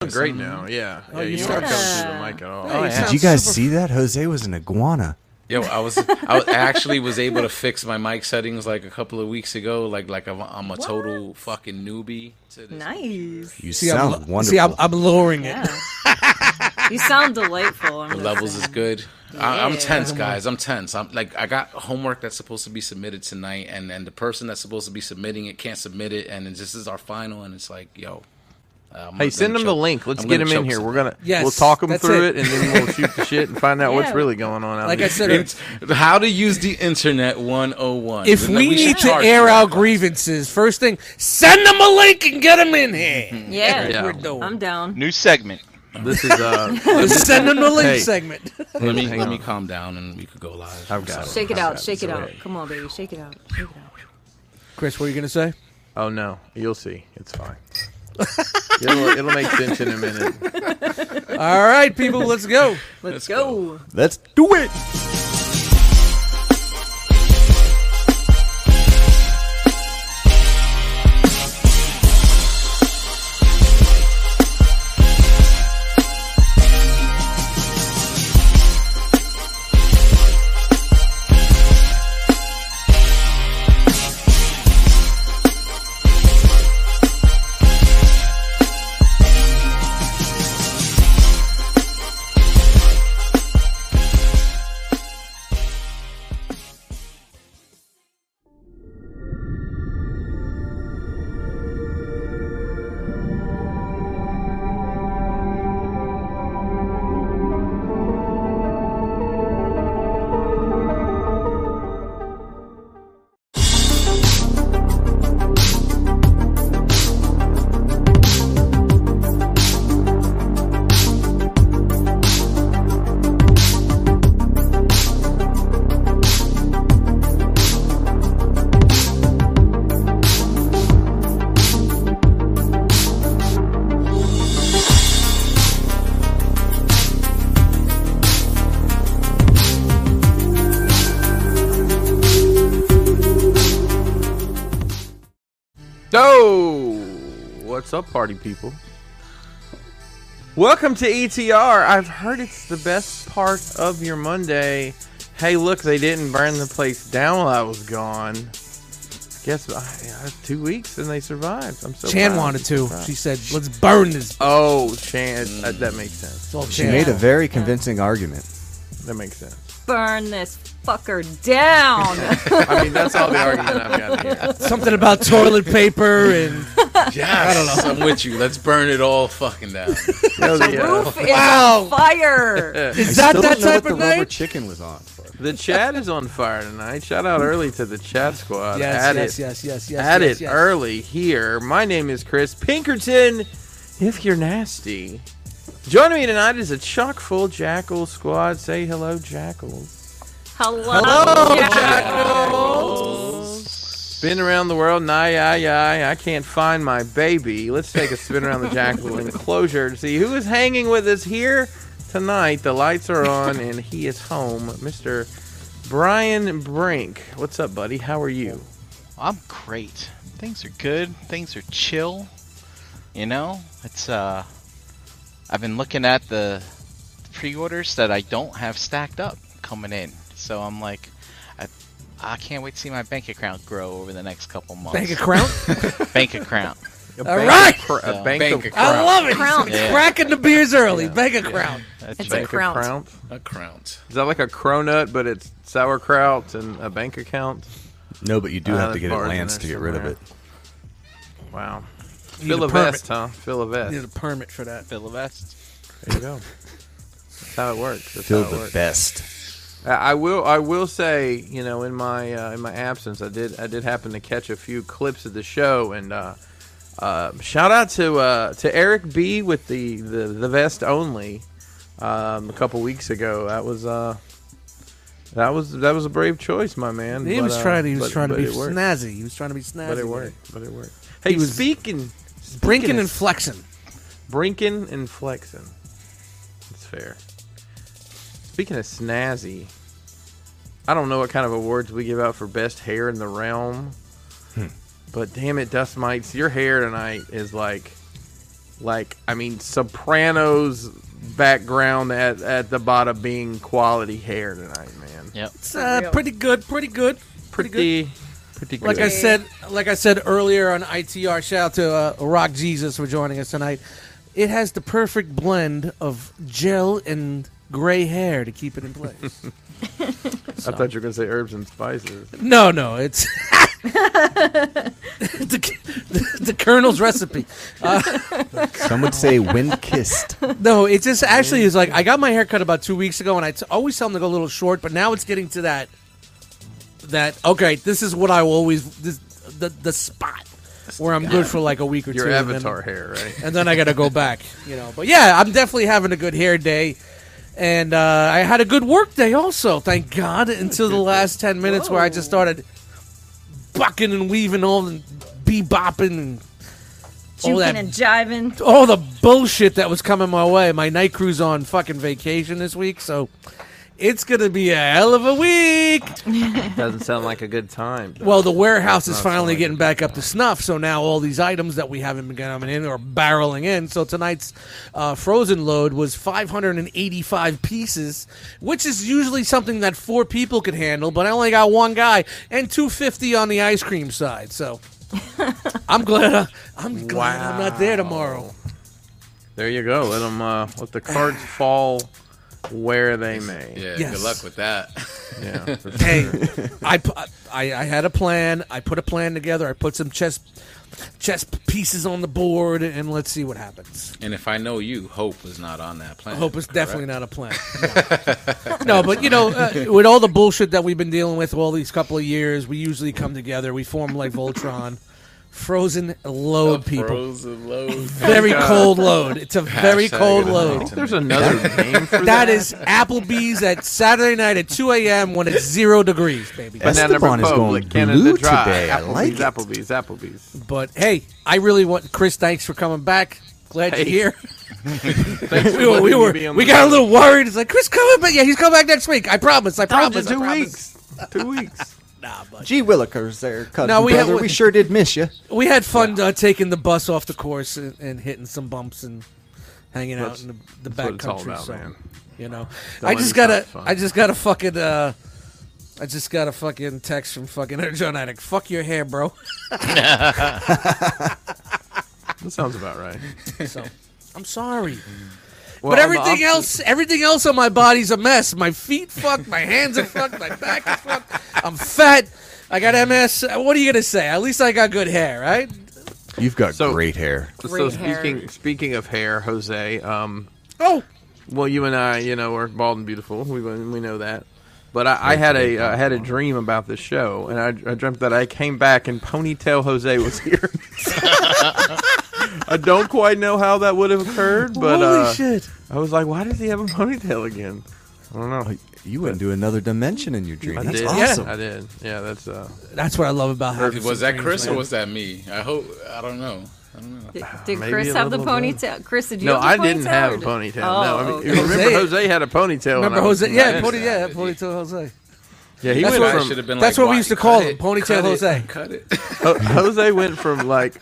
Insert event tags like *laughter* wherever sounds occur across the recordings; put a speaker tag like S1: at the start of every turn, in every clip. S1: look great now. Yeah.
S2: Oh,
S1: yeah
S2: you
S1: you
S2: start
S1: don't come through the mic at all.
S2: Yeah, you
S3: Did you guys see that? Jose was an iguana.
S1: Oh, Yo, I was I was- I actually was able to fix my mic settings like a couple of weeks ago. Like like I'm, I'm a total fucking newbie to this.
S4: Nice.
S3: You
S2: See,
S3: sound
S2: I'm,
S3: wonderful.
S2: See, I'm, I'm lowering it.
S4: Yeah. you sound delightful. I'm
S1: The levels is
S4: saying.
S1: good. I, I'm
S4: Yeah.
S1: tense, guys. I'm tense. I'm like I got homework that's supposed to be submitted tonight, and and the person that's supposed to be submitting it can't submit it, and it's- this is our final, and it's like yo. uh, I'm
S5: Hey,
S1: gonna
S5: send him the
S1: choke-
S5: link. Let's
S1: I'm
S5: get
S1: gonna
S5: him in
S1: choke
S5: here.
S1: some-
S5: We're gonna
S2: Yes,
S5: we'll talk him
S2: that's
S5: through
S2: it.
S5: it. and then we'll shoot the shit and find out what's
S4: Yeah.
S5: really going on. Out
S2: Like
S5: there.
S2: I said,
S1: It's how to use the internet 101.
S2: if
S1: Like,
S2: we
S1: should
S2: need to
S1: charge
S2: air
S1: for
S2: out
S1: that.
S2: grievances, first thing, send them a link and get them in
S4: *laughs*
S2: here.
S4: Yeah.
S1: Yeah.
S2: We're doing.
S4: I'm down.
S6: New segment.
S5: this
S2: *laughs*
S5: is uh,
S2: send them the link
S5: Hey.
S2: segment.
S1: let me
S5: Hang
S1: let
S5: on.
S1: me calm down and we could go live.
S5: I've got it.
S4: Shake it out. Shake it
S5: Sorry.
S4: out. Come on, baby. Shake it out. Shake it out.
S2: Chris, what are you gonna say?
S5: Oh no, you'll see.
S3: *laughs*
S5: It's fine. it'll, it'll make sense in a minute.
S2: All right, people, let's go.
S4: Let's go.
S3: Let's do it.
S5: So, what's up, party people? Welcome to ETR. I've heard it's the best part of your Monday. Hey, look, they didn't burn the place down while I was gone. Guess I, I, two weeks and they survived. I'm so
S2: Chan
S5: proud.
S2: wanted to.
S5: Proud.
S2: She said, "Let's burn this."
S5: Oh, Chan, that, that makes sense.
S2: It's all
S3: She
S2: Chan.
S3: made a very convincing argument.
S5: That makes sense.
S4: Burn this fucker down.
S5: I mean, that's all the argument I've got.
S2: *laughs*
S5: Here.
S2: something about toilet paper and
S1: Yes, I'm with you. Let's burn it all fucking
S5: *laughs*
S1: down.
S5: You know, the, uh,
S4: Roof is
S2: Wow.
S4: on
S2: *laughs*
S4: fire.
S2: is
S3: I
S2: that
S3: still
S2: that
S3: don't
S2: type
S3: know what
S2: of
S3: the rubber
S2: night?
S3: chicken was on. but-
S5: the chat is on fire tonight. Shout out early to the chat squad.
S2: Yes,
S5: At
S2: yes,
S5: it.
S2: yes, yes, yes.
S5: at
S2: yes,
S5: it
S2: yes.
S5: early here. My name is Chris Pinkerton. If you're nasty, joining me tonight is a chock full jackal squad. Say hello, jackals.
S4: Hello.
S2: Hello,
S4: Jack.
S5: Spin around the world, nah, yeah, yeah. I can't find my baby. Let's take a spin around the jackal enclosure to see who is hanging with us here tonight. The lights are on, and he is home, Mister Brian Brink. What's up, buddy? How are you?
S6: I'm great. Things are good. Things are chill. You know, it's uh, I've been looking at the pre-orders that I don't have stacked up coming in, so I'm like, I, I can't wait to see my bank account grow over the next couple months.
S2: Bank of crown.
S6: *laughs* bank account.
S5: A
S2: All
S5: bank
S2: right.
S5: of cr- a
S6: Yeah.
S5: bank,
S1: Bank
S5: of
S1: of
S2: I love it.
S4: Crown.
S6: Yeah.
S2: Cracking the beers early. Bank of crown.
S6: That's
S4: It's
S6: right.
S4: a
S5: Bank of
S4: crown.
S5: Crown.
S1: A crownt.
S5: Is that like a cronut, but it's sauerkraut and a bank account?
S3: No, but you do
S5: Uh,
S3: have to get it
S5: bars in
S3: Lance
S5: there
S3: to get rid of
S5: somewhere.
S3: it.
S5: Wow.
S2: Need
S5: Fill
S2: a
S5: a
S2: permit.
S5: vest, huh? Fill a
S2: Need
S5: vest.
S2: a permit for that.
S6: Fill the vest.
S5: There you go. That's how it works. That's
S3: Feel
S5: how it
S3: the
S5: works.
S3: best.
S5: I I will. I will say, you know, in my uh, in my absence, I did I did happen to catch a few clips of the show, and uh, uh, shout out to uh, to Eric B with the the, the vest only. Um, a couple weeks ago, that was uh, that was that was a brave choice, my man.
S2: He
S5: but,
S2: was
S5: uh,
S2: trying. He was
S5: but-
S2: trying to
S5: but
S2: be
S5: it worked.
S2: snazzy. He was trying to be snazzy.
S5: but it
S2: with
S5: worked. But it worked. Hey,
S2: was-
S5: speaking, speaking
S2: Brinking
S5: of
S2: and flexing.
S5: Brinking and flexing. That's fair. Speaking of snazzy, I don't know what kind of awards we give out for best hair in the
S2: Hmm.
S5: realm, but damn it, Dust Mites, your hair tonight is like like I mean Sopranos background at at the bottom being quality hair tonight, man.
S6: Yep.
S2: It's uh, pretty good, pretty good, pretty good.
S5: Pretty pretty good.
S2: Like I said, like I said earlier on ITR, shout out to uh, Rock Jesus for joining us tonight. It has the perfect blend of gel and gray hair to keep it in place.
S5: I thought you were gonna say herbs and spices.
S2: no, no, it's *laughs* the, the, the Colonel's recipe.
S3: Some would say wind kissed.
S5: *laughs*
S2: No, it just actually is like I got my hair cut about two weeks ago, and I t- always tell them to go a little short, but now it's getting to that that okay, this is what I will always this, the the spot where I'm good for like a week or
S5: Your
S2: two. and then-
S5: avatar hair, right?
S2: and then I got to go back, you know. But yeah, I'm definitely having a good hair day, and uh, I had a good work day also, thank God, until the last ten minutes where I just started bucking and weaving all and bebopping and all
S4: Juking
S2: that-
S4: and jiving.
S2: all the bullshit that was coming my way. My night crew's on fucking vacation this week, so. It's gonna be a hell of a week.
S5: Doesn't sound like a good time.
S2: Well, the warehouse is finally getting back up to snuff, so now all these items that we haven't been getting in are barreling in. So tonight's uh, frozen load was 585 pieces, which is usually something that four people could handle, but I only got one guy and 250 on the ice cream side. So I'm glad I, I'm glad I'm not there tomorrow.
S5: There you go. Let them uh, let the cards fall where they may.
S1: Yeah,
S2: Yes.
S1: good luck with that. *laughs*
S2: *laughs*
S5: Yeah.
S2: Hey, I, pu- I I had a plan. I put a plan together. I put some chess chess pieces on the board, and let's see what happens.
S1: and if I know you, hope was not on that plan.
S2: Hope is definitely not a plan. *laughs* No, No, but you know, uh, with all the bullshit that we've been dealing with all these couple of years, we usually come together. We form like Voltron, frozen load people, very cold load. It's a very
S1: Hashtag
S2: cold
S1: it
S2: load.
S1: out.
S5: There's another name for that.
S2: That is Applebee's at Saturday night at 2 a.m. when it's zero degrees, baby.
S5: And that
S3: Esteban
S5: number
S3: is
S5: Public,
S3: going
S5: Canada
S3: blue
S5: Dry,
S3: today. I
S5: Applebee's,
S3: like it.
S5: Applebee's, Applebee's.
S2: But hey, I really want Chris. Thanks for coming back. Glad you're
S5: Hey. *laughs*
S2: here.
S5: Thanks
S2: *laughs*
S5: for
S2: We were, we,
S5: letting me
S2: were,
S5: be on
S2: we
S5: the
S2: got a
S5: show.
S2: little worried. It's like Chris coming, but yeah, he's coming back next week. I promise. I
S5: Stop
S2: promise.
S5: in
S2: I
S5: two
S2: promise.
S5: weeks. Two weeks.
S2: Nah, bud.
S3: Gee Willikers there, cousin
S2: No, we
S3: brother.
S2: have-
S3: we sure did miss you.
S2: We had fun uh, taking the bus off the course and, and hitting some bumps and hanging out
S5: That's-
S2: in the, the
S5: That's what
S2: back
S5: it's all
S2: country.
S5: about,
S2: so,
S5: man.
S2: You know,
S5: Don't
S2: I
S5: let
S2: just
S5: me
S2: gotta,
S5: stop, son.
S2: I just gotta fucking, uh, I just got a fucking text from fucking *laughs* John Attic. Fuck your hair, bro.
S5: That sounds about right.
S2: So I'm sorry, but
S5: Well, on the
S2: everything
S5: opposite-
S2: else, everything else on my body's a mess. My feet fucked. My hands are fucked. My back is fucked. I'm fat. I got MS. What are you gonna say? At least I got good hair, right?
S3: You've got
S5: So-
S3: great hair.
S5: So
S4: Great hair.
S5: speaking speaking of hair, Jose. Um,
S2: Oh,
S5: well, you and I, you know, are bald and beautiful. We we know that. But I, I had a uh, had a dream about this show, and I, I dreamt that I came back and ponytail Jose was here. *laughs* I don't quite know how that would have occurred, but
S2: holy
S5: uh,
S2: shit!
S5: I was like, why does he have a ponytail again? I don't know.
S3: You went to another dimension in your dream.
S5: I
S3: That's
S5: did.
S3: awesome.
S5: Yeah, I did. Yeah, that's uh,
S2: That's what I love about having
S1: Was
S2: some
S1: that Chris
S2: dreams, man.
S1: or was that me? I hope. I don't know. I don't know.
S4: Did, did
S5: Maybe
S4: Chris
S5: a
S4: have the
S5: little bit.
S4: ponytail? Chris, did you?
S5: no,
S4: have the
S5: I didn't
S4: ponytail
S5: have
S4: or
S5: a
S4: did-
S5: ponytail.
S4: Oh,
S5: no, I mean,
S4: okay.
S5: you remember
S2: Jose-
S5: Jose had a ponytail. when
S2: Remember
S5: I was
S2: Jose?
S5: in
S2: Yeah,
S5: high
S2: Pony,
S5: school.
S2: yeah, Ponytail Jose.
S5: yeah. He
S2: That's
S5: went
S2: what-
S1: I
S5: from
S1: should have been.
S2: That's
S1: like,
S2: what we
S1: "Why?
S2: used to
S1: Cut
S2: call him,
S1: it,
S2: Ponytail
S1: cut it,
S2: Jose.
S1: Cut it.
S3: *laughs*
S5: Ho- Jose went from like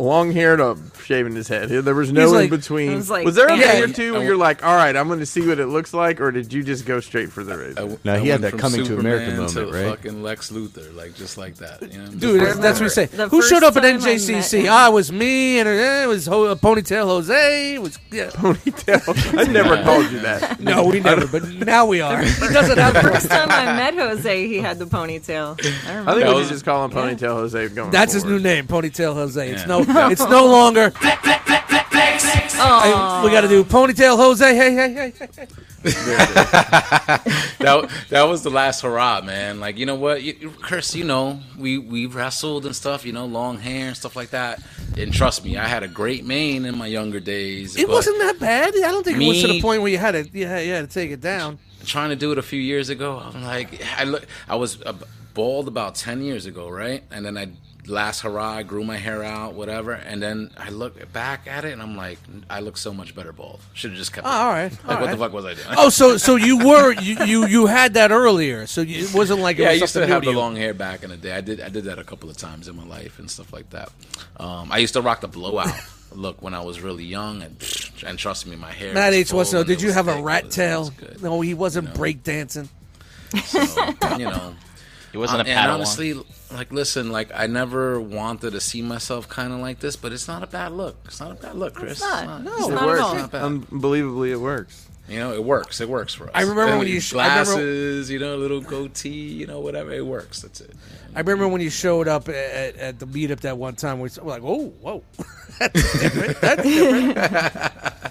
S5: long hair to shaving his head. There was no
S2: He's like-
S5: in between.
S4: It was
S5: Was,
S4: like-
S5: there a
S2: Yeah.
S5: day or two where you're like, all right, I'm going to see what it looks like, or did you just go straight for the
S1: I
S5: razor?
S1: w-
S3: No,
S1: I
S3: he had
S1: went
S3: that
S1: from
S3: coming to America
S1: Superman to
S3: moment, right?
S1: Fucking Lex Luthor, like just like that, you know?
S2: Dude, that's, that's what we say.
S4: The
S2: Who
S4: first
S2: showed up at
S4: time I met
S2: NJCC?
S4: him.
S2: I Ah, was me, and uh, it was Ho- Ponytail Jose. It was yeah.
S5: Ponytail. I *laughs* never
S1: Yeah.
S5: called you that.
S2: No, we never, but now we are. He doesn't have.
S4: First time I met Jose, he had the ponytail. I
S5: I
S4: remember.
S5: think
S1: That
S5: we
S1: was-
S5: should just call him Ponytail Jose. Going
S2: That's his new
S5: forward.
S2: name, Ponytail Jose. It's
S1: Yeah.
S2: no,
S1: *laughs*
S2: it's no longer.
S4: Aw.
S2: We got to do Ponytail Jose. Hey, hey, hey, hey.
S1: *laughs* that that was the last hurrah, man. Like you know what, you, you- Chris, you know we we wrestled and stuff, you know, long hair and stuff like that. And trust me, I had a great mane in my younger days.
S2: It
S1: but
S2: wasn't that bad. I don't think it was to the
S1: Me-
S2: point where you had to, yeah, you had to take it down.
S1: trying to do it a few years ago. I'm like, I look, I was uh, bald about ten years ago, right? And then I last hurrah, I grew my hair out, whatever. And then I look back at it, and I'm like, I look so much better bald. Should have just kept.
S2: Oh,
S1: it.
S2: all right,
S1: Like
S2: all
S1: what
S2: right.
S1: the fuck was I doing?
S2: Oh, so so you were you you, you had that earlier. So you, it wasn't like it
S1: yeah, I
S2: was
S1: used to
S2: something new
S1: have
S2: to
S1: the
S2: you.
S1: long hair back in the day. I did I did that a couple of times in my life and stuff like that. Um, I used to rock the blowout. look, when I was really young, and, and trust me, my hair.
S2: Matt
S1: was
S2: H wants
S1: full
S2: to know:
S1: and
S2: Did
S1: it
S2: you
S1: was
S2: have a
S1: thick, it
S2: rat
S1: was- it
S2: tail?
S1: was good.
S2: No, he wasn't
S1: No.
S2: breakdancing.
S1: So, you know,
S6: It wasn't
S1: um,
S6: a
S1: and
S6: paddle.
S1: honestly, like, listen, like, I never wanted to see myself kind of like this, but it's not a bad look. It's not a bad look, Chris.
S4: not. No,
S1: it's
S4: It
S5: It
S4: not at
S5: works.
S4: all.
S1: Not bad.
S5: Unbelievably, it works.
S1: You know, it works. It works for us.
S2: um, I remember
S1: And
S2: when you sh- I remember-
S1: glasses, you know, little goatee, you know, whatever. It works. That's it.
S2: I remember when you showed up at, at the meetup that one time. We were like, "Oh, whoa, *laughs* that's different. That's different."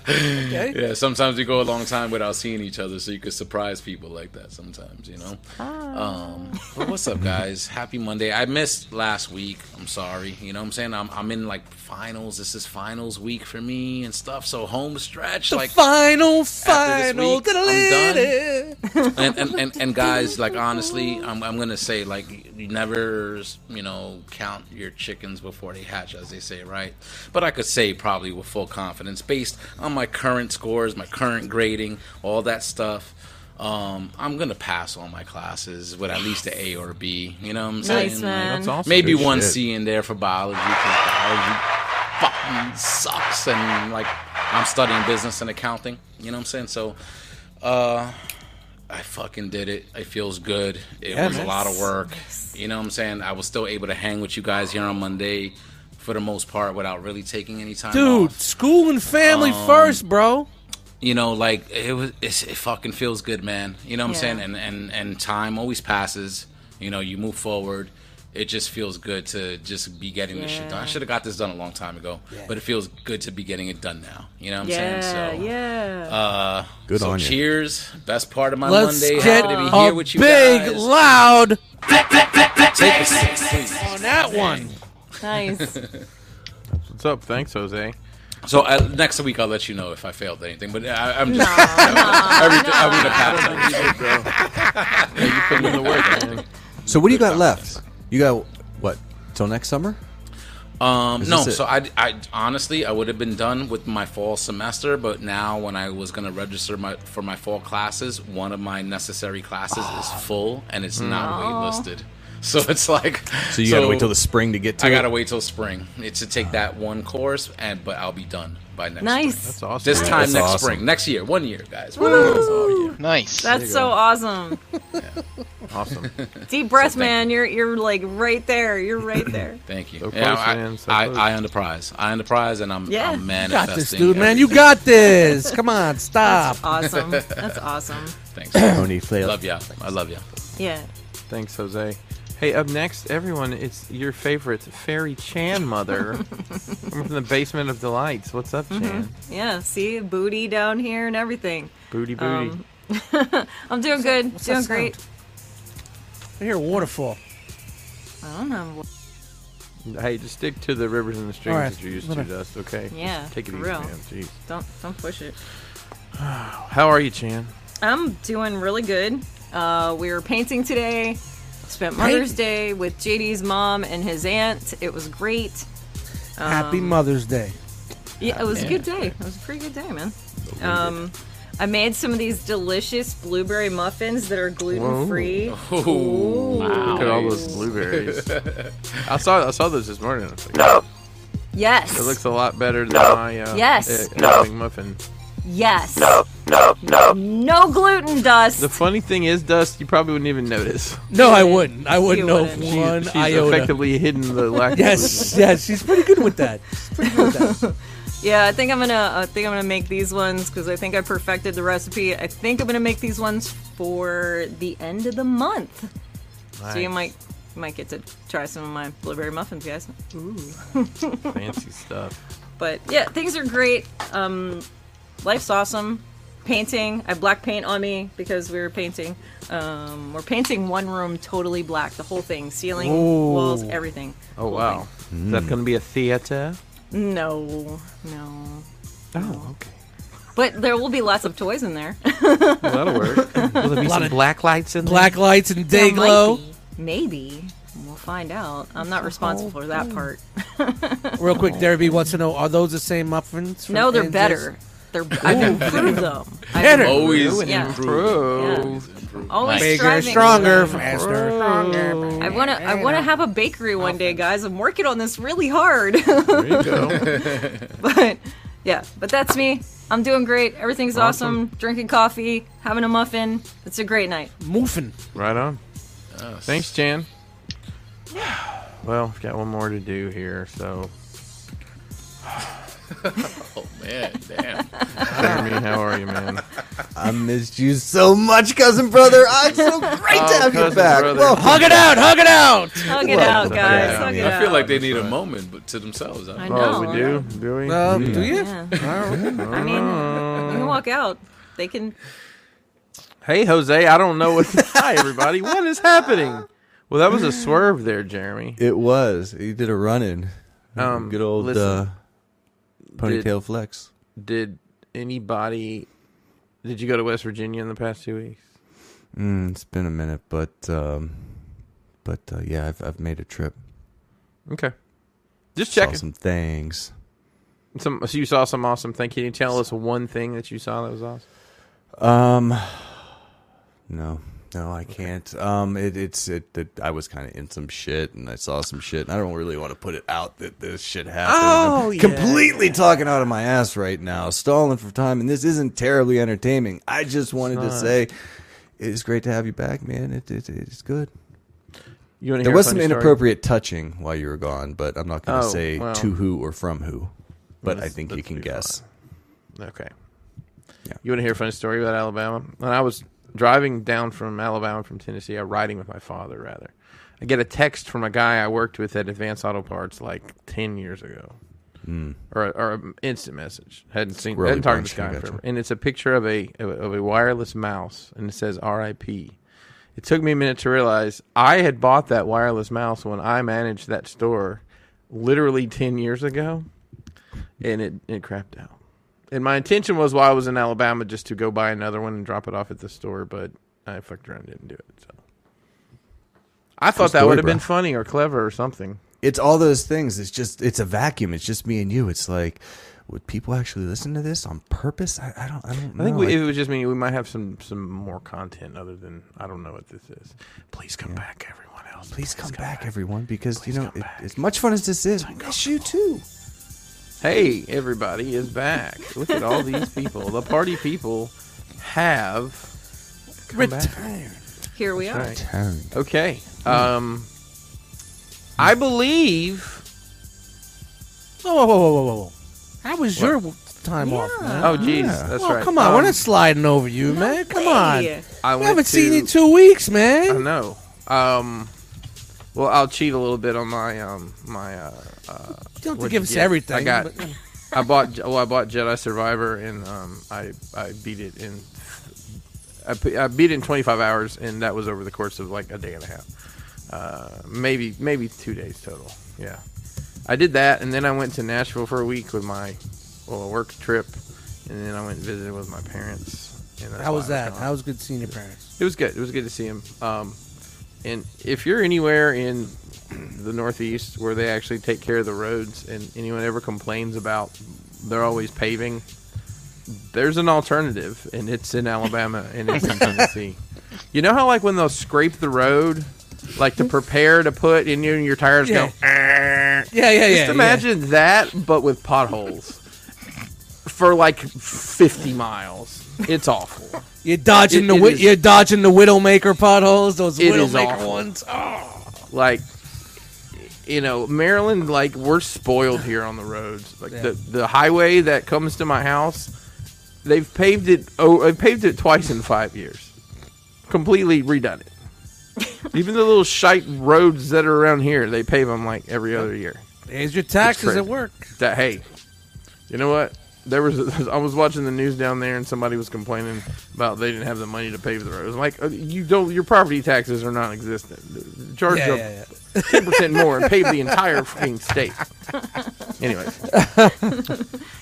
S2: okay.
S1: Yeah, sometimes we go a long time without seeing each other, so you could surprise people like that sometimes, you know.
S2: Ah.
S1: Um, but what's up, guys? Happy Monday. I missed last week. I'm sorry. You know what I'm saying? I'm, I'm in like finals. This is finals week for me and stuff. So home stretch.
S2: The
S1: like
S2: final,
S1: after this
S2: final.
S1: week, I'm
S2: da-da-da-da.
S1: and, and, and, and guys, like honestly, I'm, I'm gonna say like you never you know count your chickens before they hatch, as they say, right? But I could say probably with full confidence, based on my current scores, my current grading, all that stuff. Um, I'm gonna pass all my classes with at least an A or a B. You know what I'm saying?
S4: Nice
S1: Like,
S4: man.
S5: That's awesome.
S1: Maybe
S3: Good
S1: one
S3: shit.
S1: C in there for biology because biology fucking sucks, and like I'm studying business and accounting. You know what I'm saying? So, uh, I fucking did it. It feels good. It
S2: Yeah,
S1: was a
S2: man.
S1: lot of work. You know what I'm saying? I was still able to hang with you guys here on Monday, for the most part, without really taking any time.
S2: Dude,
S1: off
S2: school and family first, bro.
S1: you know, like it was, it's, it fucking feels good, man. You know what I'm
S4: Yeah.
S1: saying? And and and time always passes. You know, you move forward. It just feels good to just be getting this shit done. I
S4: Yeah.
S1: should have got this done a long time ago, but it feels good to be getting it done now. You know what I'm
S4: yeah,
S1: saying? So,
S4: yeah.
S1: uh,
S3: Good
S1: so
S3: on you.
S1: cheers. Best part of my
S2: Let's
S1: Monday.
S2: get
S1: Happy to be
S2: a
S1: here with you
S2: big,
S1: guys.
S2: loud
S1: Take a sip, please.
S2: on that one.
S4: nice.
S5: What's up? Thanks, *laughs* Jose.
S1: So uh, next week I'll let you know if I failed anything. But uh, I, I'm
S4: No,
S1: just.
S4: no.
S1: I would I would have passed.
S5: You put in the work, man.
S3: So what do you got left? You got what? Till next summer?
S1: Um,
S3: Is
S1: no,
S3: this it?
S1: so I, I honestly I would have been done with my fall semester, but now when I was going to register my for my fall classes, one of my necessary classes is full and it's not waitlisted. *laughs* So it's like
S3: So you gotta wait till the spring to get to
S1: I
S3: it?
S1: gotta wait till spring. It's to take that one course, and but I'll be done by next. spring.
S4: nice.
S5: That's awesome.
S1: This time
S3: That's
S1: next
S3: awesome.
S1: spring, next year, one year, guys.
S6: nice.
S4: That's so
S2: *laughs*
S4: awesome.
S5: awesome.
S4: Deep breath,
S1: So thank-
S4: man. You're you're like right there. You're
S2: *laughs*
S4: right there.
S1: Thank you.
S5: So
S1: yeah,
S5: close,
S1: I,
S5: man, so
S1: I,
S5: close.
S1: I own the prize. I own the prize, and I'm,
S4: Yeah.
S1: I'm
S2: You got this,
S1: manifesting.
S2: dude, man. You got this. Come on, stop.
S4: That's awesome. That's awesome.
S1: everything. Thanks.
S3: *clears throat* Tony Flail.
S1: love ya. I love ya.
S4: Yeah.
S5: Thanks, Jose. Hey, up next, everyone, it's your favorite Fairy Chan
S4: *laughs*
S5: mother. I'm from the basement of delights. What's up,
S4: Mm-hmm.
S5: Chan?
S4: Yeah. See, booty down here and everything.
S5: Booty, booty.
S4: Um, I'm doing good.
S2: what's
S4: doing
S2: that
S4: great.
S2: I hear a waterfall.
S4: I don't know.
S5: hey, just stick to the rivers and the streams
S2: right,
S5: that you're used
S2: I'm
S5: to,
S2: gonna-
S5: Dust. Okay.
S4: Yeah,
S5: Just take it
S4: for
S5: easy,
S4: real.
S5: man. Jeez.
S4: Don't don't push it.
S5: How are you, Chan?
S4: I'm doing really good. Uh, we were painting today. Spent Mother's Day with JD's mom and his aunt. It was great.
S2: Happy Mother's Day.
S4: Yeah,
S2: Oh,
S4: it was a good day. It was a pretty good day, man. Um, I made some of these delicious blueberry muffins that are gluten free.
S2: Oh.
S5: Look at all those blueberries. *laughs* I saw I saw those this morning. I was like,
S4: Yes.
S5: It looks a lot better than my uh,
S4: Yes.
S5: e- egg muffin.
S4: yes. No, no, no. No gluten dust.
S5: The funny thing is, Dust, you probably wouldn't even notice.
S2: No, I wouldn't. I wouldn't
S4: You
S2: know
S4: wouldn't.
S5: She's,
S2: one
S5: *laughs* she's
S2: iota.
S5: effectively hidden
S4: *laughs*
S5: the lack. of gluten.
S2: Yes, yes, she's pretty good with that.
S4: yeah, I think I'm gonna. I think I'm gonna make these ones because I think I perfected the recipe. I think I'm gonna make these ones for the end of the month. So you might you might get to try some of my blueberry muffins, guys.
S5: fancy stuff.
S4: But yeah, things are great. Um, life's awesome. Painting, I have black paint on me because we were painting. Um, we're painting one room totally black, the whole thing, ceiling, walls, everything.
S5: Oh
S4: Whole
S5: wow, is that going to be a theater?
S4: thing. No, no.
S5: Oh, okay.
S4: But there will be lots of toys in there.
S5: Well, that'll work. *laughs* Will there be some
S2: of-
S5: black lights in
S2: Black lights and day
S4: *laughs* There might
S2: glow.
S4: be. Maybe. We'll find out. I'm not responsible for that part.
S2: Real quick, Derby wants to know: Are those the same muffins? from
S4: No, they're
S2: Angel's?
S4: better. They're, I've improved them. I've
S2: Better.
S4: improved-
S1: Always
S4: Yeah.
S1: improved. Improved.
S4: Always
S6: Bigger,
S2: Bigger,
S4: striving.
S2: stronger, faster,
S4: I
S2: stronger.
S4: want to. I want to have a bakery one day, guys. I'm working on this really hard. *laughs* but yeah, but that's me. I'm doing great. Everything's awesome. Drinking coffee, having a muffin. It's a great night.
S2: Moofing.
S5: Right on.
S1: Yes.
S5: Thanks, Jan. Well, I've got one more to do here,
S4: *laughs*
S5: so
S1: Oh man, damn.
S5: Jeremy, how are you, man?
S3: I missed you so much, cousin brother. Ah, it's so great
S5: Oh,
S3: to have you
S5: cousin
S3: back.
S5: brother.
S3: Welcome.
S2: Hug it out, hug it out.
S4: Hug it
S3: Well,
S4: out, guys.
S5: yeah, I
S4: Hug
S5: mean,
S4: it
S1: I feel
S4: out.
S1: like they need a moment but to themselves. I
S4: I
S1: think.
S4: know.
S5: Oh, we do? Do we?
S2: Uh, do you?
S4: Yeah. I mean, you can walk out. They can.
S5: hey, Jose, I don't know what. *laughs* Hi, everybody. What is happening? Well, that was a swerve there, Jeremy.
S3: It was. He did a run in.
S5: Um,
S3: Good old
S5: listen,
S3: uh, ponytail flex.
S5: Did anybody. Did you go to West Virginia in the past two weeks?
S3: Mm, it's been a minute, but um, but uh, yeah, I've I've made a trip.
S5: Okay. Just
S3: Saw
S5: checking.
S3: some things.
S5: Some, so you saw some awesome thing. Can you tell us one thing that you saw that was awesome?
S3: Um, no, no, I can't. Um, it, it's it, it. I was kind of in some shit, and I saw some shit, and I don't really want to put it out that this shit happened.
S5: Oh,
S3: I'm
S5: yeah,
S3: completely talking out of my ass right now, stalling for time, and this isn't terribly entertaining. I just wanted to say. It's great to have you back, man. It, it it's good.
S5: You
S3: There
S5: want to hear a
S3: was some
S5: funny story?
S3: inappropriate touching while you were gone, but I'm not going to
S5: Oh,
S3: say
S5: well.
S3: to who or from who. But I
S5: Let's-
S3: think you
S5: let's
S3: can
S5: be
S3: guess.
S5: Okay.
S3: Yeah.
S5: You want to hear a funny story about Alabama? When I was driving down from Alabama from Tennessee, I riding with my father rather. I get a text from a guy I worked with at Advanced Auto Parts like ten years ago, or or an instant message. hadn't seen,
S3: Hmm. Really
S5: hadn't talked to this
S3: punchy,
S5: guy in
S3: gotcha.
S5: forever, and it's a picture of a of a- of a wireless mouse, and it says R.I.P. It took me a minute to realize I had bought that wireless mouse when I managed that store, literally ten years ago, and it it crapped out. And my intention was while I was in Alabama just to go buy another one and drop it off at the store, but I fucked around and didn't do it. So I thought that
S3: story,
S5: would have been
S3: bro.
S5: funny or clever or something.
S3: it's all those things. It's just it's a vacuum. It's just me and you. It's like would people actually listen to this on purpose? I, I don't. I don't.
S5: I think
S3: know.
S5: we,
S3: Like,
S5: if it was just me, we might have some some more content other than I don't know what this is. Please come back, everyone else.
S3: please come back, everyone, because
S5: Please
S3: you know
S5: come
S3: it,
S5: back.
S3: as much fun as this is, I miss you too.
S5: Hey, everybody is back. Look at all these people. The party people have come back.
S4: Here we are.
S5: Right. Okay.
S2: Hmm.
S5: Um, I believe
S2: Whoa, whoa, whoa, whoa, whoa, whoa. That was your time off, man.
S5: Oh, jeez, that's
S2: oh,
S5: right.
S2: come on.
S5: Um,
S2: we're not sliding over you, man. Come on.
S4: Hey.
S5: I
S2: We
S5: went
S2: haven't seen
S5: to-
S2: you in two weeks,
S5: I
S2: man.
S5: know. Um, well, I'll cheat a little bit on my um my. Uh,
S2: You
S5: uh,
S2: don't have to
S5: what'd
S2: give
S5: you
S2: us
S5: get?
S2: everything.
S5: I got.
S2: but-
S5: I bought. Well, I bought Jedi Survivor, and um, I I beat it in. I, p- I beat it in 25 hours, and that was over the course of like a day and a half, uh, maybe maybe two days total. Yeah, I did that, and then I went to Nashville for a week with my well a work trip, and then I went and visited with my parents. And that's
S2: How
S5: why
S2: was
S5: I
S2: that?
S5: gone.
S2: How was good seeing your parents?
S5: It was good. It was good to see him. Um, and if you're anywhere in the Northeast where they actually take care of the roads, and anyone ever complains about they're always paving, there's an alternative, and it's in Alabama and it's
S2: *laughs*
S5: in Tennessee. You know how like when they'll scrape the road, like to prepare to put, and you your tires
S2: Yeah.
S5: go. "Arr."
S2: Hmm? Yeah, yeah, yeah.
S5: Just imagine that, but with potholes for like 50 miles. It's awful.
S2: You're dodging
S5: It-
S2: the
S5: it
S2: wi-
S5: is-
S2: you're dodging the Widowmaker potholes, those
S5: It is
S2: Widowmaker
S5: awful.
S2: ones. Oh.
S5: like you know maryland like we're spoiled here on the roads like the, the highway that comes to my house they've paved it oh they paved it twice in five years completely
S2: *laughs*
S5: redone it even the little shite roads that are around here they pave them like every other year
S2: There's your taxes
S5: crazy.
S2: at work.
S5: that hey you know what there was *laughs* i was watching the news down there and somebody was complaining about they didn't have the money to pave the roads I'm like uh, you don't your property taxes are non-existent charge
S2: Yeah,
S5: up
S2: yeah, yeah.
S5: ten percent more and pave the entire fucking state. *laughs* Anyway,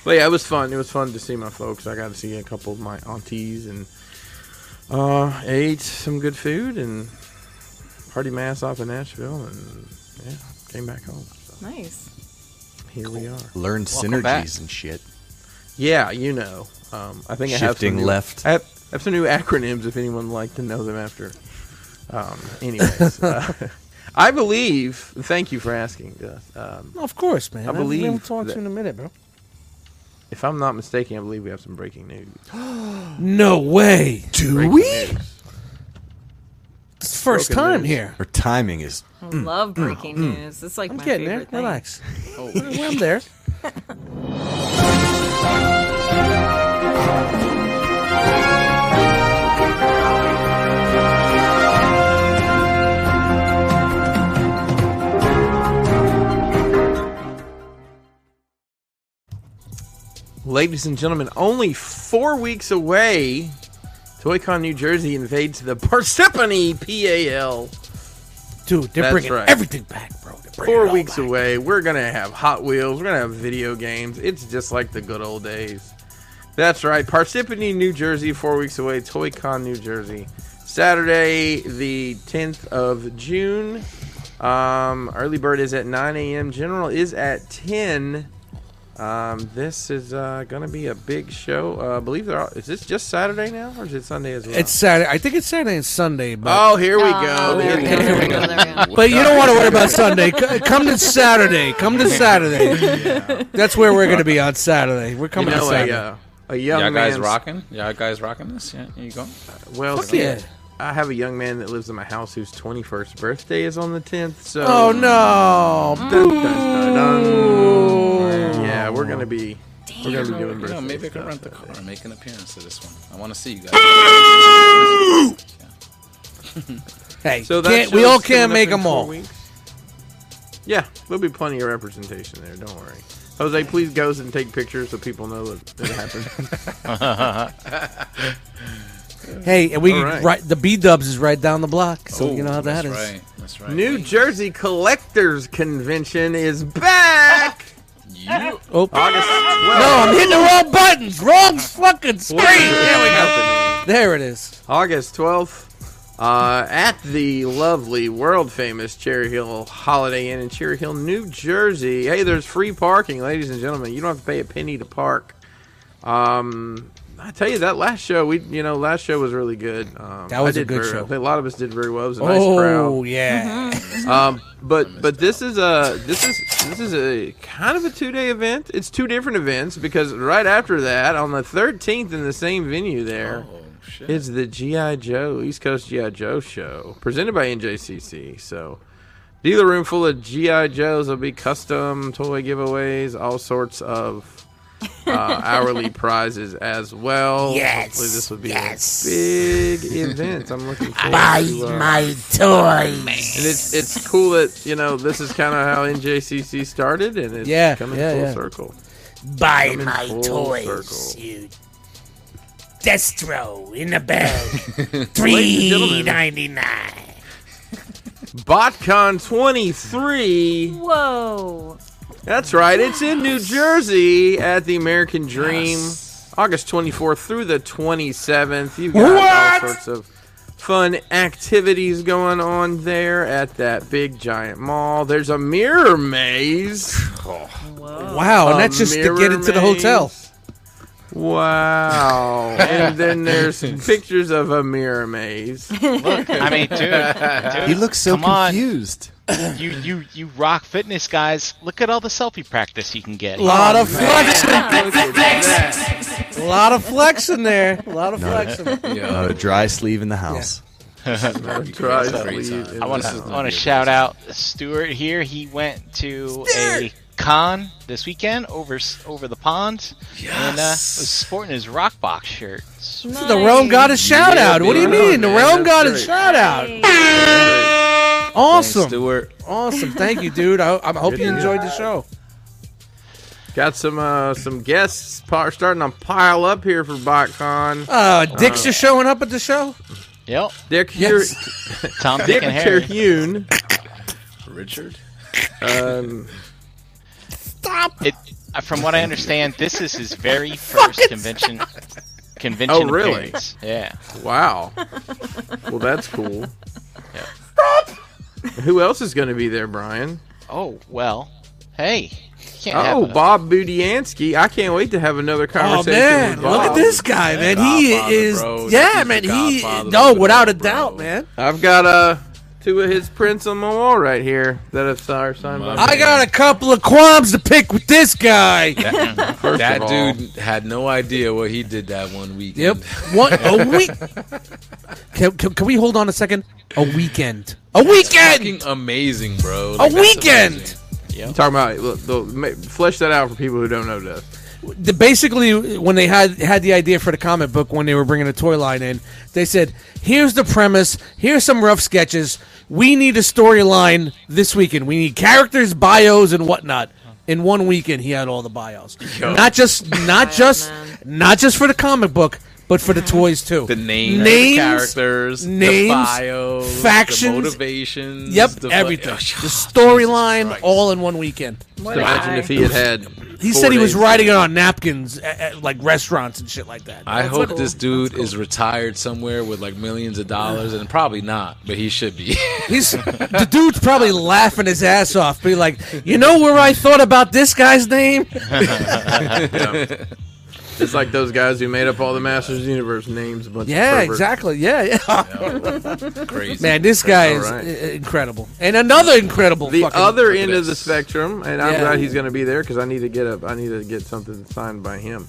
S5: but yeah, it was fun. It was fun to see my folks. I got to see a couple of my aunties and uh, ate some good food and party mass off in Nashville and yeah, came back home. So
S4: Nice.
S5: here we are.
S3: Learn
S6: Welcome back.
S3: synergies and shit.
S5: Yeah, you know. Um, I think I have
S3: Shifting
S5: some new-
S3: left.
S5: I have, I have some new acronyms if anyone would like to know them after. Um,
S3: *laughs*
S5: anyways, uh, *laughs* I believe. Thank you for asking. Gus. Um,
S2: Of course, man.
S5: I believe
S2: We haven't talked to
S5: that-
S2: you in a minute, bro.
S5: if I'm not mistaken, I believe we have some breaking news.
S2: No way. Do
S5: Breaking
S2: we?
S5: news.
S2: It's the first
S5: Broken
S2: time
S5: news.
S2: here.
S3: Her timing is
S4: I love breaking news. It's like
S2: Mm. I'm
S4: my
S2: getting there.
S4: favorite thing.
S2: Relax.
S1: Oh.
S2: *laughs* Well, I'm there.
S5: Ladies and gentlemen, only four weeks away, ToyCon New Jersey invades the Persephone PAL.
S2: Dude, they're
S5: That's
S2: bringing
S5: right.
S2: everything back, bro. They're bringing it
S5: Four
S2: all
S5: weeks
S2: back.
S5: away. We're going to have Hot Wheels. We're going to have video games. It's just like the good old days. That's right. Parsippany, New Jersey, four weeks away. ToyCon, New Jersey. Saturday, the 10th of June. Um, early bird is at 9 a.m. General is at 10. Um, this is uh, going to be a big show. Uh, I believe there are. Is this just Saturday now, or is it Sunday as well?
S2: It's Saturday. I think it's Saturday and Sunday, but
S5: oh, here we
S4: Oh,
S5: go.
S4: there we go. There we go. There
S5: Oh,
S4: we go.
S2: but you don't want to worry about Sunday. C- Come to Saturday. Come to
S5: *laughs*
S2: Saturday. That's where we're going to be on Saturday. We're
S5: You
S2: coming to
S5: know, a,
S2: Saturday.
S5: uh, a
S1: Y'all
S5: young
S1: guys
S5: man's-
S1: rocking? Y'all guys rocking this? Yeah, here you go.
S5: Well,
S2: Fuck yeah.
S5: I have a young man that lives in my house whose 21st birthday is on the 10th. So,
S2: Oh no!
S5: Dun, dun, dun, dun. Yeah, we're gonna be we're gonna be doing
S1: You
S5: birthday.
S1: know, maybe I could
S5: stuff.
S1: rent the car and make an appearance to this one. I want to see you guys.
S2: Hey,
S5: So that
S2: can't, we
S5: show's
S2: all
S5: coming
S2: can't
S5: up
S2: make
S5: in
S2: them
S5: four
S2: all.
S5: weeks. Yeah, there'll be plenty of representation there. Don't worry. Jose, please go and take pictures so people know that it happened.
S2: *laughs* Hey, and we
S5: All
S2: right.
S5: right. Oh,
S2: the B Dubs is right down the block, so you know how that
S1: that's
S2: is.
S1: Right. That's right.
S5: New Jersey Collectors Convention is back
S1: You.
S2: Oh no,
S5: August 12th.
S2: I'm hitting the wrong buttons. Wrong fucking
S5: What is
S2: screen.
S5: happening?
S2: There it is.
S5: August 12th uh, at the lovely, world famous Cherry Hill Holiday Inn in Cherry Hill, New Jersey. Hey, there's free parking, ladies and gentlemen. You don't have to pay a penny to park. Um, I tell you that last show, we you know last show was really good. Um,
S2: That was
S5: I
S2: a
S5: did
S2: good
S5: very-
S2: show.
S5: A lot of us did very well. It was a nice crowd
S2: Oh yeah.
S5: um, but but this is a this is this is a kind of a two day event. It's two different events because right after that, on the thirteenth, in the same venue there,
S1: Oh, shit.
S5: it's the GI Joe East Coast GI Joe show presented by NJCC. So. Dealer room full of GI Joes. There'll be custom toy giveaways, all sorts of uh,
S1: *laughs*
S5: hourly prizes as well.
S2: Yes,
S5: Hopefully this will be
S2: yes.
S5: a big event.
S2: *laughs*
S5: I'm looking forward to uh,
S2: my toys.
S5: and it's it's cool that you know this is kind of how NJCC started, and it's
S2: Yeah,
S5: coming
S2: yeah,
S5: full
S2: yeah.
S5: circle.
S2: Buy
S5: Coming my full toys, circle.
S2: you. Destro in a bag.
S5: Ladies and gentlemen.
S2: ninety nine.
S5: BotCon
S4: *laughs*
S5: 23.
S4: Whoa.
S5: That's right. It's in New Jersey at the American Dream, August 24th through the 27th. You've got all sorts of fun activities going on there at that big giant mall. There's a mirror maze.
S4: Whoa.
S2: Wow, and
S5: A
S2: that's just to
S5: Uh, mirror
S2: get into the hotel.
S5: maze. Wow. and then there's pictures of a mirror maze.
S6: I mean, dude, dude,
S3: He looks so
S6: come on.
S3: confused.
S6: You, you, you rock fitness guys. Look at all the selfie practice you can get.
S2: A lot of flexing. A lot of flexing there. A lot of flexing.
S1: Yeah.
S3: Not a dry sleeve in the house.
S5: Try
S1: That's a
S5: to
S1: great
S5: leave
S1: time.
S5: in
S6: I want
S5: the
S6: to
S5: house.
S6: want to shout out Stuart here. He went to a con this weekend over s- over the pond, and uh,
S1: Yes.
S6: was sporting his rock box shirt. S-
S2: The realm got a shout out. What do you
S5: man.
S2: mean? The
S5: Man,
S2: realm
S5: that's
S2: got a
S5: great.
S2: shout out.
S1: Thanks,
S2: Awesome.
S1: Stuart.
S2: Awesome. Thank you, dude. I, I hope you
S5: Good
S2: enjoyed the show.
S5: *laughs* Got some uh, some guests par- starting to pile up here for BotCon.
S2: Uh, Dicks are showing up at the show.
S6: Yep,
S5: Dick
S2: Yes.
S5: Hur-
S6: Tom, Dick,
S5: Dick
S6: and Harry.
S5: Terhune.
S1: Richard.
S5: Um,
S2: Stop.
S6: It, uh, from what I understand, this is his very first convention convention
S5: Oh, really?
S6: appearance. Yeah,
S5: wow. Well, that's cool. Who else is going to be there, Brian?
S6: Oh well. Hey, can't have
S5: Oh,
S6: a-
S5: Bob Budiansky. I can't wait to have another
S2: Oh
S5: conversation
S2: man,
S5: with Bob.
S2: look at this guy, man. He
S1: Godfather,
S2: is,
S1: bro.
S2: yeah,
S1: He's
S2: man.
S1: the
S2: He
S1: godfather of
S2: no,
S1: it
S2: without
S1: all,
S2: a doubt,
S1: bro.
S2: man.
S5: I've got uh, two of his prints on my wall right here that have are signed by.
S1: My
S2: I got a couple of qualms to pick with this guy.
S5: First
S1: That
S5: of all.
S1: dude had no idea what he did that one
S2: Yep,
S1: weekend.
S2: one a week. Can, can, can we hold on a second? A weekend. A
S1: Fucking
S2: weekend.
S1: amazing, bro.
S2: A
S1: Like, that's
S2: weekend.
S1: amazing.
S5: I'm talking about look, the, ma- flesh that out for people who don't know this.
S2: the, basically when they had had the idea for the comic book when they were bringing the toy line in they said here's the premise here's some rough sketches we need a storyline this weekend we need characters bios and whatnot in one weekend he had all the bios not just not just not just for the comic book but for the toys too
S1: The names, the
S2: Names,
S1: characters,
S2: names,
S1: the bios, the
S2: factions.
S1: motivations.
S2: yep
S1: the fu-
S2: everything
S1: Oh,
S5: *laughs*
S2: the
S1: Jesus
S2: storyline
S1: Christ.
S2: all in one weekend
S4: What a
S5: Imagine
S4: guy.
S5: if he had had.
S2: he
S5: four
S2: said he was
S5: days.
S2: writing it on napkins at, at, like restaurants and shit like
S5: *laughs*
S2: that
S1: I
S4: That's
S1: hope
S4: cool.
S1: this dude is retired somewhere with like millions of dollars, and probably not, but he should
S2: *laughs*
S1: be. *laughs*
S2: He's the dude's probably laughing his ass off, be like, you know where I thought about this guy's
S5: *laughs*
S2: name?
S5: It's like those guys who made up all the Masters of the Universe names. A bunch of
S2: Yeah,
S5: perverts.
S2: exactly. Yeah,
S5: *laughs*
S2: yeah.
S1: Crazy
S2: Man, this guy is
S5: All right.
S2: i- i- incredible, and another incredible.
S5: The
S2: fucking-
S5: other end
S1: this.
S5: of the spectrum, and I'm
S2: Yeah.
S5: glad he's going to be there because I need to get up. I need to get something signed by him.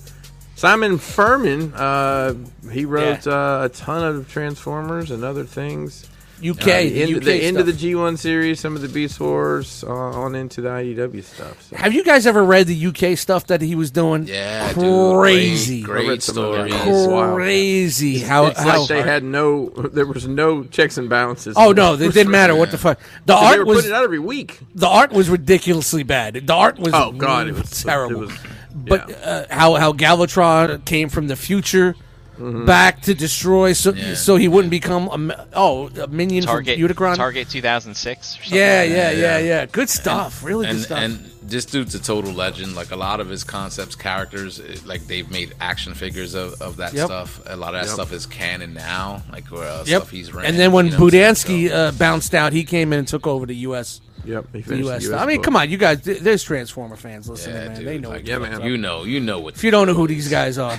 S5: Simon Furman, uh, he wrote uh, a ton of Transformers and other things.
S2: UK,
S5: Uh, the end,
S2: UK
S5: the end of the
S2: stuff.
S5: G1 series, some of the Beast Wars, uh, on into the IDW stuff. So.
S2: Have you guys ever read the UK stuff that he was doing?
S1: Yeah, dude,
S2: crazy,
S1: Great,
S5: I read
S1: great
S5: some of that.
S1: stories.
S5: Cool. Wow.
S2: crazy. How?
S5: It's
S2: how
S5: like they had no, there was no checks and balances.
S2: oh no, it didn't
S5: *laughs*
S2: matter. What the fuck? The
S5: They were
S2: art was
S5: putting it out every week.
S2: the art was ridiculously bad. The art was
S5: Oh, God, it was-
S2: terrible.
S5: it was-
S2: but
S5: yeah.
S2: uh, how how Galvatron came from the future
S5: Mm-hmm.
S2: back to destroy, so
S1: Yeah.
S2: so he wouldn't become a mi- oh a minion
S6: Target
S2: from Unicron.
S6: Target 2006 or something.
S2: Yeah,
S6: like that.
S2: yeah, yeah, yeah. Good stuff. Really good
S1: and
S2: stuff.
S1: and this dude's a total legend. Like a lot of his concepts, characters, it- like they've made action figures of, of that
S2: Yep.
S1: stuff. A lot of that stuff is canon now, like where, uh,
S2: yep.
S1: stuff he's ran.
S2: and then when
S1: you know what I'm saying?
S2: Budansky uh, bounced out, he came in and took over the U.S.
S5: Yep. He
S2: The
S5: finished
S2: US,
S5: the
S2: stuff. I mean,
S5: book.
S2: come on, you guys. th- There's Transformer fans
S1: So,
S2: listening,
S1: yeah,
S2: man.
S1: dude,
S2: they know.
S1: like,
S2: what
S5: yeah,
S2: the
S5: man.
S2: fuck's up.
S1: You know, you know what.
S2: If you don't know who these guys are,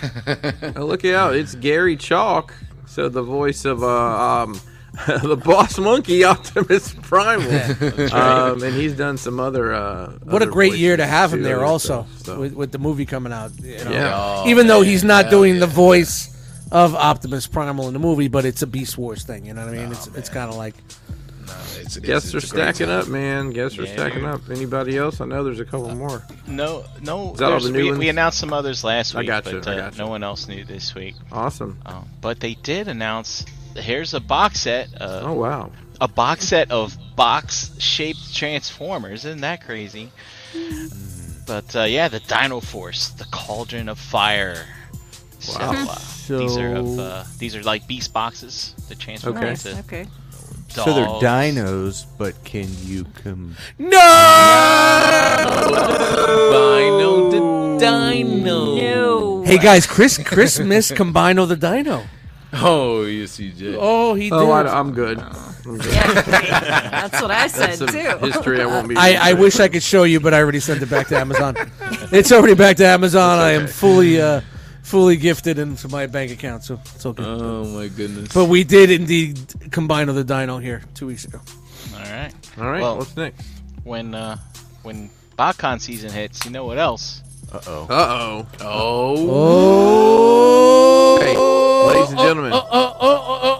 S5: Oh, *laughs* look out! It's Gary Chalk, so the voice of uh, um, *laughs* the boss monkey *laughs* Optimus
S2: *laughs*
S5: Primal, um, and he's done some other. Uh,
S2: what a
S5: other
S2: great year to
S5: voices,
S2: have him
S5: too,
S2: there.
S5: and
S2: Also,
S5: stuff, so.
S2: with, with the movie coming out, you know.
S5: yeah,
S1: Oh,
S2: even though
S1: man,
S2: he's not
S1: hell
S2: doing
S1: yeah.
S2: the voice of Optimus Primal in the movie, but it's a Beast Wars thing. You know what I mean?
S5: Oh,
S2: it's it's kind of like
S1: No, it's, it's,
S5: guests
S1: it's
S5: are
S1: a great
S5: stacking
S1: time.
S5: up, man. Guests are
S6: Yeah,
S5: stacking
S6: dude.
S5: up. Anybody else? I know there's a couple more.
S6: No, no.
S5: that all
S6: there's-
S5: the new
S6: we,
S5: ones?
S6: we announced some others last
S5: I
S6: week,
S5: got you,
S6: but
S5: I
S6: uh,
S5: got you.
S6: no one else knew this week.
S5: Awesome.
S6: Um, but they did announce here's a box set, uh,
S5: Oh wow.
S6: a box set of box-shaped Transformers. Isn't that crazy? But uh, yeah, the Dino Force, the Cauldron of Fire. So, uh, these are of,
S5: So-
S6: uh, these are like beast boxes. The Transformers.
S5: Okay.
S4: Nice.
S6: into
S4: Okay.
S3: So they're
S6: dogs.
S3: dinos, but can you come?
S1: Dino
S2: Oh.
S1: the Dino.
S4: No.
S2: hey guys, Chris Chris missed Combino the Dino.
S1: Oh, yes, he did.
S2: Oh, he did.
S5: Oh, I,
S2: I,
S5: I'm good.
S4: That's what I said
S5: Some
S4: too.
S5: history I won't be.
S2: *laughs* I, wish I could show you, but I already sent it back to
S5: *laughs*
S2: Amazon. it's already back to Amazon. I am fully uh, fully gifted into my bank account, so it's okay.
S5: Uh.
S1: Oh my goodness.
S2: but we did indeed Combino the Dino here two weeks ago.
S6: All right.
S5: All right.
S6: Well-
S5: what's next?
S6: When uh, when BotCon season hits, you know what else?
S5: Uh oh.
S1: oh,
S5: Hey, ladies and gentlemen,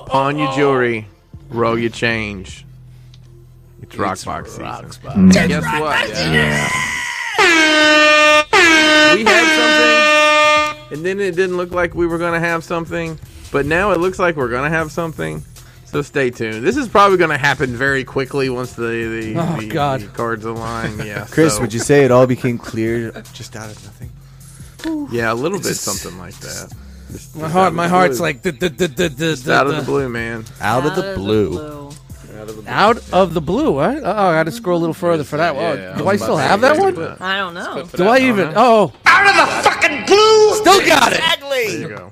S5: pawn your jewelry, roll your change. It's rock box season. And guess what? Yeah. We had something, and then it didn't look like we were going to have something, but now it looks like we're going to have something. So stay tuned. This is probably going to happen very quickly once the the,
S2: Oh,
S5: the,
S2: God.
S5: the cards align. Yeah,
S3: Chris,
S5: so-
S3: would you say it all became clear just out of nothing?
S5: Yeah, a little bit something like that. Just-
S2: *laughs* My
S5: just out
S2: heart,
S5: of
S2: my
S5: the
S2: heart's
S5: blue.
S2: like the the the the the,
S5: Just out of the blue, man.
S3: Out, of the blue.
S2: Out of the blue, huh? Oh, I got to scroll a little further for that.
S1: Yeah,
S2: one.
S1: yeah, I
S2: do
S1: was about
S2: I still
S1: to
S2: have
S1: say,
S2: that
S1: yeah.
S2: one?
S5: But-
S4: I don't know.
S2: Do I even? Oh, out of the fucking blue. Still got it.
S5: There
S2: *laughs*
S5: you go.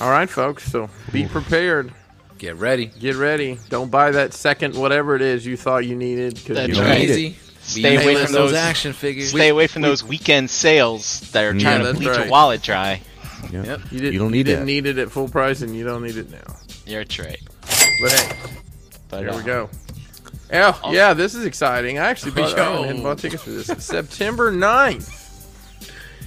S5: All right, folks. So be prepared.
S1: get ready.
S5: Get ready. Don't buy that second whatever it is you thought you needed. 'cause
S6: That's
S5: you don't
S6: right.
S5: need it.
S1: Easy.
S6: Stay away
S1: using
S6: from those.
S1: action figures.
S6: Stay away from those weekend sales that are
S3: Yeah,
S6: trying to
S5: that's
S6: bleach
S5: right.
S6: your wallet dry.
S3: Yeah.
S1: Yep.
S5: You, didn't,
S3: You don't need
S5: you didn't
S3: that.
S5: need it at full price, and you don't need it now.
S6: You're right.
S5: But hey,
S6: But
S5: here
S6: uh,
S5: we go. Yeah, yeah, this is exciting. I actually bought, I went ahead and bought tickets for this. It's September 9th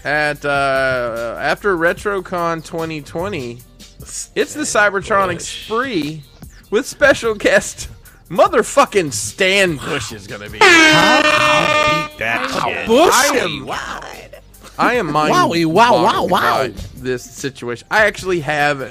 S5: at uh, after RetroCon 2020. It's the Cybertronics free with special guest motherfucking Stan Bush is gonna be.
S2: Bush.
S5: I am I am mind
S2: Wowie, wow, wow,
S5: boggling
S2: wow.
S5: by This situation. I actually have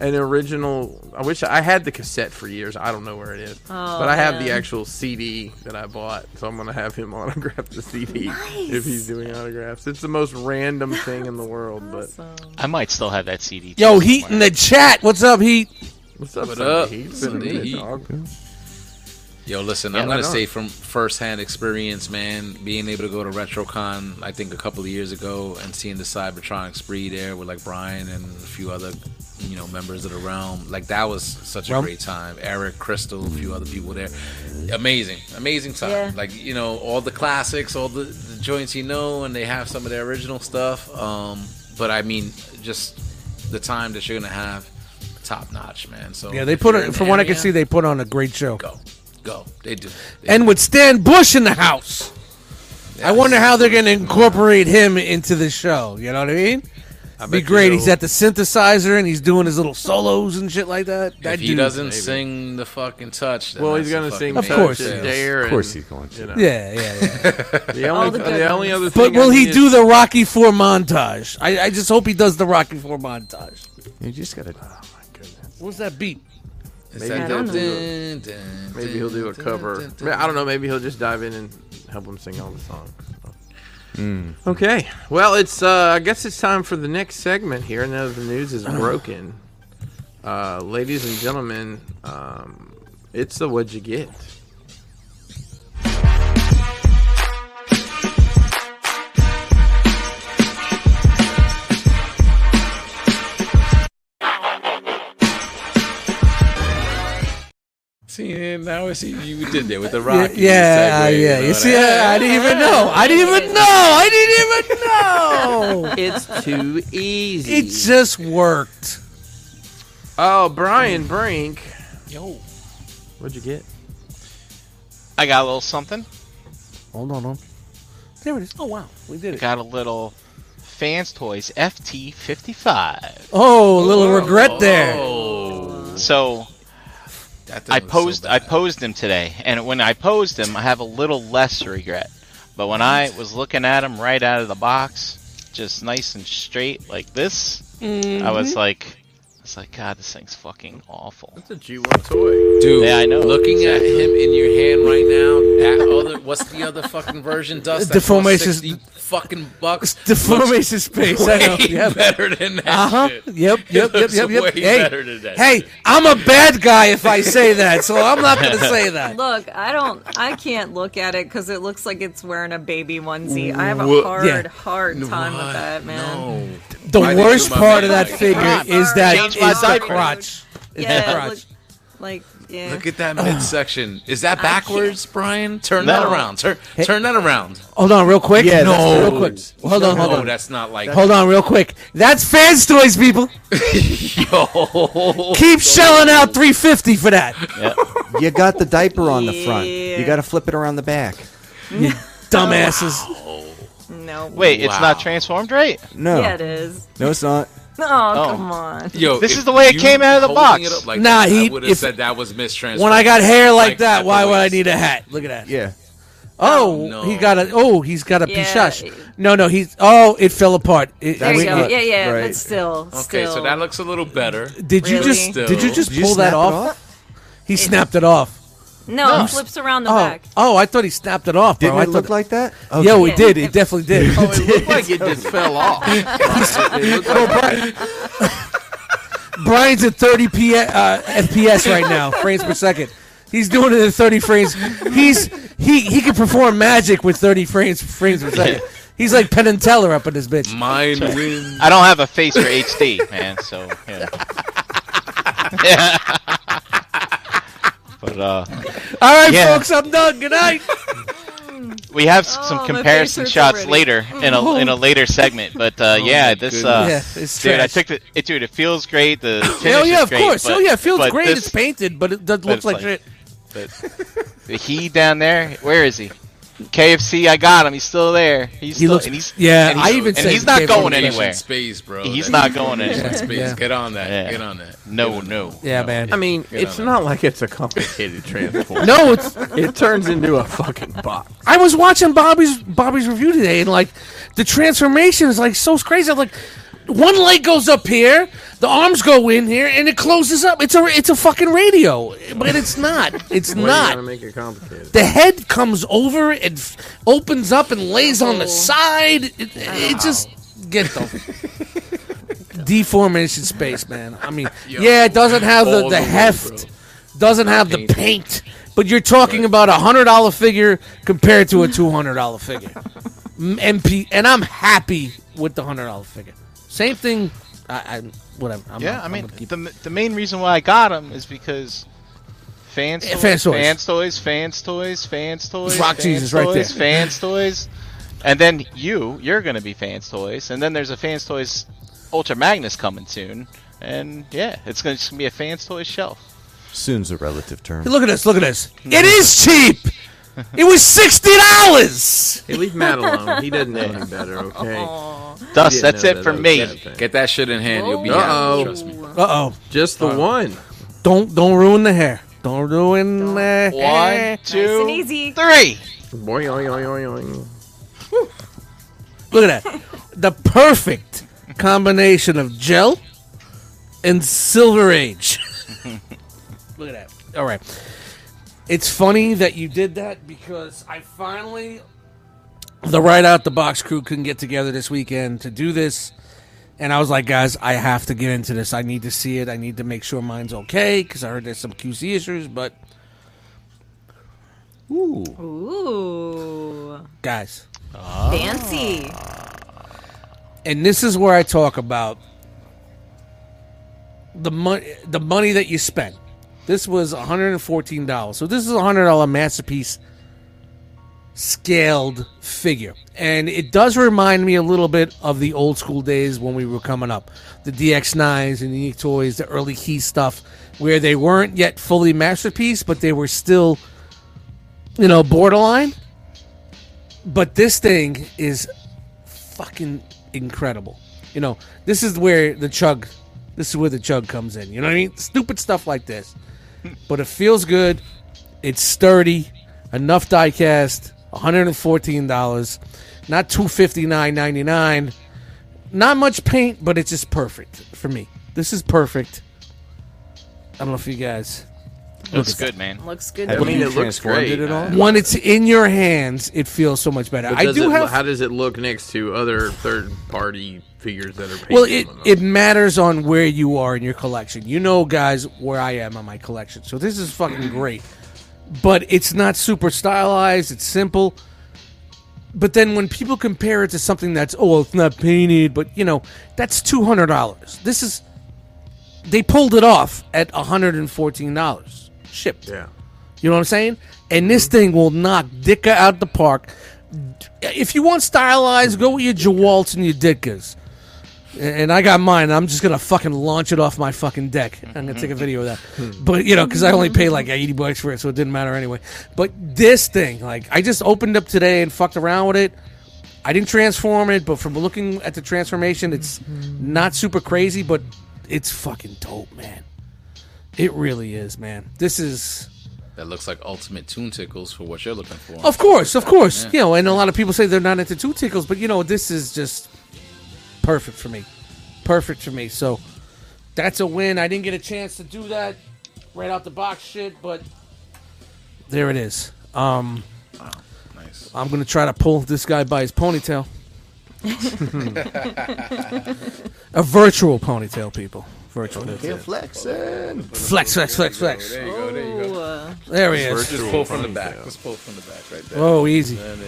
S5: an original. I wish I had the cassette for years. I don't know where it is,
S2: Oh,
S5: but I have the
S4: man.
S5: actual CD that I bought. So I'm gonna have him *laughs* autograph the CD if he's doing autographs. It's the most random thing in the world. But
S4: So,
S6: I might still have that CD.
S2: Yo,
S6: too
S2: Heat in
S6: somewhere.
S2: the chat. What's up, Heat?
S5: what's up?
S1: What
S5: Sunday
S1: up,
S5: Heat? Been a
S1: Sunday
S5: minute,
S1: Heat?
S5: dog.
S1: Yo, listen,
S5: Yeah,
S1: I'm
S5: why
S1: gonna
S5: not?
S1: say from firsthand experience, man, being able to go to RetroCon, I think a couple of years ago, and seeing the Cybertronics spree there with like Brian and a few other, you know, members of the realm, like that was such a
S2: Realm?
S1: great time. Eric, Crystal, a few other people there,
S2: Mm-hmm.
S1: amazing, amazing time.
S4: Yeah.
S1: Like you know, all the classics, all the, the joints you know, and they have some of their original stuff. Um, but I mean, just the time that you're gonna have, top notch, man. So
S2: Yeah, they
S1: if
S2: put
S1: you're
S2: it.
S1: in the
S2: From what I can
S1: area,
S2: see, they put on a great show.
S1: go, go, they do. They do.
S2: And with Stan Bush in the house, I wonder how they're going to incorporate him into the show. You know what I mean? Be
S5: bet you
S2: great.
S5: he'll-
S2: He's at the synthesizer and he's doing his little solos and shit like that. That
S1: if he
S2: dude-
S1: doesn't sing the fucking touch, then
S5: Well,
S1: that's
S5: he's
S1: a
S5: gonna
S1: fucking
S5: sing.
S2: Of
S5: Touch
S2: course
S5: and
S1: he is.
S5: Dare
S3: Of course
S5: and,
S3: he's going to.
S5: you know.
S2: Yeah, yeah, yeah.
S5: The only,
S4: the
S5: the,
S4: good
S5: only
S4: ones.
S5: other
S2: but
S5: thing
S2: will
S5: I
S2: he
S5: need
S2: do
S5: is-
S2: the Rocky Four montage? I, I just hope he does the Rocky Four montage.
S3: You just got to.
S5: Oh,
S2: What's that beat?
S1: It's
S5: Maybe
S1: like
S5: he'll
S1: the
S5: do
S1: dun, dun,
S5: Maybe he'll do a
S1: dun, dun,
S5: cover.
S1: dun,
S5: I, mean, I don't know. Maybe he'll just dive in and help him sing all the songs. Hmm. Okay. Well, it's. Uh, I guess it's time for the next segment here. Now that the news *clears throat* is broken, uh, ladies and gentlemen, um, it's the what'd you get.
S1: See, and now I see you did there with the
S2: Yeah,
S1: rock.
S2: yeah, uh, yeah. You see, I, I didn't
S1: *laughs*
S2: even know. I didn't even know. I didn't even
S1: *laughs*
S2: know.
S5: It's too easy.
S2: it just worked.
S5: oh, Brian Brink.
S6: Yo,
S5: What'd you get?
S6: I got a little something.
S2: Hold on, hold on. There it is. Oh wow, we did
S6: I
S2: it.
S6: got a little fans toys FT55.
S2: Oh, a little regret there.
S1: Oh,
S6: So I posed I posed him today, and when I posed him, I have a little less regret. But when I was looking at him right out of the box, just nice and straight like this, I was like, I was like, God, this thing's fucking awful.
S5: It's a G1 toy.
S1: Dude,
S6: Yeah, I know.
S1: Looking at him in your hand right now, that other what's the other fucking version? Dust That's
S2: Deformation's-
S1: 60 fucking
S2: *laughs*
S1: bucks.
S2: Deformation space.
S1: Way
S2: I know. Yep.
S1: better than that
S2: Uh huh.
S1: shit.
S2: Yep. Yep. Yep.
S1: looks
S2: Yep. Yep.
S1: way better than
S2: Hey,
S1: that
S2: hey,
S1: shit.
S2: I'm a bad guy if I say that, so I'm not
S1: *laughs*
S2: gonna say that.
S4: look, I don't, I can't look at it because it looks like it's wearing a baby onesie. I have a
S5: Wha-
S4: hard,
S2: Yeah.
S4: hard time with that, man.
S1: No.
S2: The
S1: Why did
S2: worst
S1: you do my
S2: part of
S1: man
S2: that
S1: like
S2: figure
S4: that?
S2: is that
S4: Change
S2: is
S4: my
S2: the
S4: diaper.
S2: crotch. It's the
S4: Yeah, it
S2: crotch.
S4: look- like, yeah.
S1: Look at that midsection. Is that backwards, Brian? Turn that
S6: No.
S1: around. Turn turn that around.
S2: Hold on, real quick.
S3: Yeah, that's-
S2: no. Real quick. Hold on. Hold
S1: No,
S2: on.
S1: that's not like
S2: Hold on, real quick. That's fans toys, people.
S1: *laughs* yo.
S2: Keep shelling out 350 for that.
S6: Yep.
S3: You got the diaper on the front. You
S4: Yeah.
S3: got to flip it around the back.
S2: Dumbasses.
S4: no.
S6: Wait, it's not
S1: Wow.
S6: transformed right.
S3: No,
S4: Yeah, it is.
S3: no, it's not.
S4: Oh, come on.
S1: Yo,
S6: This
S1: if
S6: is the way it
S1: you
S6: came out of the
S1: holding
S6: box.
S1: it up like
S2: Nah,
S1: that,
S2: he-
S1: I would have
S2: if-
S1: said that was mistransferred.
S2: When I got hair like,
S1: Like,
S2: that,
S1: at
S2: why
S1: the
S2: would I
S1: waist.
S2: need a hat? Look at that.
S3: Yeah,
S2: Oh,
S1: no.
S2: he got a. Oh, he's got a
S4: Yeah.
S2: pishash. No, no, he's. Oh, it fell apart. It-
S4: There you
S3: That's
S2: wait,
S4: go.
S3: not
S4: yeah, yeah,
S3: right.
S4: but still,
S1: Okay,
S4: still.
S1: so that looks a little better.
S2: Did you
S4: Really?
S2: just? Did you
S1: Still.
S2: just
S3: Did you
S2: pull that
S3: snap it
S2: off? He snapped it off.
S4: no, it flips around the
S2: Oh,
S4: back.
S2: oh, I thought he snapped it off, bro.
S3: Didn't
S2: I
S3: it
S2: thought-
S3: look like that? Okay.
S2: Yeah, we
S4: Yeah.
S2: did. It definitely
S3: *laughs*
S2: did.
S5: Oh, it *laughs* looked like it just fell *laughs* off. It looked like-
S2: Brian's at 30 P- uh, FPS right now, frames per second. He's doing it at 30 frames. He's he he can perform magic with 30 frames frames per second. He's like Penn and Teller up in this bitch.
S6: Mm.
S1: Mine wins.
S6: I don't have a face for HD, man. So yeah.
S2: *laughs*
S6: yeah. But uh,
S2: All right,
S6: Yeah.
S2: folks, I'm done. Good night.
S6: we have s-
S4: Oh,
S6: some
S4: my
S6: comparison
S4: face hurts
S6: shots
S4: already.
S6: later in a
S4: *laughs*
S6: in a later segment, but uh, yeah, this uh,
S2: Oh Yeah, it's
S6: dude, I
S2: trash.
S6: took the it, dude. It feels great.
S2: *laughs*
S6: The finish
S2: Oh yeah,
S6: is
S2: of
S6: great,
S2: course.
S6: But,
S2: oh yeah, it feels
S6: but
S2: great.
S6: This,
S2: it's painted, but it does look
S6: it's
S2: like,
S6: like-
S2: shit. *laughs*
S6: the he down there, where is he? KFC, I got him. He's still there. He's
S2: He
S6: still,
S2: looks-
S6: and he's,
S2: yeah,
S6: and he's-
S2: I even
S6: and
S2: said
S6: he's not
S2: KFC
S6: going
S2: was-
S6: anywhere.
S1: Space, bro.
S6: He's
S1: That's-
S6: not going anywhere.
S2: *laughs*
S6: *laughs*
S1: Space.
S2: Yeah.
S1: Get on that.
S6: Yeah.
S1: Get on that.
S6: No, no.
S2: Yeah, man.
S5: I mean,
S1: Get
S5: it's
S1: on it.
S5: not like it's a complicated transform.
S2: no, it's.
S5: It turns into a fucking box.
S2: I was watching Bobby's Bobby's review today, and like the transformation is like so crazy. I'm like, one leg goes up here, the arms go in here, and it closes up. It's a it's a fucking radio, but it's not. It's
S5: Not to
S2: not.
S5: make it complicated.
S2: The head comes over and f- opens up and lays on the side. It, it just get the deformation space, man. I mean,
S1: Yo,
S2: yeah, it doesn't have the,
S1: all
S2: the
S1: the way,
S2: heft, doesn't have the
S1: Paint.
S2: paint, but you're talking about a hundred dollar figure compared to a two hundred dollar figure. M- MP, and I'm happy with the hundred dollar figure. Same thing. I, I whatever. I'm
S6: Yeah,
S2: not-
S6: I
S2: I'm
S6: mean,
S2: gonna keep-
S6: the, the main reason why I got him is because fans,
S2: Yeah, fans toys.
S6: fans toys, fans toys, fans toys,
S2: Rock
S6: fans
S2: Jesus right
S6: toys,
S2: there.
S6: fans toys, and then you, you're gonna be fans toys, and then there's a fans toys Ultra Magnus coming soon, and yeah, it's gonna just be a fans toys shelf.
S3: Soon's a relative term.
S2: Look at this. Look at this. It is cheap. It was sixty dollars.
S5: Hey, leave Matt alone. He doesn't know
S2: *laughs*
S5: any better, okay?
S6: Thus,
S5: didn't
S6: that's
S5: know
S6: it
S5: that
S6: for
S5: that was that
S6: me.
S5: thing.
S1: *laughs* Get that shit in hand. You'll be
S5: Uh-oh.
S1: happy. Trust me.
S2: Uh oh.
S5: Just the one.
S2: Don't don't ruin the hair. Don't ruin the hair.
S6: One, two,
S4: Eh, and easy.
S6: three.
S5: Boing, oing, oing, oing, oing.
S2: Look at that. the perfect combination of gel and silver age. *laughs* Look at that. All right. It's funny that you did that because I finally the right out the box crew couldn't get together this weekend to do this. And I was like, guys, I have to get into this. I need to see it. I need to make sure mine's okay because I heard there's some QC issues. But
S4: Ooh,
S2: guys,
S4: fancy.
S1: Ah.
S2: and this is where I talk about the money the money that you spent. This was $114. So this is a $100 masterpiece scaled figure. And it does remind me a little bit of the old school days when we were coming up. The DX9s and Unique Toys, the early key stuff where they weren't yet fully masterpiece, but they were still you know, borderline. But this thing is fucking incredible. You know, this is where the chug, this is where the chug comes in. You know what I mean? Stupid stuff like
S5: *laughs*
S2: this, but it feels good. It's sturdy, enough diecast. One hundred and fourteen dollars, not two fifty nine ninety nine. Not much paint, but it's just perfect for me. This is perfect. I don't know if you guys
S6: Looks good, man.
S4: Looks good.
S3: Have
S4: to
S5: I mean,
S4: me.
S3: you
S5: it looks
S3: transformed
S5: great.
S3: it at all?
S2: when it's in your hands, it feels so much better.
S5: But
S2: I
S5: does
S2: do
S5: it,
S2: have.
S5: How does it look next to other third-party figures that are? painted
S2: Well, it,
S5: on them?
S2: it matters on where you are in your collection. You know, guys, where I am on my collection. So this is fucking great. But it's not super stylized. It's simple. But then when people compare it to something that's, oh, well, it's not painted, but, you know, that's $200. This is. They pulled it off at $114 shipped.
S5: yeah.
S2: You know what I'm saying? And this thing will knock Dicka out the park. If you want stylized, go with your Jawalts and your Dickas. And I got mine. I'm just gonna fucking launch it off my fucking deck. I'm gonna take a video of that. But you know, because I only paid like 80 bucks for it, so it didn't matter anyway. But this thing, like, I just opened up today and fucked around with it. I didn't transform it, but from looking at the transformation, it's not super crazy, but it's fucking dope, man. It really is, man. This is
S1: That looks like ultimate tune tickles for what you're looking for.
S2: of course, of course. You know, and a lot of people say they're not into two tickles, but you know, this is just perfect for me. Perfect for me. So that's a win. I didn't get a chance to do that right out the box shit, but there it is. Um
S1: Nice.
S2: I'm gonna try to pull this guy by
S1: *laughs*
S2: his ponytail. a virtual ponytail, people. Virtual.
S3: flexing.
S2: Flex, flex, flex, flex.
S1: There you go. There you go.
S4: Ooh, uh,
S2: There he is.
S1: Just pull from the back. Let's pull from the back right there.
S2: Oh, easy.
S1: And,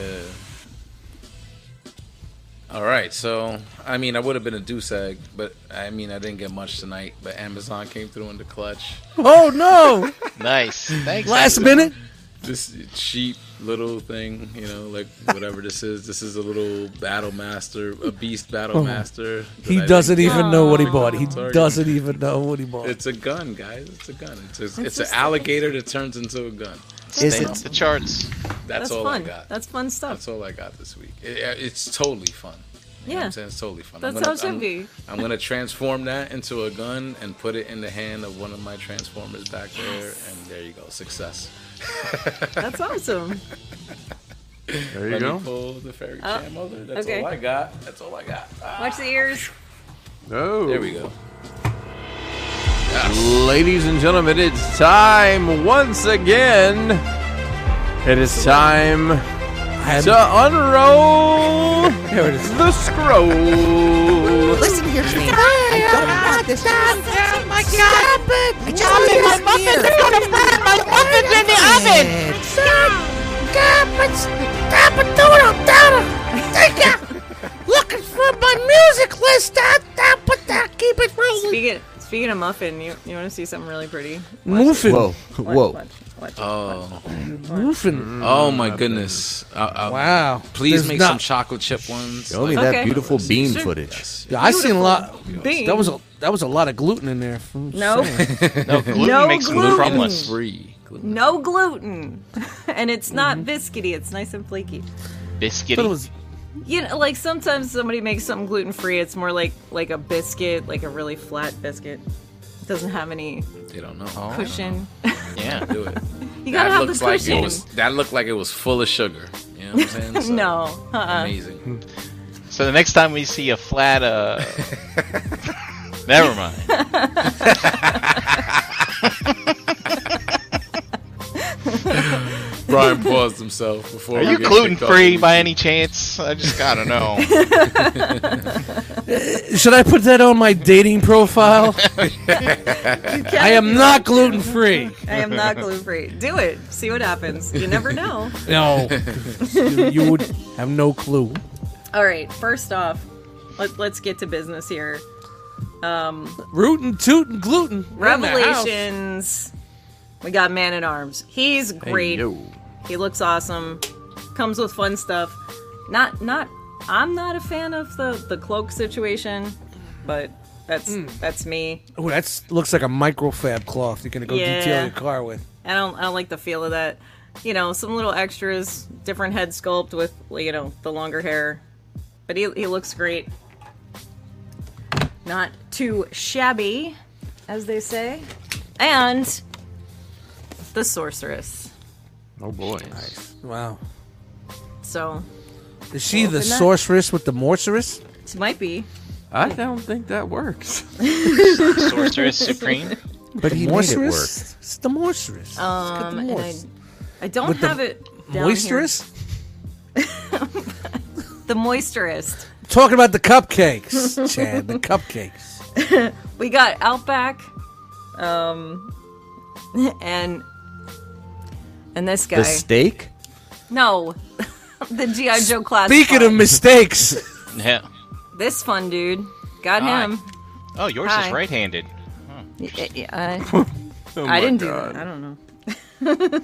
S1: uh, all right, so I mean, I would have been a deuce egg, but I mean, I didn't get much tonight. But Amazon came through in the clutch.
S2: Oh no!
S6: Nice. Thanks.
S2: Last
S6: Amazon.
S2: minute.
S1: this cheap little thing, you know, like whatever this is. This is a little battle master, a beast battle master. that I
S2: Oh, He
S1: think-
S2: doesn't even know what he bought. He
S1: Sorry.
S2: doesn't even know what he bought.
S1: It's a gun, guys. It's a gun. It's a, it's an alligator that turns into a gun.
S3: Is
S6: Stay off
S2: *laughs*
S6: the charts.
S1: That's,
S4: That's
S1: all
S4: fun.
S1: I got.
S4: That's fun stuff.
S1: That's all I got this week. It, uh, it's totally fun. You know what
S4: yeah.
S1: I'm saying? It's totally fun.
S4: That's
S1: I'm gonna,
S4: how it should
S1: I'm-
S4: be.
S1: I'm gonna transform that into a gun and put it in the hand of one of my transformers back there, and there you go, success. *laughs*
S4: That's awesome.
S5: There you
S1: Let
S5: go.
S1: me pull the fairy
S4: Oh,
S1: cam over. That's
S4: okay.
S1: all I got. That's all I got. Ah,
S4: Watch the ears.
S5: Oh,
S1: there we go.
S5: Ladies and gentlemen, it's time once again. It is time
S2: And-
S5: to unroll
S2: Here it is.
S5: the scroll.
S7: Listen here to me. I don't want this. Stop! Oh my god! I just want my muffins are gonna burn! My muffins in the oven! Stop! Stop it! Stop it! Do it! Down it! Take it! Looking for my music list! Stop! Stop it! Down. Keep it rolling!
S4: Speaking speaking of muffin, you you want to see something really pretty?
S2: Muffin.
S3: Whoa,
S4: Watch,
S3: whoa.
S4: Watch, watch,
S1: Oh,
S2: Muffin.
S1: oh my goodness! I, I,
S2: Mm. Wow.
S1: Please
S2: There's
S1: make
S2: not-
S1: some chocolate chip ones.
S3: Show me
S1: Like,
S3: that
S4: Okay.
S3: beautiful beam
S4: Sure.
S3: footage.
S2: Yeah, I seen a lot.
S4: Bean.
S2: That was a that was a lot of gluten in there.
S4: no
S6: No gluten
S4: No
S6: makes them
S4: gluten.
S6: crumbless.
S1: free.
S4: no gluten, *laughs* and it's not biscuity. It's nice and flaky.
S6: Biscuity.
S2: But it was
S4: You know, like sometimes somebody makes something gluten free. It's more like like a biscuit, like a really flat biscuit. Doesn't have any
S1: They don't know.
S4: cushion.
S6: yeah.
S1: Do it.
S4: You gotta
S1: That
S4: have the
S1: looks like
S4: cushion.
S1: it
S4: *laughs*
S1: was. That looked like it was full of sugar. You know what I'm saying? So,
S4: no, uh-uh.
S1: Amazing.
S6: So the next time we see a flat, *laughs* uh, never *laughs* mind.
S1: Brian paused himself before.
S6: Are
S1: we
S6: you
S1: get
S6: gluten
S1: kicked off
S6: free
S1: YouTube.
S6: by any chance? I just *laughs* gotta know.
S2: Should I put that on my
S1: *laughs*
S2: dating profile? I am not gluten free.
S4: I am not gluten free. Do it. See what happens. You never know.
S2: No, you, *laughs* you would have no clue.
S4: All right. First off, let, let's get to business here.
S2: Rootin' tootin' gluten. We're in the house.
S4: Revelations. We got Man at Arms. He's great.
S5: Yo.
S4: He looks awesome. Comes with fun stuff. Not not. I'm not a fan of the the cloak situation, but that's
S2: Hmm.
S4: that's me.
S2: Oh, that looks like a microfab cloth you're gonna go
S4: Yeah.
S2: detail your car with.
S4: I don't I don't like the feel of that. You know, some little extras, different head sculpt with you know the longer hair, but he he looks great. Not too shabby, as they say. And the sorceress.
S5: Oh boy.
S2: Wow,
S4: So
S2: is she the
S4: open that.
S2: sorceress with the morceress?
S4: she might be.
S5: I don't think that works. *laughs*
S6: Sorceress Supreme.
S3: But he made it work.
S2: Morceress? It's the morceress.
S4: Um, and I,
S2: morse.
S4: I don't
S2: With the
S4: have it. Down
S2: Moisteress?
S4: Here. The moisterist.
S2: Talking about the
S4: *laughs*
S2: cupcakes, Chad. The cupcakes.
S4: We got Outback, um, and and this guy.
S3: The steak?
S4: No, *laughs* the GI Joe class.
S2: Speaking of
S4: fun. *laughs*
S2: mistakes.
S6: Yeah.
S4: this fun dude, got
S6: Hi.
S4: him.
S6: Oh, yours
S4: Hi.
S6: is right-handed.
S4: Y- y-
S2: *laughs*
S4: I,
S2: Oh
S4: I didn't do that. I don't know.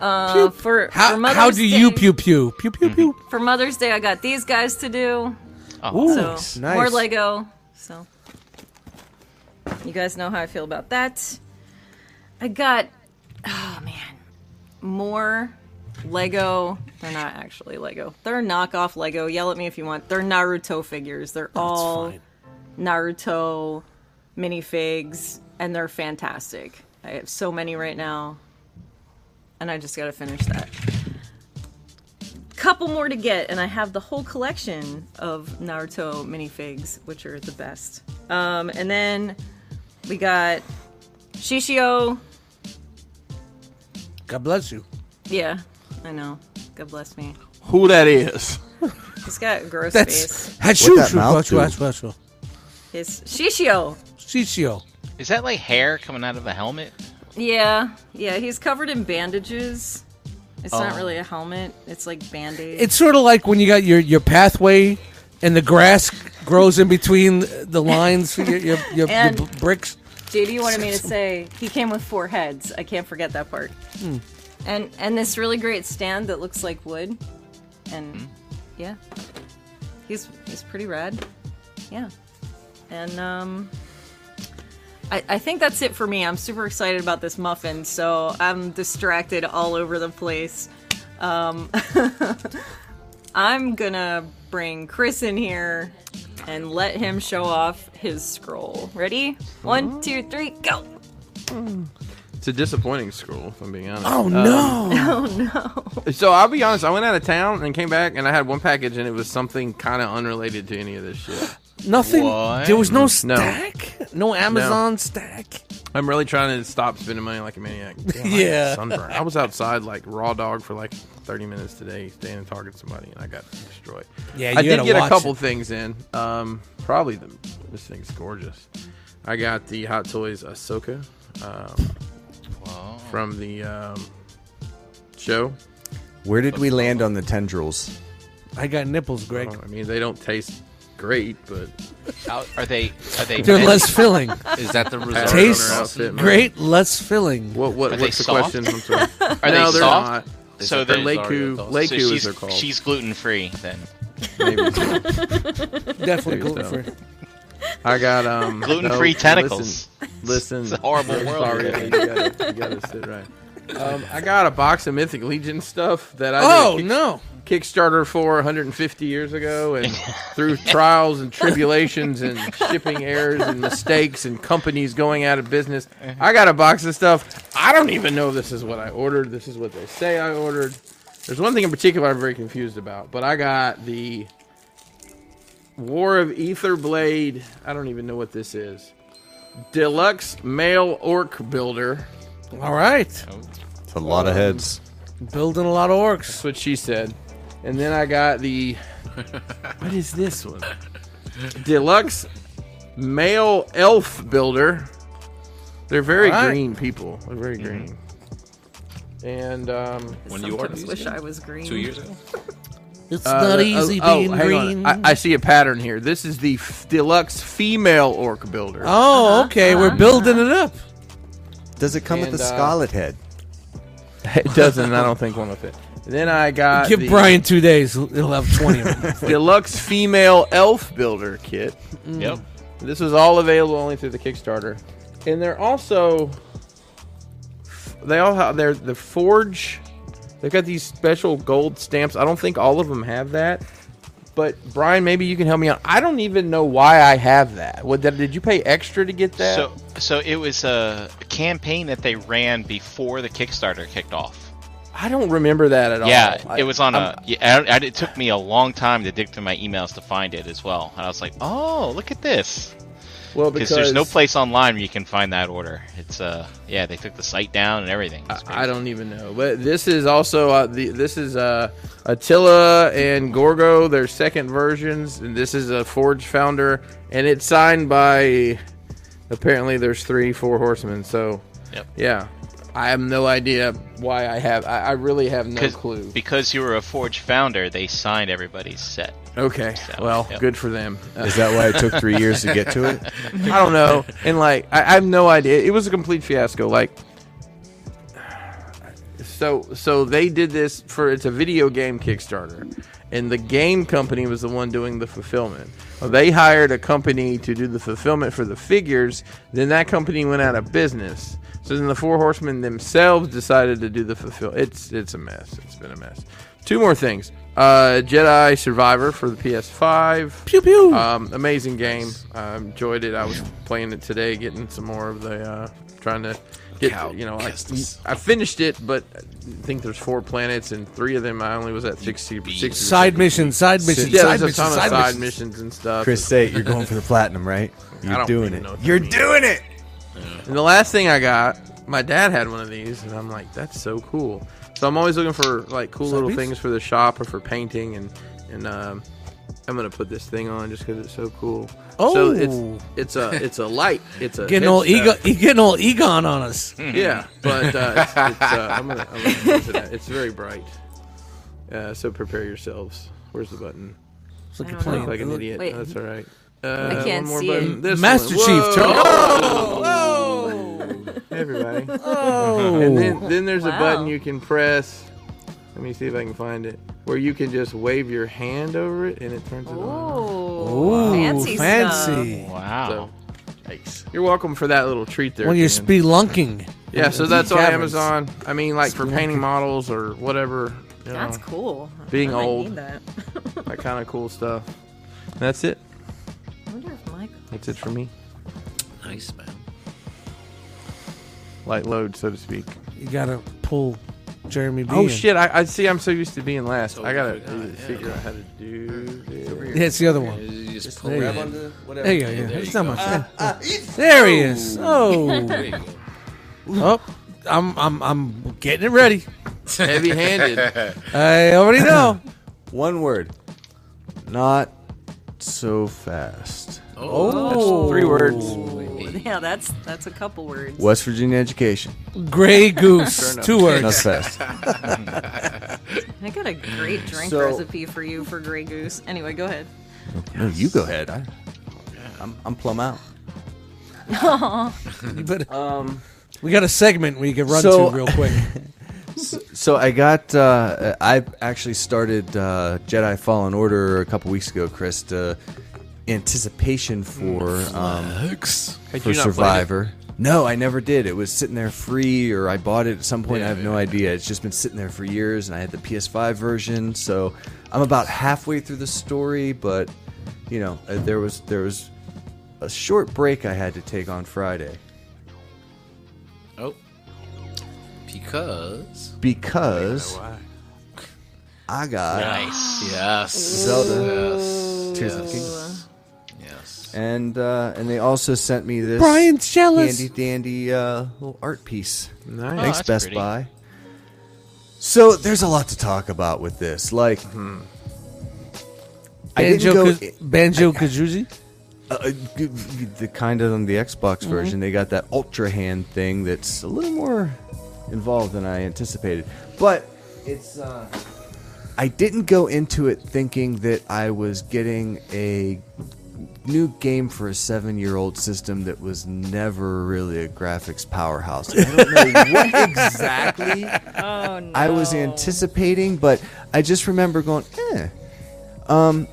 S4: uh, for for
S2: How,
S4: Mother's
S2: how do you
S4: Day-
S2: pew pew pew pew pew?
S4: For Mother's Day, I got these guys to do.
S6: Oh,
S2: Ooh,
S4: Mm-hmm. So
S2: nice.
S4: more Lego. So you guys know how I feel about that. I got oh man, more Lego. They're not actually Lego. They're knockoff Lego. Yell at me if you want. They're Naruto figures. They're all
S2: fine.
S4: Naruto minifigs, and they're fantastic. I have so many right now, and I just gotta finish that. Couple more to get, and I have the whole collection of Naruto minifigs, which are the best. Um, and then we got Shishio.
S2: God bless you.
S4: Yeah, I know. God bless me.
S5: Who that is?
S4: He's got a gross
S2: That's
S4: face.
S2: Hachu-
S3: that mouth
S2: Hachu- Hachu- Hachu-
S4: His Shishio.
S2: Shishio.
S6: is that like hair coming out of a helmet?
S4: Yeah, yeah. He's covered in bandages. It's not
S6: Oh.
S4: really a helmet. It's like band aids.
S2: It's sort of like when you got your your pathway, and the grass grows in between the lines for your your, your, your
S4: And-
S2: b- bricks.
S4: JD wanted me to say he came with four heads. I can't forget that part. and and this really great stand that looks like wood, and yeah, he's he's pretty rad, yeah, and um. I, I think that's it for me. I'm super excited about this muffin, so I'm distracted all over the place. Um, *laughs* I'm gonna bring Chris in here and let him show off his scroll. Ready? One, two, three, go!
S5: It's a disappointing scroll, if I'm being honest.
S2: Oh
S4: Um,
S2: no!
S5: So I'll be honest. I went out of town and came back, and I had one package, and it was something kind of unrelated to any of this shit.
S2: Nothing.
S6: What?
S2: There was no
S5: No.
S2: stack. No, Amazon stack.
S5: I'm really trying to stop spending money like a maniac. Damn, I got
S2: Yeah.
S5: sunburn. I was outside like raw dog for like 30 minutes today, standing and talking to somebody, and I got destroyed.
S2: Yeah,
S5: I
S2: you
S5: did
S2: gotta
S5: get a
S2: watch
S5: couple
S2: it.
S5: things in. Um, probably the this thing's gorgeous. I got the Hot Toys Ahsoka um,
S6: Whoa.
S5: from the um, show.
S3: Where did we land on the tendrils?
S2: I got nipples, Greg.
S5: I mean, they don't taste great,
S6: *laughs*
S5: but
S6: How- Are they? Are
S2: *laughs*
S6: they?
S2: They're
S6: mint?
S2: less filling.
S1: Is that the result?
S2: Tastes
S5: outfit, man.
S2: Great, less filling.
S5: what what
S6: Are they
S5: what's the
S6: soft?
S5: question? I'm sorry.
S6: *laughs* Are they
S5: no, they're
S6: soft?
S5: not.
S6: So
S5: They're
S6: they're
S5: Leku,
S1: Oreos.
S5: Leku
S6: so
S5: is
S6: she's,
S5: they're called.
S6: she's gluten free then.
S5: Maybe.
S2: *laughs* Definitely
S5: Maybe so.
S2: gluten free.
S5: I got
S6: *laughs*
S5: um
S6: Gluten free
S5: no,
S6: tentacles.
S5: Listen, listen
S6: It's a horrible
S5: I'm
S6: world.
S5: Sorry, you gotta, you gotta sit right. Um, I got a box of Mythic Legion stuff that I
S2: Oh
S5: did a
S2: no!
S5: kick- Kickstarter for 150 years ago, and through trials and tribulations and shipping errors and mistakes and companies going out of business, I got a box of stuff. I don't even know if this is what I ordered. This is what they say I ordered. There's one thing in particular I'm very confused about, but I got the War of Ether Blade. I don't even know what this is. Deluxe Male Orc Builder.
S2: All right,
S3: It's a lot
S5: Uh,
S3: of heads.
S2: building a lot of orcs.
S5: That's what she said. And then I got
S2: *laughs*
S5: the. What is this one? Deluxe Male Elf Builder. They're very
S2: All right. Mm-hmm.
S5: green people. They're very green. And um,
S1: When you ordered
S4: Sometimes
S1: these
S4: wish
S1: things?
S4: I was green.
S1: Two years ago?
S2: It's
S5: uh,
S2: not
S5: uh,
S2: easy
S5: oh,
S2: being
S5: hang on.
S2: green.
S5: I, I see a pattern here. This is the f- Deluxe Female Orc Builder. Uh-huh.
S2: oh, okay. We're building it up.
S3: Does it come
S5: And,
S3: with a
S5: uh,
S3: scarlet head?
S5: *laughs* It doesn't. I don't think one will fit. Then I got
S2: Give
S5: Uh, the *laughs* uh,
S2: Brian two days; he'll- he'll have twenty. of them.
S5: Deluxe Female Elf Builder Kit.
S2: Mm.
S6: Yep.
S5: This was all available only through the Kickstarter, and they're also they all have they're the Forge. They've got these special gold stamps. I don't think all of them have that, but Brian, maybe you can help me out. I don't even know why I have that. What did, did you pay extra to get that?
S6: So so it was a campaign that they ran before the Kickstarter kicked off.
S5: I don't remember that at
S6: Yeah,
S5: all. Oh, I-
S6: it was on
S5: I'm-
S6: a. Yeah, I, I, it took me a long time to dig through my emails to find it as well, and I was like, "Oh, look at this!"
S5: well
S6: Because there's no place online where you can find that order. It's uh, yeah, they took the site down and everything. It's
S5: I don't even know, but this is also uh, the this is uh, Attila and Gorgo, their second versions, and this is a Forge founder, and it's signed by apparently there's three four horsemen. So
S6: Yep.
S5: yeah, I have no idea why I have. I, I really have no
S6: Because-
S5: clue.
S6: Because you were a Forge founder, they signed everybody's set.
S5: Okay,
S6: So,
S5: well,
S6: yep.
S5: good for them. Uh,
S3: Is that why it took three years to get to
S5: *laughs*
S3: it?
S5: I don't know, and like I, I have no idea. It was a complete fiasco. Like. So, so they did this for it's a video game Kickstarter, and the game company was the one doing the fulfillment. Well, they hired a company to do the fulfillment for the figures. Then that company went out of business. So then the Four Horsemen themselves decided to do the fulfill. It's it's a mess. It's been a mess. Two more things: uh, Jedi Survivor for the PS5.
S2: Pew pew.
S5: Um, amazing game. I enjoyed it. I was playing it today, getting some more of the uh, trying to get.
S1: Cow
S5: you know, I,
S1: kisses.
S5: I finished it, but I think there's four planets, and three of them I only was at sixty. 60
S2: side mission, side mission,
S5: Yeah,
S2: side
S5: there's a
S2: mission,
S5: ton of
S2: side,
S5: side
S2: mission.
S5: missions and stuff.
S3: Chris, say it. You're going for the platinum, right?
S5: I
S3: You're
S5: don't
S3: doing
S5: even
S3: it.
S5: know what that
S3: You're
S5: means.
S3: doing it.
S5: And the last thing I got, my dad had one of these, and I'm like, that's so cool. So I'm always looking for like cool little
S2: piece?
S5: things for the shop or for painting, and and um, I'm gonna put this thing on just because it's so cool. so
S2: Oh.
S5: it's it's a it's a light.
S3: *laughs*
S5: It's uh, Hmm. a
S2: Getting all
S5: headset.
S2: ego, getting all Egon on us.
S5: *laughs* Yeah, but uh, it's, it's, uh, I'm gonna, I'm gonna use it. It's very bright. Uh, so prepare yourselves. Where's the button?
S2: It's like
S4: I
S2: you're
S4: don't know.
S5: I
S2: playing.
S5: look like an idiot.
S4: Wait.
S5: That's all right. Uh,
S4: can't
S5: one more
S4: see
S5: button.
S4: it.
S5: This
S2: Master
S5: one.
S2: Chief,
S5: Whoa!
S2: turn-
S5: Whoa! everybody.
S2: Oh.
S5: And then, then there's a
S4: Wow.
S5: button you can press. Let me see if I can find it. Where you can just wave your hand over it and it turns it on.
S4: Ooh, fancy,
S2: fancy.
S6: Wow.
S5: So, you're welcome for that little treat there.
S2: When you're
S5: Dan.
S2: spelunking.
S5: yeah, so
S2: in
S5: that's
S2: the
S5: on
S2: caverns.
S5: Amazon. I mean, like for painting models or whatever. you
S4: stuff. That's
S5: know,
S4: cool.
S5: Oh. Being
S4: I might
S5: old.
S4: Need that.
S5: that kind of cool stuff. That's it.
S4: I wonder if Mike.
S5: That's it for me.
S1: Nice man.
S5: Light load, so to speak.
S2: You gotta pull Jeremy B.
S5: Oh
S2: in.
S5: shit! I, I see. I'm so used to being last. I gotta
S1: Oh, yeah.
S5: figure out how to do this.
S2: Yeah, it's the other one.
S1: You just pull
S2: there you
S1: it
S2: go.
S1: in.
S2: There you go. Yeah.
S1: There
S2: It's
S1: you
S2: not
S1: go.
S2: much.
S3: Ah,
S2: there he is. Oh, *laughs*
S1: There you go. *laughs*
S2: oh, I'm I'm I'm getting it ready.
S5: Heavy-handed.
S2: I
S5: *laughs*
S2: already know.
S3: One word. Not so fast.
S2: Oh,
S5: Three words.
S4: Yeah, that's that's a couple words.
S3: West Virginia education.
S2: Gray goose.
S5: enough.
S2: Two
S3: *laughs* Not
S2: words.
S3: so fast.
S4: I got a great drink
S3: So-
S4: recipe for you for Grey Goose. Anyway, go ahead.
S3: No, you go ahead. I, I'm, I'm plumb out.
S2: *laughs* You better-
S3: Um,
S2: we got a segment we can run
S3: So-
S2: to real
S3: *laughs*
S2: quick.
S3: so I got. Uh, I actually started uh, Jedi Fallen Order a couple weeks ago, Chris. To, anticipation for um,
S5: Had
S3: for
S5: you not played it?
S3: Survivor. No, I never did. It was sitting there free, or I bought it at some point. I have no idea. It's just been sitting there for years, and I had the PS5 version, so I'm about halfway through the story. But you know, uh, there was there was a short break I had to take on Friday
S1: Oh. Because.
S3: because I got
S6: Nice.
S1: Yes.
S3: Zelda
S1: Yes.
S3: Tears of the Kingdom,
S1: Yes.
S3: and uh, and they also sent me this
S2: Brian's jealous.
S3: handy dandy uh, little art piece.
S5: Nice.
S3: Thanks,
S6: Oh, that's
S3: Best
S6: pretty.
S3: Buy. So there's a lot to talk about with this. Like, hmm. I didn't
S2: Banjo,
S3: go
S2: Kaz- Banjo Kazooie.
S3: uh, uh, g- g- the kind of on the Xbox
S6: Mm-hmm.
S3: version. They got that Ultra Hand thing that's a little more involved than I anticipated. But it's. Uh, I didn't go into it thinking that I was getting a new game for a seven-year-old system that was never really a graphics powerhouse. I don't know what exactly
S4: Oh no.
S3: I was anticipating, but I just remember going, eh. Um,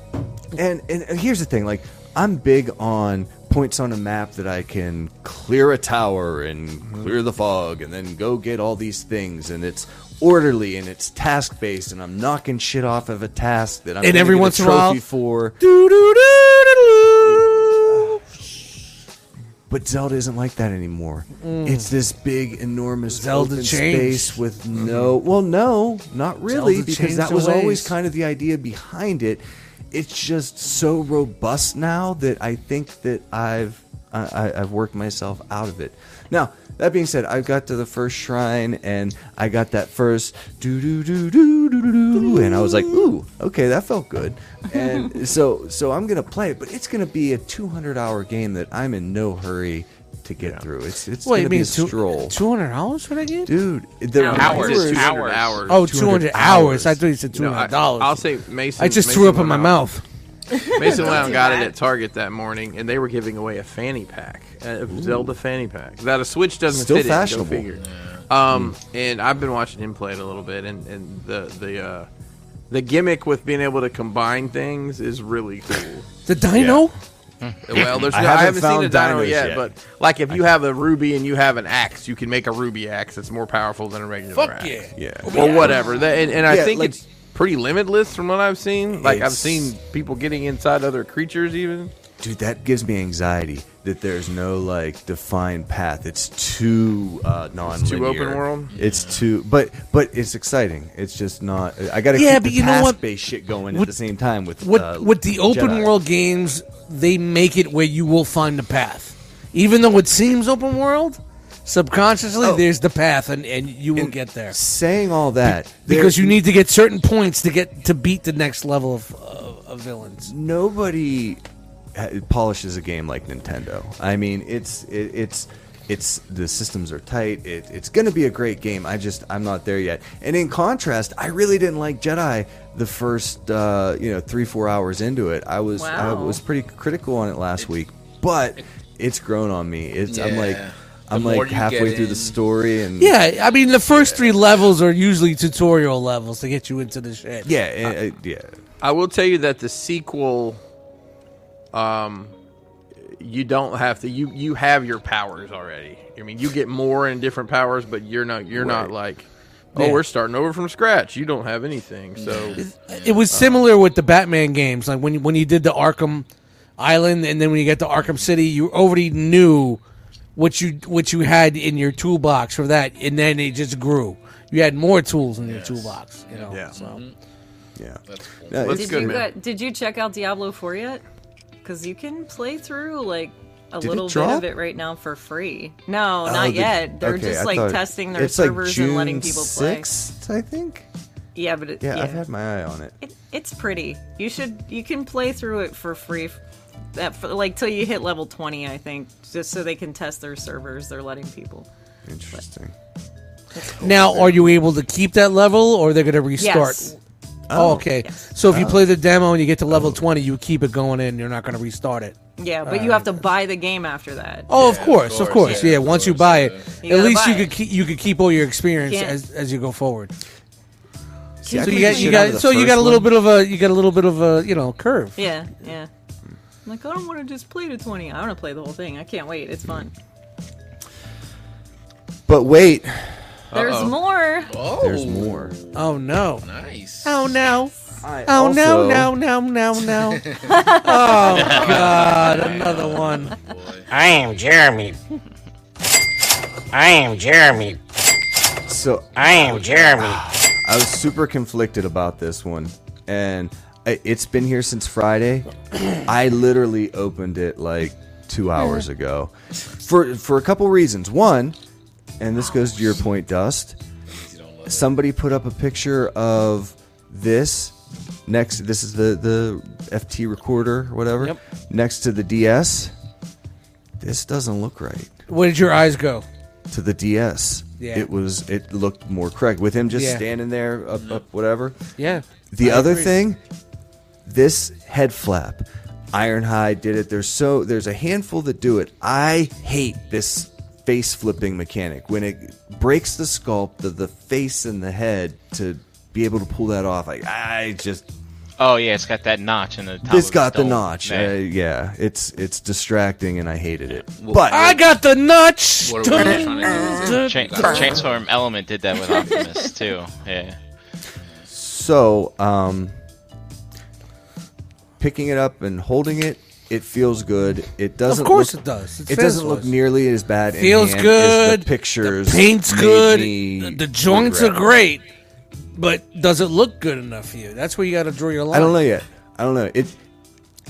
S3: and, and here's the thing like, I'm big on points on a map that I can clear a tower and
S2: Mm-hmm.
S3: clear the fog and then go get all these things. And it's orderly and it's task based, and I'm knocking shit off of a task that I'm
S2: And
S3: gonna
S2: every
S3: get
S2: once
S3: a
S2: in a while-
S3: trophy for.
S2: Doo, doo, doo, doo, doo.
S3: But Zelda isn't like that anymore. It's this big, enormous
S2: Mm. Zelda
S3: open
S2: changed. Mm-hmm.
S3: space with no. Well, no, not really,
S2: Zelda
S3: because
S2: changed
S3: that
S2: her
S3: was always
S2: ways.
S3: kind of the idea behind it. It's just so robust now that I think that I've I, I- I've worked myself out of it. Now that being said, I got to the first shrine and I got that first do do do do do do, and I was like, ooh, okay, that felt good. And so so I'm gonna play it, but it's gonna be a 200 hour game that I'm in no hurry to get through. It's it's
S2: What do
S3: gonna
S2: you
S3: be
S2: mean?
S3: a stroll,
S2: Two hundred dollars for that game?
S3: dude. The
S6: Hours. Hours.
S5: It's 200
S6: Hours.
S5: hours.
S2: Oh, 200 hours.
S3: hours.
S2: I thought you said
S5: No, I-
S2: $200. I,
S5: I'll say Mason.
S2: just
S5: Mason
S2: threw up in
S5: went
S2: my
S5: out.
S2: mouth.
S5: Mason went out and
S4: do
S5: got
S4: that.
S5: it at Target that morning, and they were giving away a fanny pack, uh, a Zelda fanny pack that a Switch doesn't
S3: Still
S5: fit
S3: fashionable.
S5: in. Go figure. Um,
S2: Mm.
S5: and I've been watching him play it a little bit, and, and the the uh, the gimmick with being able to combine things is really cool.
S2: The dino?
S5: well, there's no,
S3: I
S5: I,
S3: haven't
S5: haven't, seen
S3: found
S5: a dino
S3: dinos
S5: yet,
S3: yet.
S5: but like if you have a ruby and you have an axe, you can make a ruby axe that's more powerful than a regular axe.
S3: Yeah.
S5: or whatever. That, and and I
S3: Yeah,
S5: think
S3: like-
S5: it's pretty limitless from what I've seen. Like I've
S3: It's-
S5: seen people getting inside other creatures even.
S3: dude that gives me anxiety that there's no like defined path it's too uh non
S5: too open world?
S3: it's too but but it's exciting it's just not i gotta
S2: Yeah,
S3: keep
S2: but
S3: the
S2: you know what?
S3: based shit going
S2: With-
S3: at the same time with
S2: With,
S3: uh,
S2: with the open
S3: Jedi.
S2: world games, they make it where you will find the path. Even though it seems open world, subconsciously,
S3: Oh.
S2: there's the path, and, and you will get there.
S3: saying all that
S2: Because
S3: there-
S2: you need to get certain points to get to beat the next level of, uh, of, of villains.
S3: nobody ha- polishes a game like Nintendo. I mean, it's it, it's it's the systems are tight. It, it's going to be a great game. I just I'm not there yet. And in contrast, I really didn't like Jedi the first uh, you know three four hours into it. I was I
S4: Wow.
S3: was pretty critical on it last week, but it's grown on me. It's I'm like.
S1: Yeah.
S3: I'm
S1: more
S3: like
S1: you
S3: halfway
S1: get
S3: through the
S1: in-
S3: story and
S2: Yeah, I mean the first three levels are usually tutorial levels to get you into the shit.
S3: yeah, eh, eh, yeah.
S5: I will tell you that the sequel, um, you don't have to. You you have your powers already. I mean, you get more and different powers, but you're not you're not like, oh,
S2: Yeah.
S5: we're starting over from scratch. You don't have anything. So
S2: It was similar with the Batman games, like when you, when you did the Arkham Island, and then when you get to Arkham City, you already knew what you what you had in your toolbox for that, and then it just grew. You had more tools in your toolbox, you know.
S5: Yeah.
S2: So
S3: Yeah.
S1: That's
S3: No,
S5: Let's
S4: Did
S3: it's-
S5: good,
S4: you
S5: man.
S4: got- did you check out Diablo 4 yet? Because you can play through like a
S3: Did it
S4: little bit
S3: drop?
S4: of it right now for free. No,
S3: oh,
S4: not
S3: the-
S4: yet. They're
S3: okay,
S4: just
S3: I
S4: like
S3: thought-
S4: testing their
S3: it's like
S4: servers
S3: June
S4: and letting people
S3: 6th, I think.
S4: play. Yeah, but it,
S3: Yeah,
S4: yeah,
S3: I've had my eye on it.
S4: it, it's pretty. You should you can play through it for free. f- That for, like till you hit level 20, I think, just so they can test their servers. They're letting people.
S3: Interesting.
S2: now, are you able to keep that level, or they're going to restart?
S4: Yes.
S2: Oh, okay. So if you play the demo and you get to level twenty, you keep it going in. You're not going to restart it.
S4: Yeah, but you have to buy the game after that.
S2: Oh, of course, of
S1: course,
S2: course. Yeah,
S1: yeah, of
S2: once you
S1: course,
S2: buy
S1: yeah.
S2: it,
S4: You
S2: at
S4: gotta
S2: least
S4: buy
S2: you
S4: it.
S2: could keep you could keep all your experience
S4: Can't-
S2: as, as you go forward.
S3: See, I
S2: So
S3: couldn't
S2: you got
S3: get
S2: you
S3: shit out of
S2: got
S3: the
S2: so you
S3: first
S2: got a little
S3: one.
S2: bit of a you got a little bit of a you know curve.
S4: Yeah, yeah. I'm like, I don't want to just play to 20. I want to play the whole thing. I can't wait. It's fun.
S3: But wait,
S4: There's more.
S1: Oh,
S3: there's more.
S2: Oh no!
S1: Nice.
S2: Oh no!
S3: I
S2: Oh no!
S3: also-
S2: No! No! No!
S3: *laughs*
S2: No! oh god! Another one.
S7: I am Jeremy. I am Jeremy.
S3: So
S7: I am Jeremy.
S3: I was super conflicted about this one, and I- it's been here since Friday. I literally opened it like two hours ago, for for a couple reasons. One, and this goes to your point, Dust. Somebody put up a picture of this next. This is the the FT recorder, or whatever,
S2: Yep.
S3: next to the DS. This doesn't look right
S2: Where did your eyes go?
S3: to the DS.
S2: Yeah.
S3: It was it looked more correct with him just
S2: Yeah.
S3: standing there up up whatever.
S2: Yeah.
S3: The
S2: I
S3: other
S2: agree.
S3: thing, this head flap, Ironhide did it. There's so there's a handful that do it. I hate this face flipping mechanic when it breaks the sculpt of the face and the head to be able to pull that off. Like I just
S6: Oh yeah, it's got that notch in the top.
S3: this
S6: of
S3: got the
S6: dome.
S3: notch.
S6: Yeah.
S3: Uh, yeah, it's it's distracting and I hated it. But
S2: I got the notch.
S1: What are we trying to do?
S6: Chain- Transform Element did that with Optimus too. Yeah.
S3: So, um, picking it up and holding it, it feels good. It doesn't.
S2: Of course
S3: look,
S2: it does. It's
S3: It doesn't look
S2: fantasized.
S3: nearly as bad. in
S2: Feels
S3: hand as
S2: good.
S3: the pictures.
S2: Paint's
S3: made
S2: good.
S3: me
S2: The the joints are
S3: regret.
S2: great, but does it look good enough for you? That's where you got to draw your line.
S3: I don't know yet. I don't know it.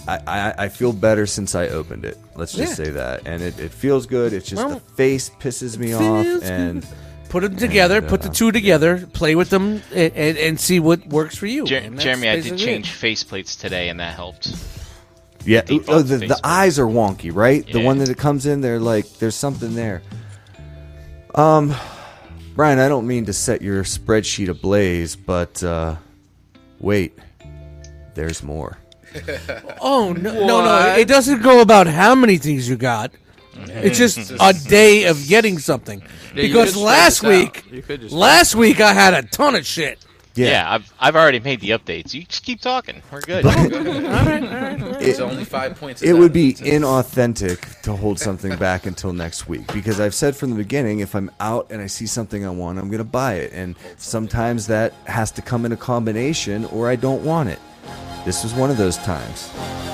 S3: I, I, I feel better since I opened it. Let's just
S2: Yeah.
S3: say that, and it, it feels good. It's just
S2: Well,
S3: the face pisses me off,
S2: feels
S3: and
S2: Put them together.
S3: And,
S2: put the
S3: uh,
S2: two together. Play with them and, and, and see what works for you.
S6: Jer-
S2: And that's
S6: Jeremy, I did
S2: basically it.
S6: change faceplates today, and that helped.
S3: yeah,
S6: default
S3: oh, the,
S6: face
S3: the eyes are wonky, right? The
S6: Yeah.
S3: one that it comes in, they're like there's something there. Um, Brian, I don't mean to set your spreadsheet ablaze, but uh, wait, there's more.
S2: Oh no, no, no! It doesn't go about how many things you
S5: *laughs*
S2: got. It's just a day of getting something. because
S5: could spread
S2: last
S5: this out.
S2: week,
S5: You could just-
S2: last week I had a ton of shit.
S6: Yeah, I've I've already made the updates. You just keep talking. We're good.
S1: It's only five points.
S3: It would be inauthentic to hold something back until next week because I've said from the beginning if I'm out and I see something I want, I'm going to buy it. And sometimes that has to come in a combination or I don't want it. This was one of those times. *laughs*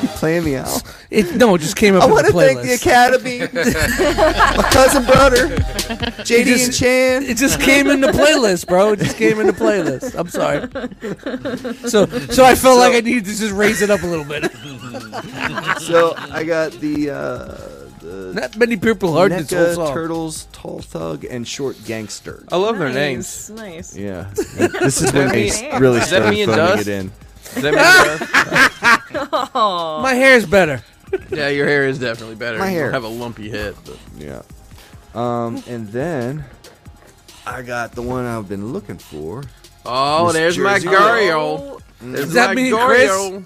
S3: You playing me out?
S2: It no, it just came up
S3: I
S2: in the
S3: want to thank the
S2: playlist.
S3: *laughs* Academy, my cousin brother,
S5: *laughs*
S3: JD and
S2: just-
S3: Chan.
S2: it just came in the playlist, bro. It just came in the playlist. I'm sorry. So, so I felt like I needed to just raise it up a little
S3: *laughs*
S2: bit.
S3: so
S5: *laughs*
S3: I got the uh,
S2: Not many people heard this whole
S3: NECA,
S2: song.
S3: Turtles, Tall Thug, and Short Gangster.
S5: I love their
S2: *laughs*
S5: names.
S4: Nice, nice.
S5: *laughs*
S3: Yeah, this is when
S5: Oh. that
S3: they
S5: me-
S3: s- really
S5: is that
S3: started
S5: me and
S3: phoning
S5: Dust?
S3: it in.
S5: Does that make sense?
S2: My hair's better.
S5: *laughs* yeah, your hair is definitely better.
S3: My
S5: You don't
S3: hair.
S5: have a lumpy head. But.
S3: Yeah. Um, and then I got the one I've been looking for.
S5: Oh,
S3: Miss
S5: there's my
S3: Jersey.
S5: Gario. There's
S2: Oh. Does that
S5: my
S2: mean
S5: Gario.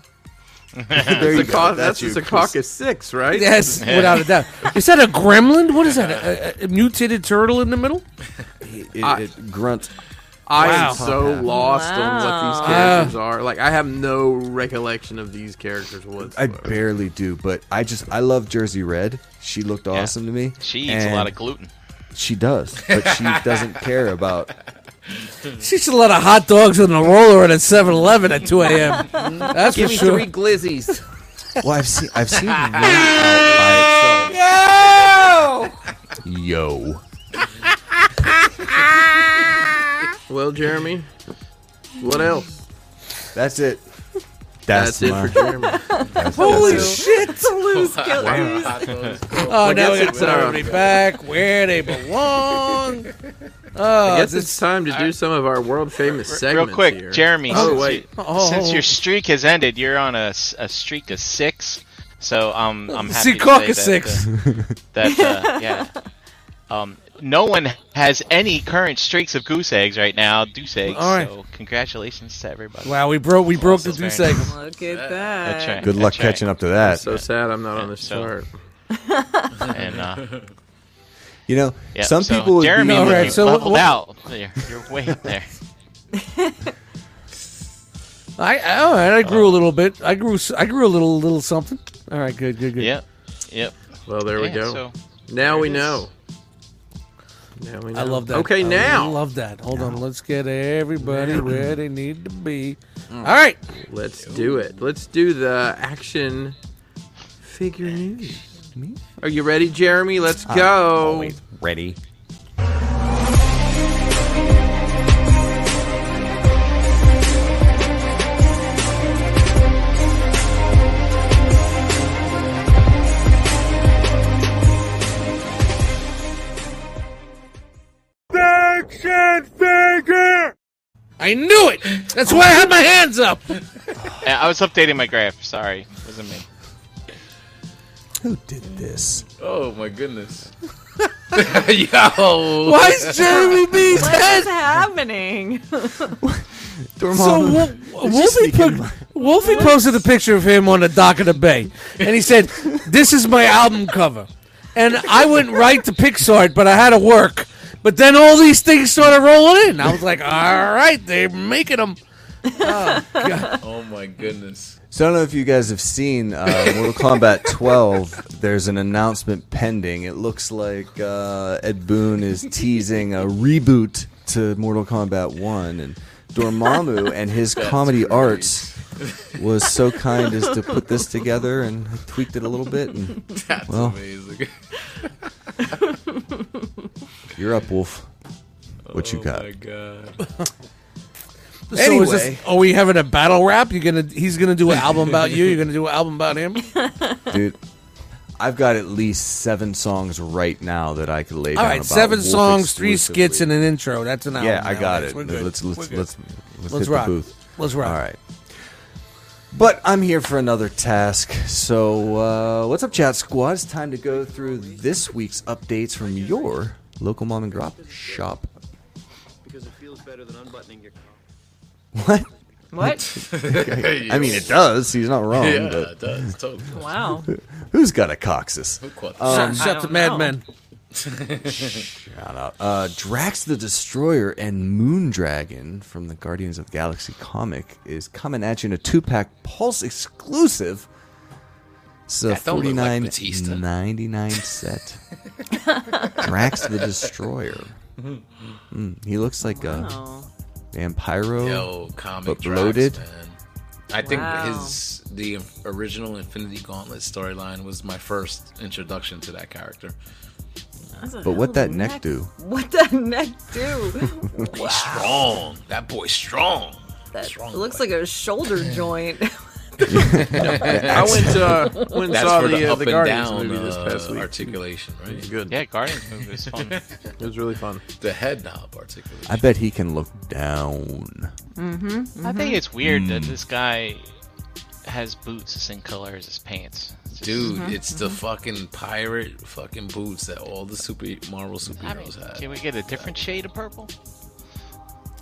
S3: there you
S5: It's a
S3: go.
S5: cock- that's
S3: your
S5: just a
S3: quiz.
S5: caucus six, right?
S2: Yes, without a doubt. Is that a gremlin? What is that? A, a- a mutated turtle in the middle?
S3: It,
S5: I-
S3: it grunts.
S5: I
S2: Wow.
S5: am so lost on what
S4: Wow.
S5: these characters are. Like, I have no recollection of these characters
S3: I
S5: whatsoever.
S3: barely do, but I just I love Jersey Red. She looked awesome to me.
S6: She eats a
S3: and
S6: lot of gluten.
S3: She does, but
S5: *laughs*
S3: she doesn't care about.
S2: She should let a hot dogs and a roller at a 7-Eleven at 2
S5: *laughs*
S2: a.m. That's for sure.
S5: glizzies.
S3: Well, I've seen I've seen one out by itself. Yo, yo.
S5: *laughs* well, Jeremy, what else?
S3: That's it.
S5: That's, it for Jeremy.
S2: *laughs* Holy
S5: *laughs*
S2: shit!
S4: Lose killers.
S2: Oh,
S5: guess
S2: now we gotta
S5: it's,
S2: put
S5: uh,
S2: everybody back where they
S5: *laughs*
S2: belong.
S5: I
S2: Oh,
S5: guess
S2: this-
S5: it's time to do some of our world famous segments.
S6: Real quick,
S5: here.
S6: Jeremy.
S5: Oh,
S6: since
S5: wait.
S6: you-
S2: Oh.
S6: since your streak has ended, you're on a, s- a streak of six. So um, I'm happy
S2: See,
S6: to say
S2: caucus
S6: that,
S2: six.
S6: uh, that uh, yeah. Um, no one has any current streaks of goose eggs right now, deuce eggs.
S2: All right.
S6: So congratulations to everybody.
S2: Wow, we broke we broke the
S6: Also
S2: two
S6: very
S2: segment.
S4: Oh, Look at that.
S6: That's right.
S3: Good luck
S6: That's right.
S3: catching up to that.
S5: So sad I'm not on this
S6: So-
S5: chart.
S3: *laughs*
S6: And, uh,
S3: you know,
S6: yeah,
S3: some
S6: so,
S3: people would
S6: Jeremy,
S3: be
S2: All
S6: all
S2: right,
S6: right,
S2: so what-
S6: out. You're, you're way up there.
S2: I all right, I grew a little bit. I grew s- I grew a little little something. All right, good, good, good.
S6: Yep. Yep.
S5: Well, there we
S6: Yeah,
S5: go.
S6: so-
S5: now we
S6: it is.
S5: know. Now we know.
S2: I love that.
S5: Okay,
S2: I
S5: now
S2: love that. Hold on, let's get everybody where they need to be. All
S5: Mm.
S2: right,
S5: let's do it. Let's do the action figure news. Are you ready, Jeremy? Let's go.
S3: ready.
S2: I knew it. That's why I had my hands up.
S6: Yeah, I was updating my graph. Sorry, wasn't me.
S3: Who did this?
S1: *laughs* Oh my goodness. *laughs* Yo.
S2: Why is Jeremy
S3: *laughs*
S2: B's
S4: What
S2: head?
S4: is happening? *laughs*
S2: So
S3: Dormammu.
S2: Wol- Wolfie, put, Wolfie posted a picture of him on the dock of the bay, and he said, "This is my album cover." And I went right to Pixart, but I had to work. But then all these things started rolling in. I was like, "All right, they're making them."
S1: Oh my goodness.
S3: So I don't know if you guys have seen uh, Mortal Kombat 12. There's an announcement pending. It looks like uh, Ed Boon is teasing a reboot to Mortal Kombat 1, and Dormammu and his comedy arts was so kind as to put this together and I tweaked it a little bit. And
S1: That's
S3: Well.
S1: amazing.
S3: you're up, Wolf. What you
S1: Oh
S3: got?
S1: my god.
S2: So is this-
S3: Anyway.
S2: are we having a battle rap? You gonna? He's gonna do an album about you. You're gonna do an album about him.
S3: Dude, I've got at least seven songs right now that I could lay
S2: All
S3: down
S2: right,
S3: about
S2: seven
S3: Wolf
S2: songs, three
S3: exclusively.
S2: skits, and an intro. That's an album.
S3: Yeah, I
S2: now,
S3: got
S2: guys.
S3: it.
S2: We're good.
S3: Let's
S2: We're
S3: let's
S2: good.
S3: let's let's,
S2: Let's
S3: hit
S2: rock.
S3: the booth.
S2: Let's rock.
S3: All right. But I'm here for another task. So, uh, what's up, chat squad? It's time to go through this week's updates from your local mom and drop shop. Because it feels better than unbuttoning your What?
S4: What?
S3: I mean, it does. He's not
S1: *laughs*
S3: wrong.
S1: yeah,
S3: But
S1: it does.
S3: *laughs*
S1: Totally.
S4: Wow.
S3: who's got a coccyx?
S1: Quote.
S3: Um,
S2: Um, Shut,
S4: I
S2: shut the
S4: don't know.
S2: madman.
S3: Shout out. Uh, Drax the Destroyer and Moondragon from the Guardians of the Galaxy comic is coming at you in a two pack Pulse exclusive. So
S1: That don't
S3: forty
S1: look like
S3: nine
S1: Batista.
S3: ninety nine set. Drax the Destroyer. Mm, he looks like a
S4: Oh.
S3: vampiro.
S1: Yo, comic
S3: But
S1: Drax,
S3: bloated?
S1: man. I think
S4: Wow.
S1: his the original Infinity Gauntlet storyline was my first introduction to that character.
S4: That's a
S3: But what
S4: hell
S3: that
S4: of a
S3: neck do?
S4: What that neck
S3: *laughs*
S4: do?
S1: Strong. That boy's strong.
S4: That
S1: Strong
S4: looks
S1: boy.
S4: like a shoulder joint. *laughs*
S5: I went *laughs* uh, went and
S1: that's
S5: saw
S1: for
S5: the,
S1: the
S5: uh,
S1: up
S5: the
S1: and
S5: Guardians
S1: down
S5: movie this
S1: uh,
S5: past week.
S1: articulation,
S3: Mm-hmm.
S1: right?
S5: Good.
S6: Yeah, Guardians movie was fun.
S5: It was really fun.
S1: The head knob articulation.
S3: I bet he can look down.
S6: I
S4: Mm-hmm.
S6: think it's weird that this guy has boots the same color as his pants. It's just-
S1: Dude, it's the fucking pirate fucking boots that all the super Marvel
S6: I mean,
S1: superheroes had.
S6: can we get a different shade of purple?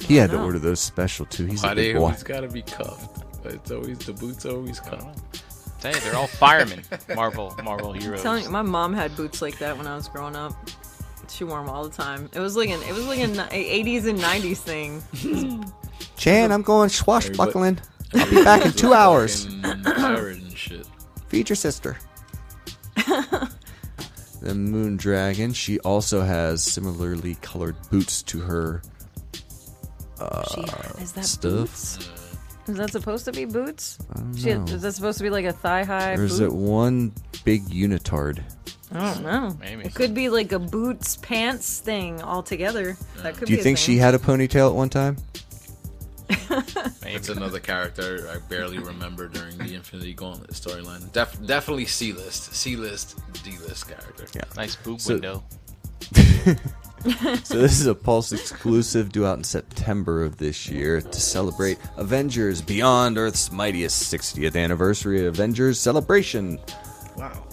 S3: He had to order those special too. He's
S1: Why
S3: a
S1: they
S3: big boy.
S1: always gotta be cuffed? It's always the boots always come.
S6: Hey, they're all firemen. Marvel, Marvel heroes.
S4: telling you, my mom had boots like that when I was growing up. She wore them all the time. It was like an it was like an '80s and '90s thing.
S3: Chan, I'm going swashbuckling. I'll be back in *laughs* two hours.
S1: *laughs* Fucking pirate and shit.
S3: Feed
S4: *laughs*
S3: your sister. the moon dragon, she also has similarly colored boots to her
S4: She, is that
S3: Uh, stuff.
S4: Is that supposed to be boots?
S3: don't
S4: Shit,
S3: know.
S4: is that supposed to be like a thigh high
S3: Or is
S4: boot?
S3: it one big unitard?
S4: I don't know.
S6: Maybe.
S4: It could be like a boots pants thing altogether. That could
S3: Do
S4: be
S3: you
S4: a
S3: think
S4: thing.
S3: she had a ponytail at one time?
S1: It's another character I barely remember during the Infinity Gauntlet storyline. Def- definitely C list, C list, D list character. Yeah.
S6: Nice boob
S3: So-
S6: window.
S3: So this is a Pulse exclusive due out in September of this year to celebrate Avengers Beyond Earth's mightiest 60th anniversary Avengers celebration. Wow.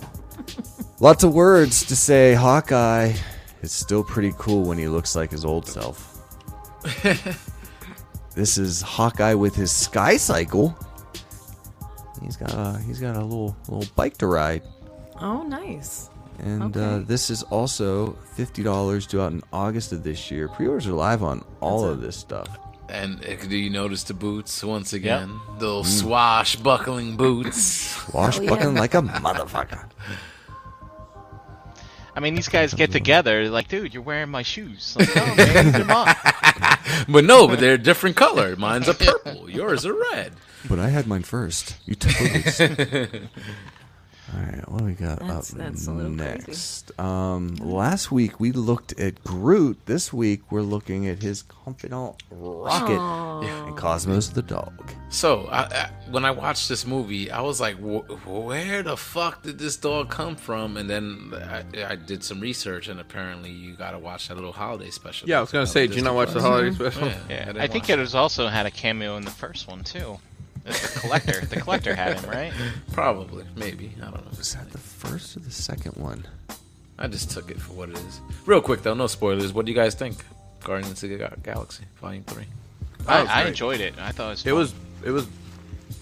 S3: Lots of words to say Hawkeye is still pretty cool when he looks like his old self. this is Hawkeye with his sky cycle. He's got a, he's got a little little bike to ride.
S4: Oh, nice.
S3: And uh,
S4: Okay.
S3: this is also fifty dollars due out in August of this year. Pre-orders are live on all of this stuff.
S1: And uh, do you notice the boots once again?
S3: Mm.
S1: Those swashbuckling boots. *laughs*
S3: Washbuckling
S4: *laughs*
S3: like a motherfucker.
S6: I mean, these guys get together. They're like, dude, you're wearing my shoes. Like, no, man, come on.
S1: but no, but they're a different color. Mine's a purple. Yours are red.
S3: But I had mine first. You *laughs* took it. All right, what do we got
S4: That's-
S3: up
S4: that's a little crazy.
S3: next? Um, last week we looked at Groot. This week we're looking at his confidant Rocket and Cosmos the dog.
S1: So I, I, when I watched this movie, I was like, "Wh- "Where the fuck did this dog come from?" And then I, I did some research, and apparently, you got to watch that little holiday special.
S5: Yeah, I was gonna say, did you not watch the holiday special?
S6: Yeah,
S1: didn't
S6: I think
S1: watch
S6: it was also had a cameo in the first one too. The the collector, the collector had him, right?
S1: probably, maybe. I don't know.
S3: Was that the first or the second one?
S1: I just took it for what it is. Real quick though, no spoilers. What do you guys think? Guardians of the Ga- Galaxy Volume Three.
S6: I,
S5: was
S6: I
S5: great.
S6: enjoyed it. I thought it was.
S5: It was, it was,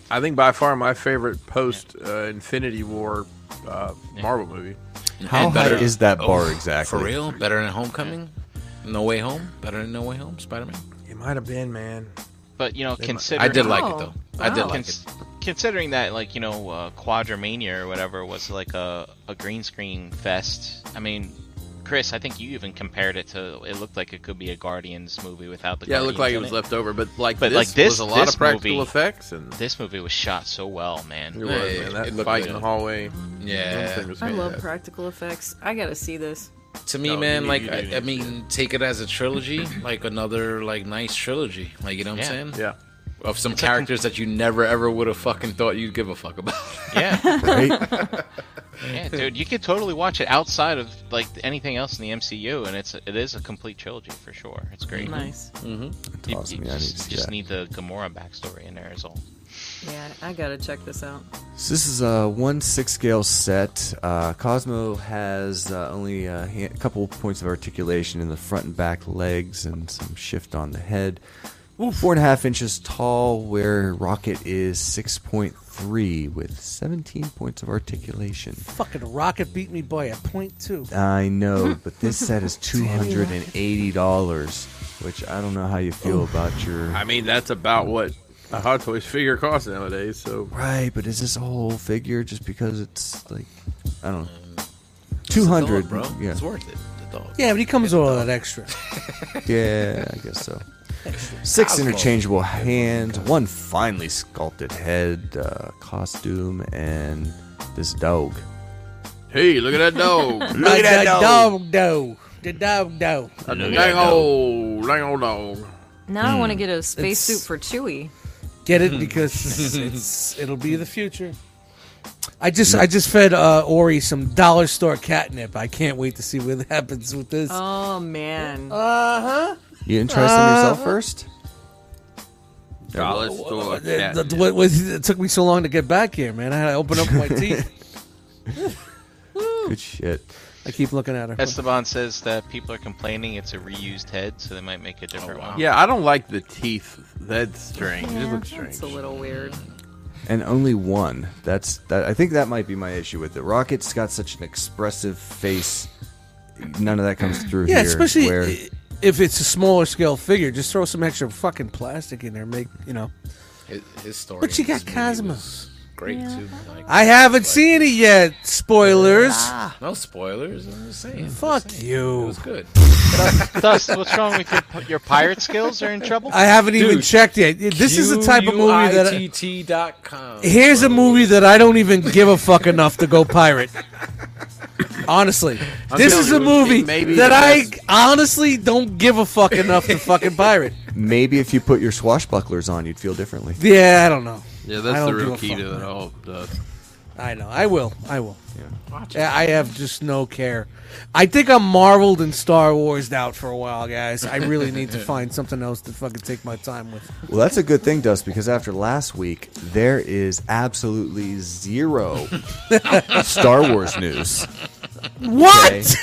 S5: I think by far my favorite post uh, Infinity War uh, Marvel movie.
S3: How
S1: And
S3: high
S1: better-
S3: is that
S1: Oh,
S3: bar exactly?
S1: For real? Better than Homecoming? No Way Home? Better than No Way Home? Spider Man?
S5: It might have been, man.
S6: but you know,
S1: I
S6: considering
S1: did like it
S4: Oh,
S1: though. I did
S4: wow.
S1: like it.
S6: cons- considering that, like you know, uh, Quadramania or whatever was like a a green screen fest. I mean, Chris, I think you even compared it to. It looked like it could be a Guardians movie without the.
S5: Yeah, it looked like it
S6: Guardians
S5: was
S6: in
S5: left over, but like,
S6: But
S5: this,
S6: like this-
S5: was a lot
S6: this
S5: of practical
S6: movie-
S5: effects and.
S6: This movie was shot so well, man.
S5: It was,
S1: Yeah,
S5: man.
S1: it
S5: That
S1: looked
S5: fight
S1: good.
S5: in the hallway.
S1: Yeah.
S5: Something was
S4: I love
S5: bad.
S4: practical effects. I gotta see this.
S1: To me,
S5: No,
S1: man,
S5: you-
S1: like
S5: you
S1: I,
S5: didn't
S1: I mean, take it as a trilogy, like another like nice trilogy. Like you know what
S6: Yeah.
S1: I'm saying?
S5: Yeah.
S1: Of some characters that you never ever would have fucking thought you'd give a fuck about. *laughs*
S6: Yeah,
S3: Right?
S6: yeah, dude, you could totally watch it outside of like anything else in the MCU, and it's it is a complete trilogy for sure. It's great.
S4: Nice.
S3: That's
S6: You-
S3: awesome.
S6: you
S3: Yeah, I need to
S6: just,
S3: see
S6: just
S3: that.
S6: need the Gamora backstory in there as well.
S4: Yeah, I gotta check this out.
S3: So this is a one six scale set. Uh, Cosmo has uh, only a ha- couple points of articulation in the front and back legs, and some shift on the head. Four and a half inches tall, where Rocket is six point three with seventeen points of articulation.
S2: Fucking Rocket beat me by a point two.
S3: I know, but this set *laughs* is two hundred and eighty dollars, which I don't know how you feel about your.
S5: I mean, that's about what a Hot Toys figure costs nowadays. So
S3: Right, but is this a whole figure just because it's like I don't know. Two hundred,
S1: Dog, bro.
S3: Yeah,
S1: It's worth it. The dog.
S2: Yeah, but he comes with all that
S3: *laughs*
S2: extra.
S3: Yeah, I guess
S2: *laughs*
S3: so. Six interchangeable hands, one finely sculpted head, uh, costume, and this dog.
S5: hey, look at that *laughs* dog!
S2: Look at that dog. though. The dog though.
S5: A dang old, dang old dog.
S4: Now
S3: Hmm.
S4: I want to get a spacesuit
S2: It's-
S4: for Chewie.
S2: Get
S3: *laughs*
S2: it because it's it'll be the future. I just I just fed uh, Ori some dollar store catnip. I can't wait to see what *laughs* happens with this.
S4: Oh man,
S2: Uh huh.
S3: You interested in
S2: Uh-huh.
S3: yourself first?
S5: Dollar store
S2: It,
S5: cat.
S2: Uh, what- what- it took me so long to get back here, man. I had to open up
S3: *laughs*
S2: my teeth.
S3: Good shit.
S2: I keep looking at her.
S6: Esteban says that people are complaining it's a reused head, so they might make a different one.
S5: Yeah, I don't like the teeth. That's strange.
S4: yeah,
S5: it looks
S4: that's
S5: strange.
S4: a little weird.
S3: and only one. That's that. I think that might be my issue with it. Rocket's got such an expressive face. None of that comes through
S2: Yeah,
S3: here.
S2: especially
S3: where-
S2: i- if it's a smaller scale figure, just throw some extra fucking plastic in there. Make you know.
S1: His, his story.
S2: But you
S1: in this
S2: got
S1: movie
S2: Cosmo.
S1: was Great too. Like, Ah,
S2: I haven't seen it yet. Spoilers.
S1: no spoilers. I'm just saying. just
S2: Fuck
S1: saying. It
S2: you.
S1: was good.
S6: *laughs* Dust, what's wrong with your your pirate skills? Are in trouble?
S3: Uh,
S2: I haven't even
S1: Dude,
S2: checked yet. This is the type of movie that. I,
S1: QUITT.com.
S2: here's a movie that I don't even give a fuck enough to go pirate. Honestly, this
S5: telling
S2: is a
S5: you,
S2: movie
S5: it may be
S2: that
S5: the
S2: I honestly don't give a fuck enough to fucking pirate.
S3: maybe if you put your swashbucklers on, you'd feel differently.
S2: Yeah, I don't know.
S8: Yeah,
S2: I
S8: that's the
S2: don't give
S8: real
S2: a
S8: key
S2: fuck,
S8: to
S2: man.
S8: it all. Dust.
S2: I know. I will. I will. Yeah. I have just no care. I think I'm marveled and Star Wars out for a while, guys. I really need
S3: *laughs*
S2: to find something else to fucking take my time with.
S3: Well, that's a good thing, Dust, because after last week, there is absolutely
S2: *laughs*
S3: zero Star Wars news.
S2: What?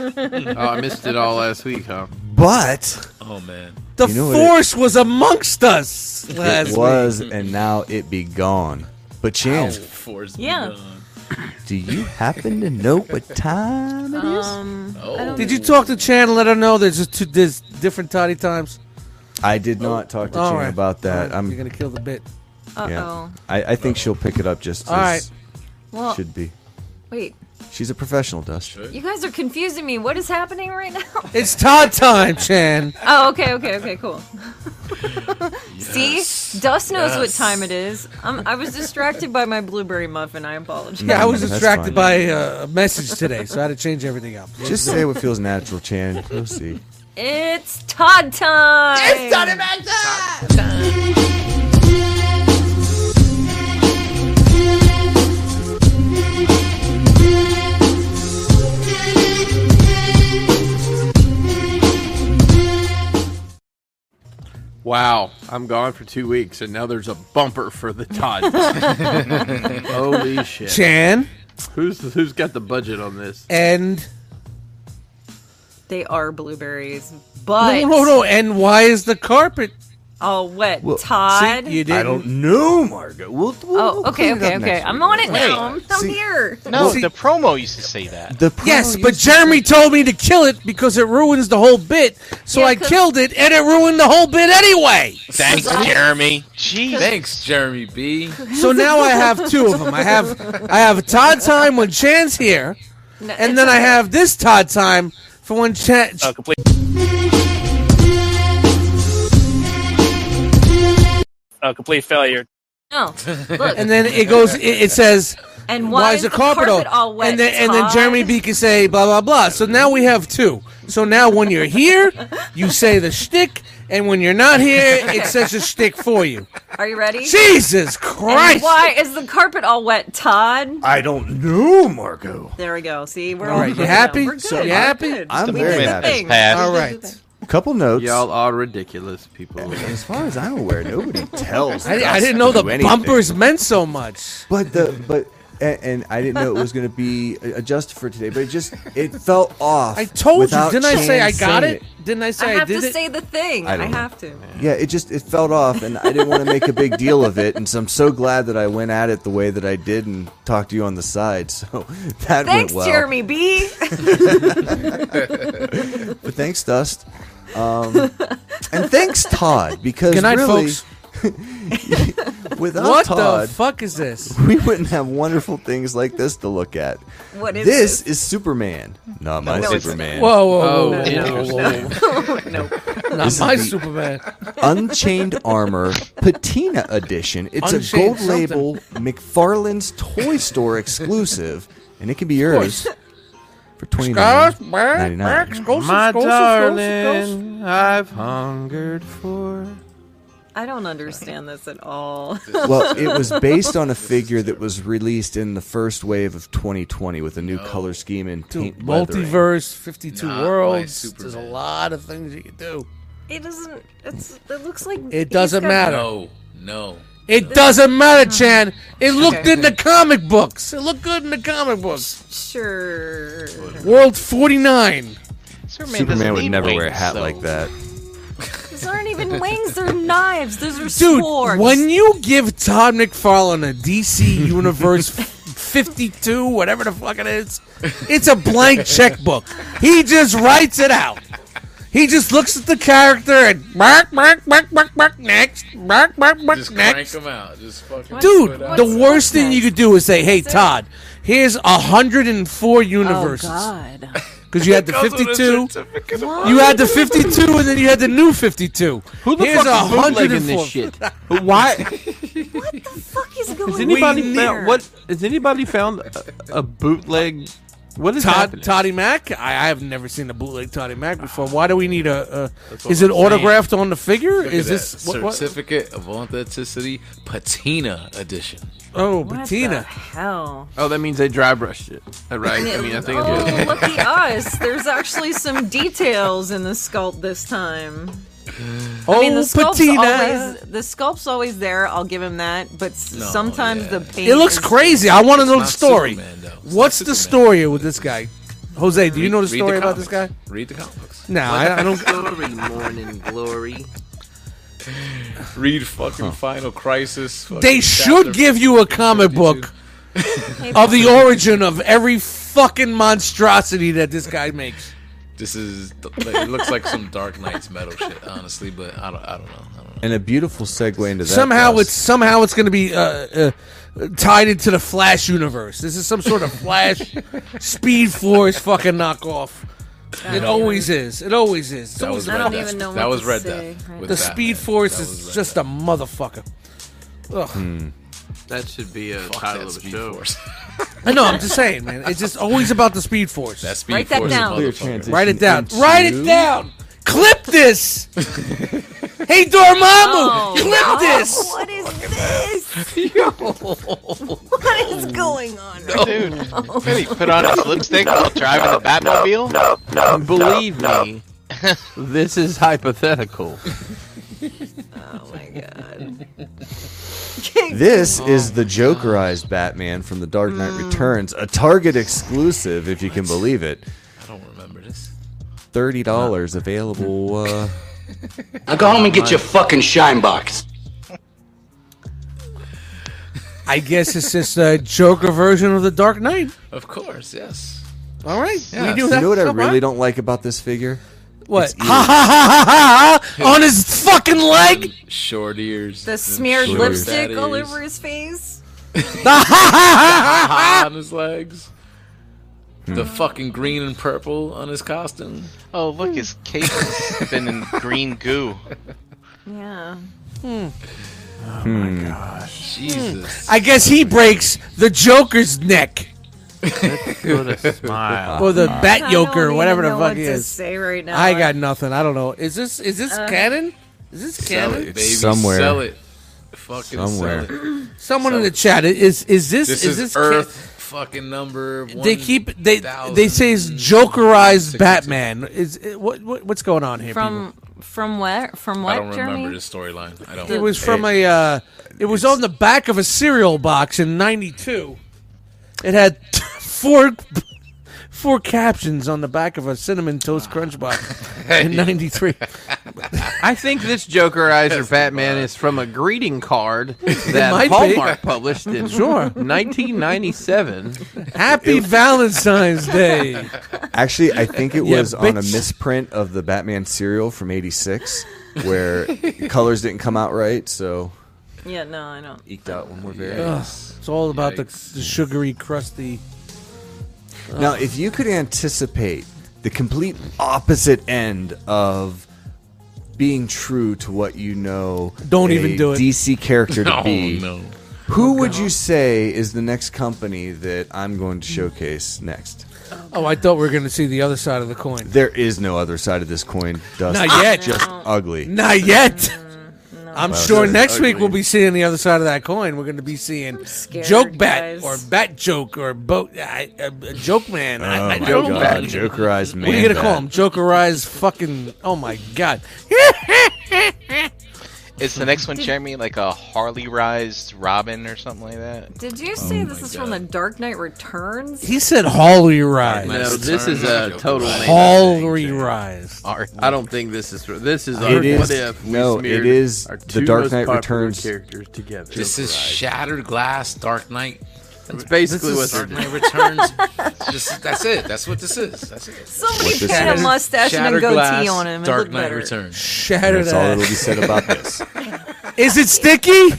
S3: Okay.
S5: Oh, I missed it all last week, huh?
S3: But
S1: Oh man.
S2: The
S3: You know what it-
S2: Force was amongst us last
S3: it was, and now it be gone. But Chance,
S1: Force
S4: Yeah.
S1: Gone.
S3: do you happen to know what time it is?
S4: Um,
S1: Oh.
S2: week. Did you talk to Chan and let her know there's just two there's different toddy times?
S3: I did not talk to
S2: All
S3: Chan
S2: right.
S3: about that.
S2: You're
S3: I'm,
S2: gonna kill the bit.
S4: uh
S3: yeah.
S4: oh.
S3: I, I think she'll pick it up just
S2: All
S3: as
S4: Well,
S3: should be.
S4: wait.
S3: She's a professional, Dust.
S4: You guys are confusing me. What is happening right now?
S2: It's Todd time,
S3: *laughs*
S2: Chan.
S4: Oh, okay, okay,
S2: *laughs*
S4: okay, cool. See, Dust knows what
S1: Yes.
S4: time it is. Um, I was distracted by my blueberry muffin. I apologize.
S2: Yeah, I was
S3: That's
S2: distracted by
S3: fine.
S2: uh, a message today, so I had to change everything up.
S3: Just say what feels natural, Chan.
S2: *laughs*
S3: We'll see.
S4: It's Todd time. It's Todd time.
S5: Wow, I'm gone for two weeks, and now there's a bumper for the Todd.
S1: *laughs*
S5: Holy shit!
S2: Chan
S5: Who's who's got the budget on this?
S2: and
S4: They are blueberries, but
S2: no, no, no. And why is the carpet?
S4: all wet.
S3: Well, see,
S4: Todd.
S2: You didn't.
S3: know, Margaret. We'll, we'll,
S4: oh, okay, okay, okay. I'm on it now. I'm, I'm
S3: See-
S4: here.
S6: no,
S2: see-
S6: the promo used to say that.
S3: The pro
S2: Yes,
S4: Oh,
S2: but
S3: used to
S2: Jeremy told me to kill it because it ruins the whole bit. So
S4: Yeah,
S2: I
S4: 'cause-
S2: killed it, and it ruined the whole bit anyway.
S6: Thanks, Jeremy. Jeez.
S1: Thanks, Jeremy B.
S2: So now I have two of them. I have I have Todd time when Chan's here,
S4: No,
S2: and
S4: it's
S2: then I
S4: okay.
S2: have this Todd time for when Chan.
S6: A complete
S9: a complete failure.
S4: No, look,
S2: And
S4: and,
S2: then it goes. It, it says.
S4: why,
S2: Why is the carpet, all-
S4: all wet?
S2: And then, and then
S4: Todd?
S2: Jeremy B can say blah blah blah. So now we have two. So now when you're here, you say the shtick, and when you're not here, it says a shtick for
S4: *laughs*
S2: you.
S4: Are you ready?
S2: Jesus
S4: And
S2: Christ!
S4: Why is the carpet all wet, Todd?
S3: I don't know, Margot.
S4: There we go. See, we're all,
S2: All right,
S4: good
S2: you happy?
S4: now. We're good.
S2: So you happy?
S3: I'm
S4: We
S3: very
S4: did the
S6: moment has
S3: happy.
S4: thing.
S6: passed.
S2: All
S4: We did the
S2: right.
S4: thing.
S3: Couple notes.
S5: Y'all are ridiculous people.
S3: As far as I'm aware, nobody tells.
S2: I, I
S3: us
S2: didn't
S3: to
S2: know
S3: do
S2: the
S3: anything.
S2: bumpers meant so much.
S3: But the but and, and I didn't know it was going to be adjusted for today. But it just it fell off.
S2: I told
S3: without
S2: you. Didn't I say I
S3: Chan
S2: got
S3: saying
S2: it? Didn't I say
S4: I
S2: I,
S4: have
S2: did
S4: to
S2: it?
S4: say the thing.
S3: I
S4: I,
S3: don't know.
S4: have to.
S3: Yeah, it just it fell off, and I didn't want to make a big deal of it. And so I'm so glad that I went at it the way that I did and talked to you on the side. So *laughs* that
S4: Thanks,
S3: went well.
S2: *laughs*
S4: Jeremy B.
S3: But thanks, Dust. Um, and thanks, Todd, because
S2: Good night,
S3: really,
S2: folks.
S3: without
S2: What
S3: Todd,
S2: the fuck is
S3: *laughs*
S2: this?
S3: we wouldn't have wonderful things like this to look at.
S4: What is
S3: this is Superman, not my
S4: No, it's-
S3: Superman.
S2: Whoa, whoa, whoa, whoa,
S5: no,
S2: whoa, whoa.
S4: no.
S2: Not my
S3: the-
S2: Superman.
S3: Unchained Armor Patina Edition. It's a
S2: Unchained
S3: gold label McFarlane's Toy Store exclusive, and it can be yours for twenty nine
S2: Guys,
S3: ninety
S2: man,
S3: nine.
S2: Max, go
S5: My
S2: sus- go sus- go sus- go sus-
S5: darling, I've hungered for.
S4: I don't understand this at all.
S3: Well, it was based on a figure that was released in the first wave of 2020 with a new color scheme and
S2: Dude,
S3: paint weathering.
S2: multiverse, 52
S1: Not my
S2: worlds. There's a
S1: Superman.
S2: lot of things you can do.
S4: It doesn't. It's, it looks like
S2: It doesn't
S4: he's got-
S2: matter.
S1: No, no.
S2: It doesn't matter, Chan. It looked
S4: Uh-huh. Okay.
S2: in the comic books. It looked good in the comic books.
S4: Sure.
S2: World 49.
S6: Superman, doesn't
S3: Superman would
S6: need
S3: never wear a
S6: wings,
S3: hat
S6: so-
S3: like that.
S4: These aren't even wings; they're knives. Those are
S2: Dude,
S4: swords.
S2: when you give Todd McFarlane a
S1: *laughs*
S2: DC Universe 52, whatever the fuck it is, it's
S1: *laughs*
S2: a blank checkbook. He just writes it out. He just looks at the character and mark, mark, mark, mark, mark, next, mark, mark, mark,
S1: Just crank
S2: next.
S1: them out. Just fucking do
S2: Dude,
S1: it
S4: What's-
S1: out.
S2: the
S4: what's
S2: worst thing you
S4: next?
S2: could do is say, hey,
S4: That's it.
S2: Todd, here's 104
S4: oh
S2: universes.
S4: God!
S2: Because you had the
S1: Goes with a
S2: 52.
S1: certificate.
S2: You had the 52 and then you had the new 52.
S5: Who the
S2: Here's
S5: fuck is bootlegging
S2: 104
S5: this
S1: *laughs*
S5: shit? Why?
S4: fuck is going
S5: Has anybody
S4: on
S5: found
S4: here?
S5: what? Has anybody found a, a bootleg? What is
S2: Todd,
S5: happening?
S2: Toddy Mac? I, I have never seen a bootleg Toddy
S1: Ah.
S2: Mac before. Why do we need a? a is it autographed on the figure?
S1: Look
S2: Is
S1: at that.
S2: this what, what-
S1: certificate of authenticity patina edition?
S2: Oh,
S4: What the
S2: patina.
S4: hell?
S5: Oh, that means they dry brushed it, right? I mean, I
S1: *laughs*
S5: think it's
S4: oh, lucky us! There's actually some details in the sculpt this time.
S2: Oh,
S4: I mean, the sculpt's
S2: patina.
S4: always the sculpt's always there. I'll give him that, but s
S1: No,
S4: sometimes
S1: yeah.
S4: the paint.
S2: it looks
S4: is-
S2: crazy. I want to know the
S1: not
S2: story.
S1: Superman, though. It's
S2: What's
S1: not
S2: the
S1: Superman.
S2: story with this guy? Jose, do you know the
S1: Read
S2: story about this guy?
S1: comics. Read the comics.
S2: No, I, I don't.
S5: glory, morning glory.
S1: Read fucking Final Crisis. fucking
S2: They
S1: chapter
S2: should give you a comic
S1: 52. *laughs*
S2: book of the origin of every fucking monstrosity that this guy makes.
S1: This is. It looks like some Dark Knights metal shit, honestly. But I don't. I don't know. I don't know.
S3: And a beautiful segue into that.
S2: somehow
S3: boss.
S2: it's somehow it's going to be uh, uh, tied into the Flash universe. This is some sort of *laughs* Flash Speed Force fucking knockoff. It always is. It always is. It's
S1: That
S2: always-
S1: was
S4: I
S1: Red
S4: don't
S1: Death.
S4: even know
S1: that
S4: what
S1: was
S4: to
S1: Red
S4: say.
S1: Death.
S4: Right.
S1: with
S2: the
S1: Batman.
S2: Speed Force
S1: That was
S2: is
S1: Red
S2: just
S1: Death.
S2: a motherfucker. Ugh.
S5: That should be a
S1: Fuck
S5: title
S1: that
S5: of a
S1: Speed
S5: show.
S1: Force.
S2: I know. I'm just saying, man. It's just always about the Speed Force.
S1: That Speed
S4: Write that
S1: Force is
S4: down.
S3: Clear
S1: motherfucker.
S3: transition
S2: Write it down.
S3: into-
S2: Write it down. Clip this. *laughs* hey Dormammu,
S4: Oh,
S2: clip
S4: God,
S2: this.
S4: What is this? *laughs* what is going on? right
S6: Dude, really put on his lipstick while driving the Batmobile?
S5: Believe *laughs* me, this is hypothetical.
S4: Oh *laughs* my god.
S3: This is the Jokerized Batman from The Dark Knight Returns, a Target exclusive, if you can believe it.
S1: I don't remember this.
S3: Thirty dollars available. Uh,
S8: Now go home and get your fucking shine box.
S2: I guess it's just a Joker version of the Dark Knight.
S1: Of course, yes.
S2: All right,
S1: Yes.
S2: we do
S1: You
S2: that.
S3: you know what I
S2: Come on.
S3: really don't like about this figure?
S2: What? Ha ha ha ha ha ha! *laughs* On his fucking leg!
S1: Short ears.
S4: The
S1: and
S4: smeared
S1: short
S4: lipstick
S1: fat
S4: all
S1: ears.
S4: over his face.
S1: Ah,
S2: *laughs*
S1: on his legs. The
S3: Hmm.
S1: fucking green and purple on his costume.
S6: Oh, look, his cape has been
S3: *laughs*
S6: in green goo.
S4: Yeah.
S1: Jesus.
S2: I guess he breaks the Joker's neck.
S5: What a
S1: Uh,
S5: smile.
S2: Or the Bat
S4: I
S2: Joker,
S4: don't
S2: whatever
S4: even
S2: the
S4: know
S2: fuck
S4: what
S2: he
S4: to
S2: is.
S4: Say Uh, right now.
S2: I got nothing. I don't know. Is this is this canon? Is this
S1: Sell
S2: canon?
S1: it, baby.
S3: Somewhere.
S1: Sell it. Fucking
S3: Somewhere.
S1: sell it.
S2: Someone in the chat i- is is this
S1: This
S2: is
S1: is,
S2: this ca-
S1: Earth fucking number one.
S2: they keep they they
S1: thousand.
S2: say it's Jokerized Batman. Is it, what, what what's going on here?
S4: from from where? From what,
S1: I don't remember
S4: Jeremy?
S1: this storyline. I don't
S2: people? it was from a uh, it was on the back of a cereal box in '92. It had *laughs* four four captions on the back of a cinnamon toast crunch box in '93.
S5: I think this Jokerizer Batman is from a greeting *laughs* card that
S2: might be.
S5: Hallmark published in *laughs*
S2: Sure.
S5: 1997.
S2: Happy Valentine's Day.
S3: Actually, I think it
S2: Yeah,
S3: was on a
S2: bitch.
S3: misprint of the Batman serial from '86, where colors didn't come out right, so
S4: Yeah, no, I don't.
S3: eked out one more variant.
S2: Ugh, it's all about the,
S1: Yikes.
S2: the sugary, crusty.
S3: Now, if you could anticipate the complete opposite end of being true to what you know,
S2: Don't
S3: a
S2: even do it. Oh,
S3: DC character to
S1: Oh, *laughs*
S3: be.
S1: *laughs* no.
S3: Who would you say is the next company that I'm going to showcase next?
S2: Oh, I thought we were going to see the other side of the coin.
S3: There is no other side of this coin, Dust.
S2: Not yet.
S3: It's Just ugly.
S2: Not yet.
S4: Mm,
S2: I'm sure
S3: that's
S2: next
S3: ugly.
S2: week we'll be seeing the other side of that coin. We're going to be seeing
S4: scared,
S2: joke bat
S4: guys.
S2: or bat joke or boat I, uh, joke man. I, I
S3: my
S2: don't
S3: God,
S2: know.
S3: Jokerized man.
S2: What are you going to
S3: bat.
S2: call him? Jokerized fucking. Oh my god.
S6: Is the next one, Jeremy, like a Harley Rise Robin or something like that?
S4: Did you say this is from The Dark Knight Returns?
S2: He said Holly Rise.
S5: No, this is a total name.
S2: Holly Rise.
S6: Or-
S5: I don't think this is. This is our
S3: It is-
S5: what if we
S3: no, it
S5: smeared
S3: is
S5: our
S3: The
S5: two
S3: Dark
S5: most
S3: Knight
S5: popular
S3: Returns.
S5: characters together.
S1: This is Shattered Glass, Dark Knight,
S5: That's basically what they're
S1: Dark Knight
S5: doing.
S1: Returns.
S2: *laughs*
S1: This is- that's it. That's what this is. That's it.
S4: Somebody
S3: What's this
S4: put a
S3: is?
S4: mustache and a
S1: Shattered
S4: goatee
S1: Glass,
S4: on him. It
S1: Dark
S4: looked
S1: Knight
S4: better.
S1: Returns.
S2: Shattered
S3: That's all that'll be
S2: ass.
S3: said
S2: *laughs*
S3: about this.
S2: Is it *sighs* sticky?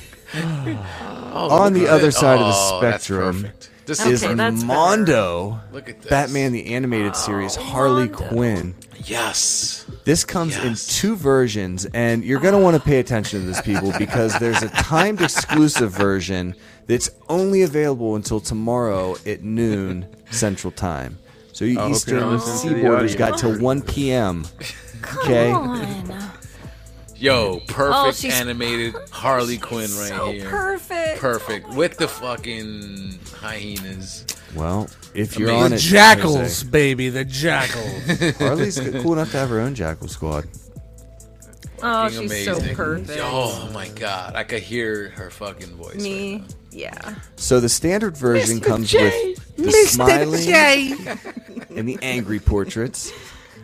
S1: Oh,
S3: On
S1: look
S3: the
S1: at
S3: other
S1: it.
S3: side of the
S1: Oh, that's
S3: spectrum
S1: perfect. This
S4: Okay,
S3: Is
S1: perfect.
S4: that's better.
S3: Mondo
S1: Look at this.
S3: Batman the animated series Harley Quinn?
S1: Yes.
S3: This comes
S1: Yes.
S3: in two versions, and you're going to want to pay attention to this, people, because there's a timed exclusive version that's only available until tomorrow at noon Central Time. So you
S5: okay, I'm
S3: Eastern
S5: listening to the
S3: Seaboarders
S5: audio.
S3: got till 1 p.m.
S4: Come
S3: Okay.
S4: on.
S1: Yo,
S4: Oh,
S1: perfect
S4: she's-
S1: animated Harley Quinn right
S4: so
S1: here.
S4: Oh, perfect.
S1: Perfect. with the fucking hyenas.
S3: Well, if you're
S1: Amazing.
S3: on
S2: The
S3: it,
S2: jackals, baby. The jackals.
S3: Jose, Harley's cool enough to have her own Jackal Squad.
S4: Oh,
S1: Fucking
S4: she's so
S1: amazing.
S4: perfect.
S1: Oh my god, I could hear her fucking voice.
S4: Me, yeah.
S3: So the standard version comes with the smiling
S2: J.
S3: and the angry portraits.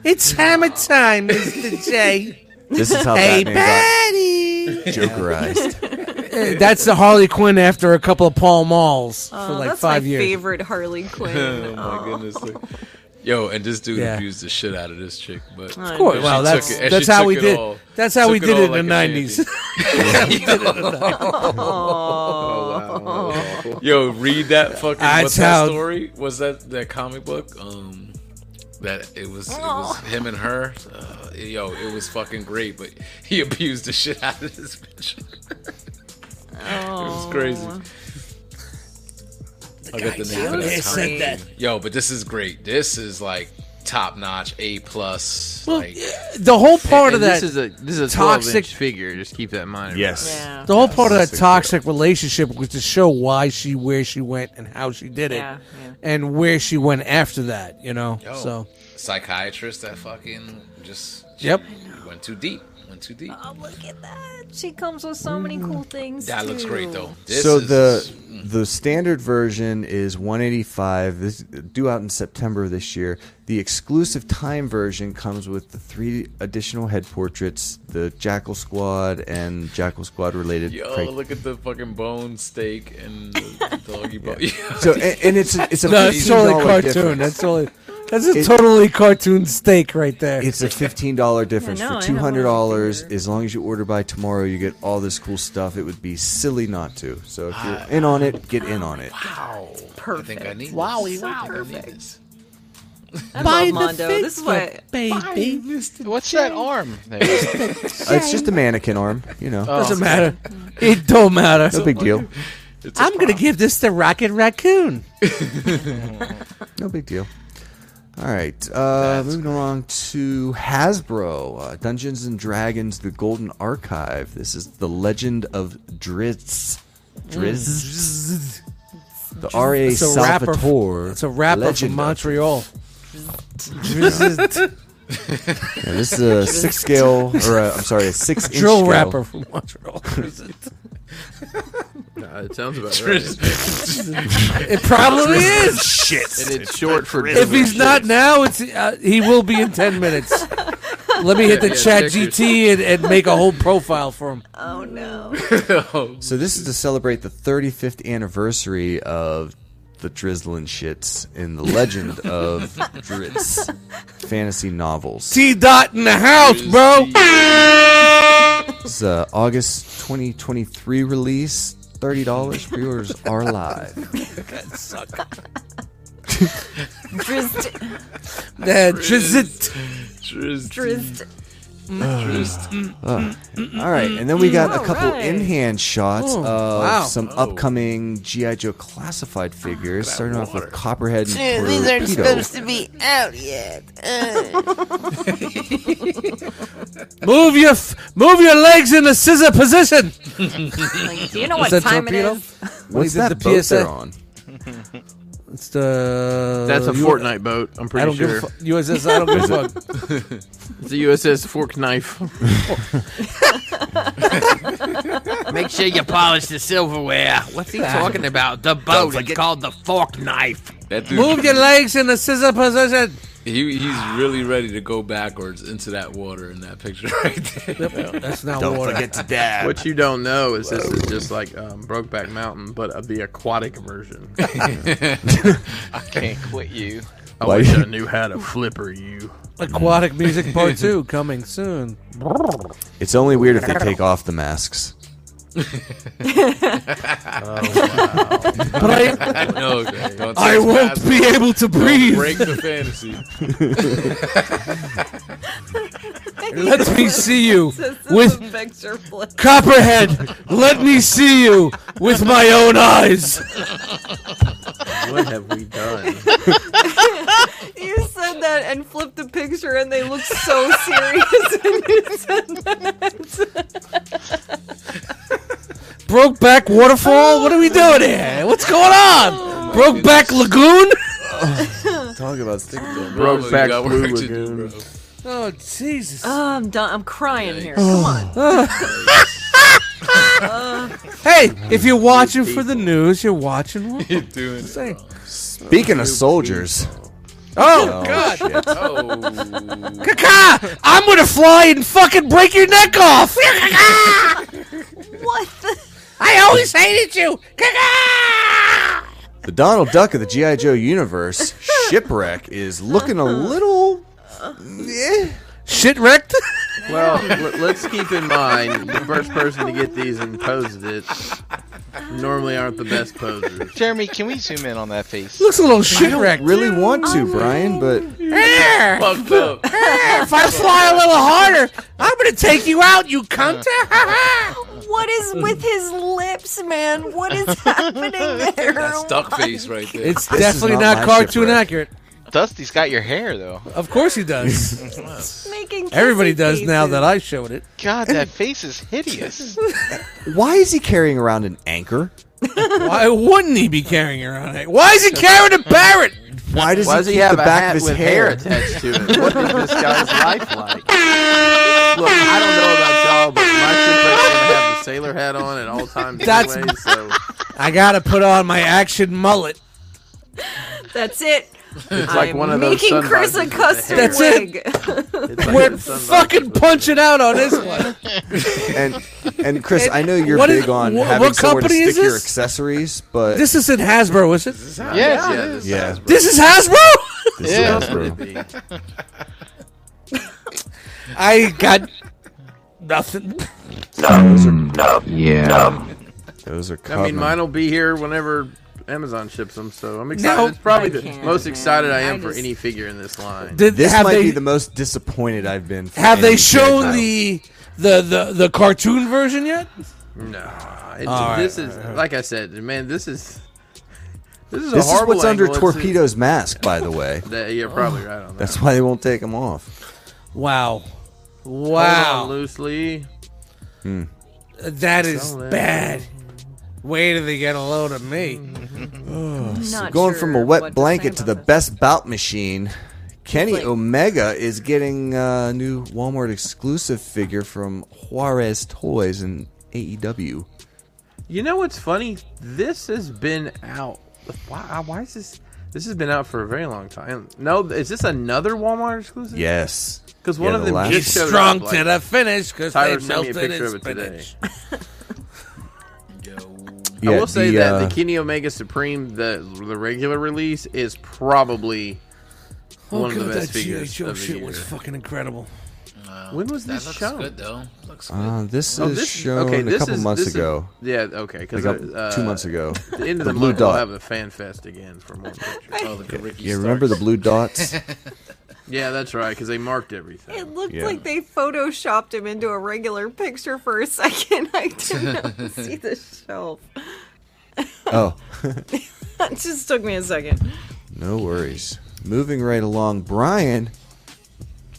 S2: It's hammer time, Mr. J.
S3: This is how
S2: Hey,
S3: Batman
S2: Patty.
S3: got Jokerized.
S2: That's the Harley Quinn after a couple of Pall Malls for
S4: Oh,
S2: like
S4: that's
S2: five
S4: my
S2: years.
S4: favorite Harley
S1: *laughs* Oh
S4: Quinn.
S1: my goodness. Like, yo, and this dude
S2: Yeah.
S1: abused the shit out of this chick, but
S4: Of
S2: Of course.
S1: She
S2: Well,
S1: took
S2: that's
S1: it- and
S2: that's
S1: she
S2: how
S1: took
S2: we
S1: it
S2: did. *laughs*
S1: all-
S2: That's how we
S1: took
S2: did
S1: all
S2: it in the
S1: like a
S2: nineties.
S1: champion. Yo, read that fucking
S2: That's
S1: what's that
S2: how-
S1: story? Was that that comic book? Um that it was it was him and her. Uh, yo, it was fucking great, but he abused the shit out of this bitch. it was crazy. I'll get the name for that comic.
S2: said that.
S1: Yo, but this is great. This is like top notch, A plus. like
S2: The whole part
S5: And
S2: of that.
S5: This is a this is a
S2: toxic-
S5: toxic figure. Just keep that in mind.
S4: Yeah.
S2: the whole part of that toxic relationship was to show why she, where she went, and how she did it,
S4: Yeah, yeah.
S2: and where she went after that. You know,
S1: Yo.
S2: so
S1: psychiatrist that fucking just
S2: Yep.
S1: went too deep. Went too deep.
S4: Oh, look at that. She comes with so many cool things.
S1: That looks
S4: too.
S1: great though. *laughs* This
S3: so
S1: is,
S3: the the standard version is 185. This due out in September of this year. The exclusive time version comes with the three additional head portraits, the Jackal Squad and Jackal Squad related.
S1: Yo,
S3: crank-
S1: look at the fucking bone steak and the doggy bone. *laughs* Yeah.
S3: so and, and it's a, it's
S2: *laughs*
S3: a
S2: no, it's
S3: fifteen
S2: totally
S3: dollar
S2: cartoon. That's totally. That's a totally cartoon steak right there.
S3: It's a fifteen dollar difference
S4: no, I
S3: for
S4: have
S3: two
S4: one
S3: hundred dollars.
S4: finger.
S3: As long as you order by tomorrow, you get all this cool stuff. It would be silly not to. So if you're in on it, get in on it.
S1: Ah. Wow. I think I
S4: Perfect.
S1: need
S2: Wowie,
S1: this. I think I need
S4: perfect.
S1: this.
S4: I
S2: Buy
S4: love Mondo.
S2: the
S4: This is what.
S2: *laughs* Facebook, baby.
S6: What's that arm? There?
S3: Uh, it's just a mannequin arm, you know.
S1: Oh.
S2: Doesn't
S4: *laughs*
S2: matter. It don't matter.
S3: No big deal.
S2: I'm gonna give this to Rocket Raccoon.
S3: No big deal. All right, uh, moving along to Hasbro uh, Dungeons and Dragons: The Golden Archive. This is the Legend of Drizzt. Drizzt. The R.A.
S2: Mm. It's a rapper-
S3: Salvatore.
S2: It's a rapper
S3: Legend
S2: from
S3: of-
S2: Montreal. Drizzled
S3: Yeah, this is a six scale, or i I'm sorry, a six inch
S2: drill
S3: scale.
S2: rapper from Montreal.
S5: Uh, it sounds about right.
S2: It probably is.
S5: And it's short for
S2: If he's not now, it's uh, he will be in ten minutes. Let me hit the
S5: yeah,
S2: chat
S5: pictures.
S2: GT and, and make a whole profile for him.
S4: Oh no.
S3: So this is to celebrate the 35th anniversary of the Drizzlin' Shits in the Legend of
S2: *laughs*
S3: Drizzt fantasy novels.
S2: T dot in the house, bro.
S3: It's uh, August 2023 release. Thirty dollars pre-orders are live.
S4: Drizzt.
S2: Yeah, drizzled.
S4: Drizzt.
S3: All right, and then we got a
S4: All
S3: couple
S4: right.
S3: in-hand shots
S2: Oh,
S3: of
S2: wow.
S3: some upcoming GI Joe classified figures. Starting off with Copperhead and
S7: Uh, These aren't
S3: Torpedo.
S7: supposed to be out yet. Uh,
S2: Move your f- move your legs in the scissor position.
S4: Like, do you know what
S2: that
S4: time
S2: torpedo?
S4: it is?
S3: What's
S2: What is it,
S3: that
S2: the
S3: boat
S2: PSA?
S3: they're on?
S2: It's the
S5: That's a
S2: Uh, you-
S5: Fortnite boat. I'm
S2: I
S5: pretty
S2: don't
S5: sure.
S2: give a fu- USS. I don't give a fuck.
S5: It's a USS Fork Knife.
S10: *laughs* Make sure you polish the silverware. What's he talking about? The boat. It's called the fork knife.
S1: That dude,
S2: Move your legs in the scissor position.
S1: he, he's really ready to go backwards into that water in that picture *laughs* right there.
S2: That's not
S3: Don't
S2: water.
S3: forget to dab.
S5: What you don't know is this is just like um, Brokeback Mountain, but of the aquatic version.
S2: *laughs*
S6: I can't quit you.
S5: I
S3: Why-
S5: wish I knew how to flipper you.
S2: Aquatic Music Part 2 coming soon.
S3: It's only weird if they take off the masks.
S1: no, don't
S2: I
S1: touch
S2: won't
S1: that.
S2: be able to breathe.
S1: Break the
S3: *laughs*
S1: fantasy.
S2: Let me see you
S4: *laughs* This is
S2: with
S4: a picture flip.
S2: Copperhead. Let me see you with my own eyes.
S5: What have we done?
S4: You said that and flipped the picture, and they looked so serious when you said that.
S2: Brokeback Waterfall. What are we doing here? What's going on? Brokeback Lagoon.
S3: Talk about stick
S5: Brokeback
S1: got
S5: Blue
S1: work to do,
S5: Lagoon.
S1: bro.
S2: Oh Jesus.
S4: Oh, I'm done. I'm crying here. Come on.
S2: hey, if you're watching for the news, you're watching. What
S1: You're doing it
S2: Say.
S1: wrong.
S3: Speaking of soldiers.
S2: Oh, God.
S3: shit.
S1: Oh,
S2: Kaka! I'm gonna fly and fucking break your neck off. Kaka!
S4: *laughs* What the?
S2: *laughs* I always hated you. *laughs* Kaka!
S3: The Donald Duck of the GI Joe universe, Shipwreck, is looking a little. Eh.
S2: Shit wrecked.
S5: *laughs* Well, l- let's keep in mind the first person to get these and poses it normally aren't the best posers.
S6: Jeremy, can we zoom in on that face?
S2: Looks a little shit
S3: I
S2: wrecked.
S3: really want to, Brian, but
S2: Here,
S1: fucked up.
S3: *laughs*
S2: if I fly a little harder, I'm gonna take you out, you cunt. *laughs*
S4: What is with his lips, man? What is happening there?
S1: That's duck face right there.
S2: it's
S3: This is
S2: definitely not,
S3: not my
S2: cartoon
S3: shipwreck.
S2: accurate.
S6: Dusty's got your hair though.
S2: Of course he
S3: *laughs*
S2: does.
S4: Making
S2: Everybody
S4: kissy
S2: does now
S4: faces.
S2: that I showed it.
S6: God, that face is
S3: *laughs*
S6: hideous.
S3: why is he carrying around an anchor?
S2: Why wouldn't he be carrying around it? Why is he carrying a parrot?
S3: Why does
S5: Why does
S3: he,
S5: he
S3: keep
S5: have
S3: the
S5: a
S3: back
S5: hat
S3: of his
S5: with
S3: hair?
S5: hair attached to it? What is this guy's life like? Look, I don't know about y'all, but my shipwreck's gonna have the sailor hat on at all times
S2: That's-
S5: anyway, so
S2: I gotta put on my action mullet.
S4: That's it.
S5: it's like
S4: I'm
S5: one of those
S4: making Chris
S5: sunrises
S4: a
S5: with the
S4: custom
S5: hair.
S2: That's it.
S4: wig.
S5: It's like
S2: We're
S5: the sunrise
S2: fucking
S5: with the-
S2: punching out on this one.
S3: And and Chris, I know you're
S2: What is-
S3: big on
S2: wh-
S3: having
S2: what
S3: somewhere to
S2: company is
S3: stick your
S2: this?
S3: accessories, but
S2: This isn't Hasbro, is it?
S6: yeah,
S5: Yeah, this-
S3: yeah,
S2: This is Hasbro.
S3: this
S6: Yeah.
S3: is Hasbro.
S2: *laughs* I got nothing.
S10: Yeah.
S3: Those are.
S5: I mean,
S3: Cubman.
S5: mine will be here whenever Amazon ships them, so I'm excited.
S2: No.
S5: it's probably
S4: I
S5: the
S4: can't,
S5: most
S4: man.
S5: excited I am
S4: I
S5: for
S4: just-
S5: any figure in this line.
S2: Did,
S3: This
S2: have
S3: might
S2: they,
S3: be the most disappointed I've been. For
S2: have they
S3: any
S2: shown
S3: G.I. Joe.
S2: the, the the the cartoon version yet?
S5: No, it's,
S2: All
S5: this is like I said, man. This is this is a
S3: This is
S5: horrible
S3: what's under
S5: angle. It's-
S3: Torpedo's mask, by the way.
S5: That, you're probably right on that.
S3: That's why they won't take him off.
S2: Wow.
S5: Hold on
S2: Wow.
S5: loosely.
S2: That is
S5: Sell it.
S2: bad. Way do they get a load of me?
S5: Mm-hmm.
S4: Not
S3: Going
S4: sure
S3: from a
S4: what
S3: wet
S4: to
S3: blanket to
S4: say
S3: the
S4: about this.
S3: best bout machine, Kenny
S4: Like-
S3: Omega is getting a new Walmart exclusive figure from Juarez Toys E and AEW.
S5: You know what's funny? This has been out. Why? uh, Why is this? This has been out for a very long time. No, is this another Walmart exclusive?
S3: Yes.
S5: because one
S3: Yeah,
S5: of
S3: the
S5: them
S3: last- He's
S5: just showed
S2: Strong
S5: up, like,
S2: to the finish because they
S5: Tyler sent me a
S2: melted
S5: picture
S2: his
S5: of it today. *laughs*
S2: spinach.
S3: Yeah,
S5: I will say
S3: the,
S5: that
S3: uh,
S5: the Kenny Omega Supreme, the the regular release, is probably one
S2: Oh,
S5: of the
S2: God,
S5: best
S2: that G.I.
S5: figures
S2: Joe
S5: of the
S2: shit
S5: year.
S2: was fucking incredible.
S5: when was
S1: that
S5: this
S1: looks
S5: shown?
S1: good though. Looks good.
S3: uh, this
S5: Oh,
S3: is
S5: this-
S3: shown a couple
S5: is-
S3: months
S5: this is-
S3: ago.
S5: yeah, okay, because uh,
S3: like a- two months ago.
S5: The end of the,
S3: blue
S5: month,
S3: dot.
S5: we'll have the fan fest again for
S3: *laughs*
S5: more pictures.
S1: oh, look at Ricky.
S3: You remember the
S1: Starks.
S3: blue
S5: *laughs*
S3: dots?
S5: yeah, that's right, because they marked everything.
S4: It looked
S3: Yeah.
S4: like they photoshopped him into a regular picture for a second. *laughs* I didn't see the shelf.
S3: oh,
S4: It just took me a second.
S3: no worries. Moving right along, Brian.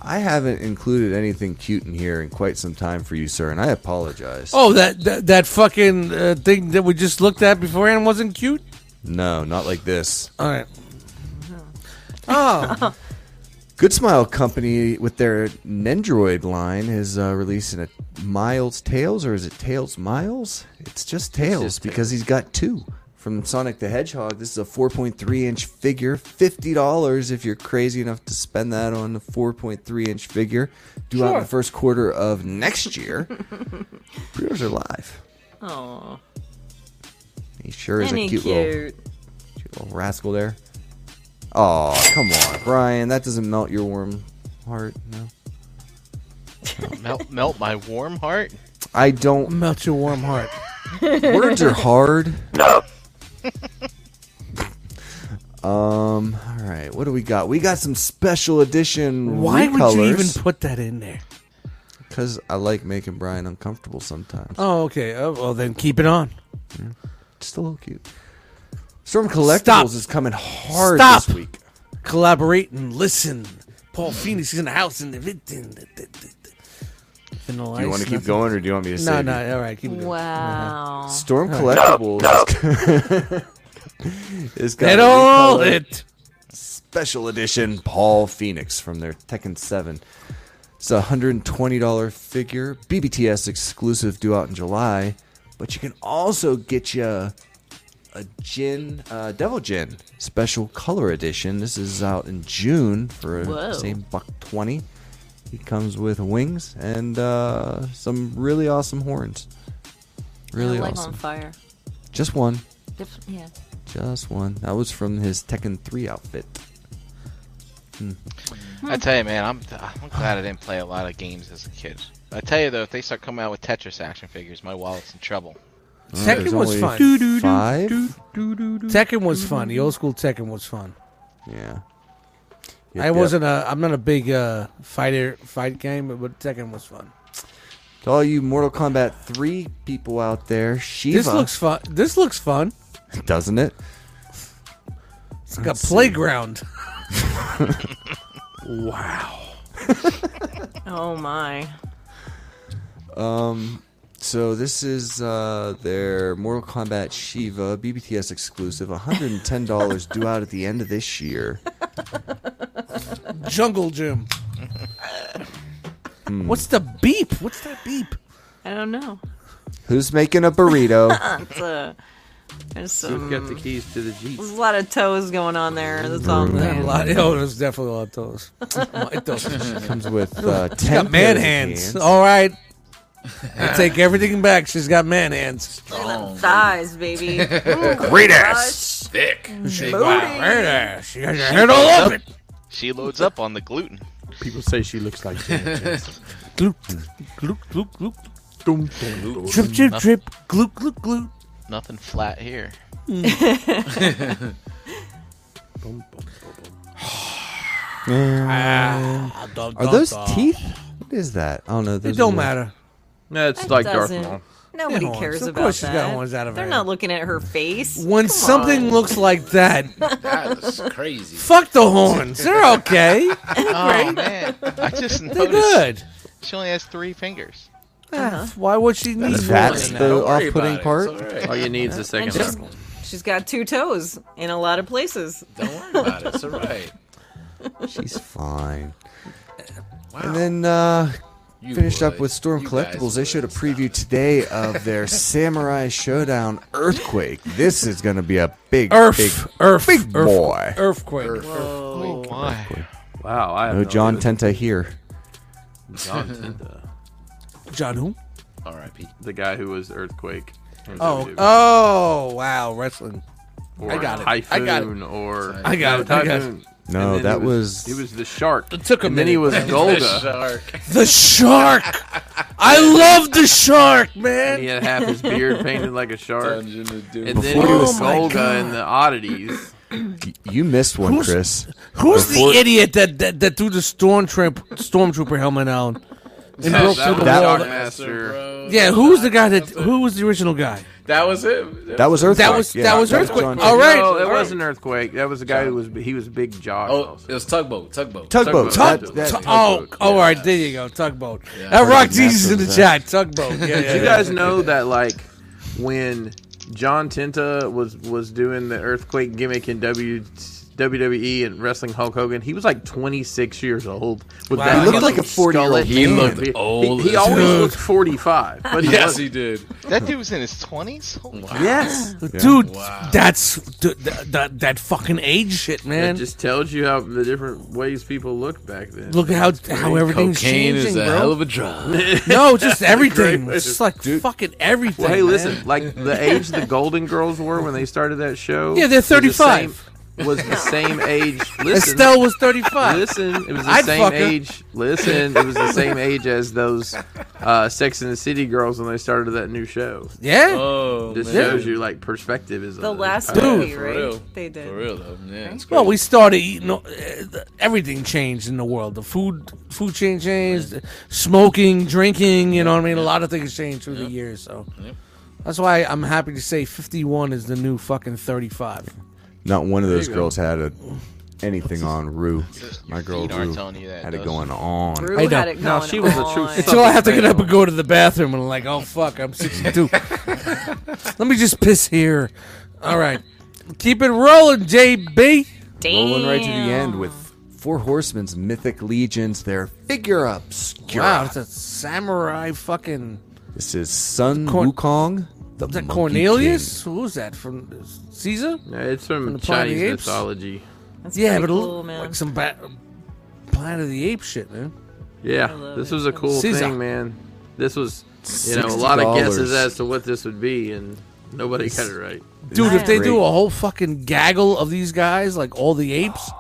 S3: I haven't included anything cute in here in quite some time for you, sir, and I apologize.
S2: Oh, that that, that fucking uh, thing that we just looked at beforehand wasn't cute.
S3: No, not like this.
S2: All right. Oh,
S3: Good Smile Company with their Nendroid line is uh, releasing a Miles Tails, or is it Tails Miles? It's just Tails because he's got two from Sonic the Hedgehog. This is a 4.3 inch figure, fifty dollars if you're crazy enough to spend that on the 4.3 inch figure. Due out in
S4: Sure.
S3: the first quarter of next year. *laughs* Pre-orders are live.
S4: Oh,
S3: He sure is a
S4: Any
S3: cute, Little,
S4: cute.
S3: cute little rascal there. Oh, come on, Brian. That doesn't melt your warm heart. No.
S6: melt, melt my warm heart.
S3: I don't.
S2: Melt your warm heart.
S3: Words are hard. um. All right. What do we got? We got some special edition.
S2: Why would you even put that in there?
S3: Because I like making Brian uncomfortable sometimes.
S2: Oh, okay. Oh, well, then keep it on.
S3: Just a little cute. Storm Collectibles
S2: Stop.
S3: is coming hard
S2: Stop.
S3: this week.
S2: Collaborate and listen. Paul Phoenix is in the house and the Do
S3: Do you want to keep going, or do you want me to
S2: No,
S3: save you?
S2: no. All right, keep it going.
S4: wow.
S3: Storm Collectibles *laughs* is got
S2: That
S3: a
S2: all
S3: recolored
S2: it.
S3: special edition Paul Phoenix from their Tekken 7. It's a $120 figure, BBTS exclusive due out in July, but you can also get you a Gin, uh, Devil Gin special color edition. This is out in June for
S4: Whoa.
S3: the same buck 20. He comes with wings and uh, some really awesome horns. Really
S4: Yeah, like
S3: awesome.
S4: on fire.
S3: Just one.
S4: Dif- yeah.
S3: Just one. That was from his Tekken 3 outfit.
S6: I tell you, man, I'm I'm glad I didn't play a lot of games as a kid. I tell you though, if they start coming out with Tetris action figures, my wallet's in trouble.
S2: Tekken
S3: There's
S2: was
S3: only
S2: fun.
S3: Five?
S2: Tekken was fun. The old school Tekken was fun.
S3: Yeah.
S2: I wasn't a. I'm not a big uh, fighter fight game, but- but Tekken was fun.
S3: To all you Mortal Kombat 3 people out there, Shiva.
S2: This looks fun. This looks fun.
S3: Doesn't it?
S2: It's like a playground.
S4: Oh my.
S3: So this is uh, their Mortal Kombat Shiva BBTS
S2: *laughs*
S3: exclusive, $110 due out at the end of this year.
S2: Jungle gym.
S3: Hmm.
S2: What's the beep? What's that beep?
S4: I don't know.
S3: Who's making a burrito?
S4: It's uh There's
S5: Who's
S4: some.
S5: got the keys to the Jeep?
S3: Mm.
S4: There's a lot of toes going on there. That's all I'm
S2: That
S4: saying.
S2: lot, oh, there's definitely a lot of
S4: *laughs*
S2: those. My toes.
S3: Comes
S2: *laughs*
S3: with uh, 10
S2: got man
S3: pairs of
S2: hands. All right.
S3: *laughs*
S2: I take everything back. She's got man hands.
S1: Strong.
S4: Thighs, baby. Oh
S1: Great ass. Thick.
S3: Mm-hmm.
S1: Big wow.
S2: Right She has her head all open.
S6: She loads up on the gluten.
S5: People say she looks like Janet Jackson.
S2: Gloop, gloop, gloop, gloop. Trip, trip, trip. Gloop, gloop, gloop.
S6: Nothing flat here.
S2: Oh, Ah, dum,
S3: Are
S2: dum,
S3: those
S2: dum.
S3: teeth? What is that? I don't know.
S2: It don't matter.
S5: That's
S4: That
S5: like
S4: doesn't-
S5: Darth Maul.
S4: Nobody
S2: Yeah, horns.
S4: cares
S2: Of
S4: about
S2: course she's
S4: that.
S2: got horns out of her
S4: They're
S2: head.
S4: not looking at her face.
S2: When
S4: Come
S2: something
S4: on.
S2: looks like
S4: *laughs*
S2: that,
S1: That is crazy.
S3: *laughs*
S2: fuck the horns. They're okay.
S6: Oh man, I *laughs* just
S2: They're
S3: *laughs*
S6: noticed
S2: good.
S6: she only has three fingers.
S4: Uh-huh.
S2: Ah, Why would she need
S3: That's
S2: one?
S3: the
S1: Don't worry about
S3: off-putting
S1: it.
S3: part.
S1: It's all right.
S5: All you need is a second
S4: just-
S5: level.
S4: she's got two toes in a lot of places.
S1: Don't worry about it. It's all right.
S3: She's fine.
S1: Wow.
S3: And then uh,
S1: You
S3: finished up
S1: would.
S3: with Storm
S1: You guys
S3: Collectibles. They showed a
S1: would.
S3: preview today of their Samurai Showdown Earthquake. This is going to be a big,
S2: Earth,
S3: big,
S2: earth,
S3: big
S2: earth,
S3: boy.
S2: earthquake.
S6: Oh my!
S5: Wow, I have
S3: No Oh, John
S5: idea.
S3: Tenta here.
S5: John Tenta,
S2: John who?
S1: R.I.P.
S5: the guy who was Earthquake. in
S2: Oh,
S5: WWE,
S2: oh, wow, wrestling.
S5: or
S2: I got it. I
S5: Typhoon,
S2: got it.
S5: Or
S2: I got it, I got it.
S5: Typhoon.
S3: No,
S5: And then
S3: that
S5: he
S3: was-
S5: he was the shark.
S2: It took a
S5: and
S2: *laughs*
S5: then he was
S2: minute.
S5: Golda.
S2: The shark. I love the shark, man.
S5: and he had half his beard painted like a shark. And then he
S3: Before-
S5: was
S2: Oh my
S5: Golga in the Oddities.
S3: You missed one,
S2: Who's-
S3: Chris.
S2: Who's
S3: Before-
S2: the idiot that, that that threw the storm tramp, stormtrooper helmet on and
S1: That-
S2: broke
S5: that
S2: through the
S5: was
S2: wall?
S5: Dark Master.
S2: Yeah, who's the guy that? Who was the original guy?
S1: That was him.
S3: That was Earthquake.
S2: was-
S3: yeah,
S2: that was Earthquake.
S3: John
S2: All
S3: Tenta.
S2: right.
S5: No, it wasn't Earthquake. That was the guy who was he was Big Jock.
S1: Oh,
S5: also.
S1: it was tugboat. Tugboat.
S3: Tugboat.
S5: Tug-
S3: That- that-
S2: Tu- oh,
S3: Tugboat.
S2: oh, all right, there you go, tugboat.
S1: Yeah.
S2: That rock
S3: Freaking
S2: Jesus in the
S3: Master
S2: chat, tugboat. Yeah, yeah,
S5: Did you
S2: yeah.
S5: guys know that like when John Tenta was was doing the Earthquake gimmick in W WWE and wrestling Hulk Hogan, he was like 26 years old. With
S3: Wow.
S5: that
S3: He looked like a
S5: fucking
S3: 40-year-old
S5: skulllet
S3: He
S5: man.
S1: looked
S5: He-
S1: old
S5: He,
S1: as
S5: always
S1: fuck.
S5: looked 45.
S1: *laughs*
S5: But he
S1: yes,
S5: wasn't.
S1: he did.
S6: That dude was in his twenties.
S5: Yes.
S2: Dude,
S1: Wow.
S2: that's dude, that, that that fucking age shit,
S5: It
S2: man.
S5: just tells you how the different ways people looked back then.
S2: Look at how how everything's
S1: Cocaine
S2: changing,
S1: is a
S2: bro.
S1: hell of a
S2: *laughs*
S1: drug.
S5: *laughs*
S2: no, just everything.
S5: Great
S2: It's just like fucking everything.
S5: Well, hey,
S2: man.
S5: listen, like the age the Golden Girls were when they started that show.
S2: Yeah, they're
S5: was the
S2: 35.
S5: same- Was the same age. Listen,
S2: Estelle was thirty-five.
S5: Listen, it was the
S2: I'd
S5: same
S2: fuck her.
S5: age. Listen, it was *laughs* the same age as those uh, Sex and the City girls when they started that new show.
S2: yeah,
S5: Uh,
S1: Oh,
S5: This
S1: man.
S5: shows you like perspective is
S4: The
S5: a-
S4: last
S5: uh,
S4: movie,
S1: For
S4: right?
S1: real.
S4: They did.
S1: For real, though. Yeah, it's
S2: Well,
S1: crazy.
S2: we started eating. uh, Everything changed in the world. The food food chain changed. Smoking, drinking. You know what I mean. A lot of things changed through the years. So that's why I'm happy to say 51 is the new fucking 35.
S3: Not one of those girls had a, anything on Rue. My girl
S6: feet aren't
S3: Rue
S6: telling you that,
S3: had it
S6: does
S3: going on.
S4: Rue
S2: I
S4: had
S2: don't-
S4: it
S5: no,
S4: going
S5: she was a
S4: on.
S5: true
S2: Until I have to get up and go to the bathroom and like, oh fuck, I'm
S5: *laughs*
S2: 62. Let me just piss here. All right, keep it rolling, JB.
S3: Rolling right to the
S4: Damn.
S3: end with Four Horsemen's Mythic Legions, their figure obscura.
S2: Wow, it's a samurai fucking.
S3: This is Sun
S2: Corn-
S3: Wukong. The
S2: Is that
S3: Monkey
S2: Cornelius? Who's that from? Caesar?
S5: Yeah, It's from,
S2: the Planet of the
S5: Chinese
S2: Apes?
S5: mythology.
S4: That's
S2: Yeah,
S4: pretty
S2: but
S4: cool,
S2: l-
S4: man.
S2: like some ba- Planet of the Ape shit, man.
S5: Yeah,
S4: love
S5: this
S4: it.
S5: was a cool
S2: Caesar.
S5: thing, man. This was, you know, a lot of guesses
S3: $60.
S5: as to what this would be, and nobody got it right.
S2: Dude, if they
S4: Damn.
S2: do a whole fucking gaggle of these guys, like all the apes,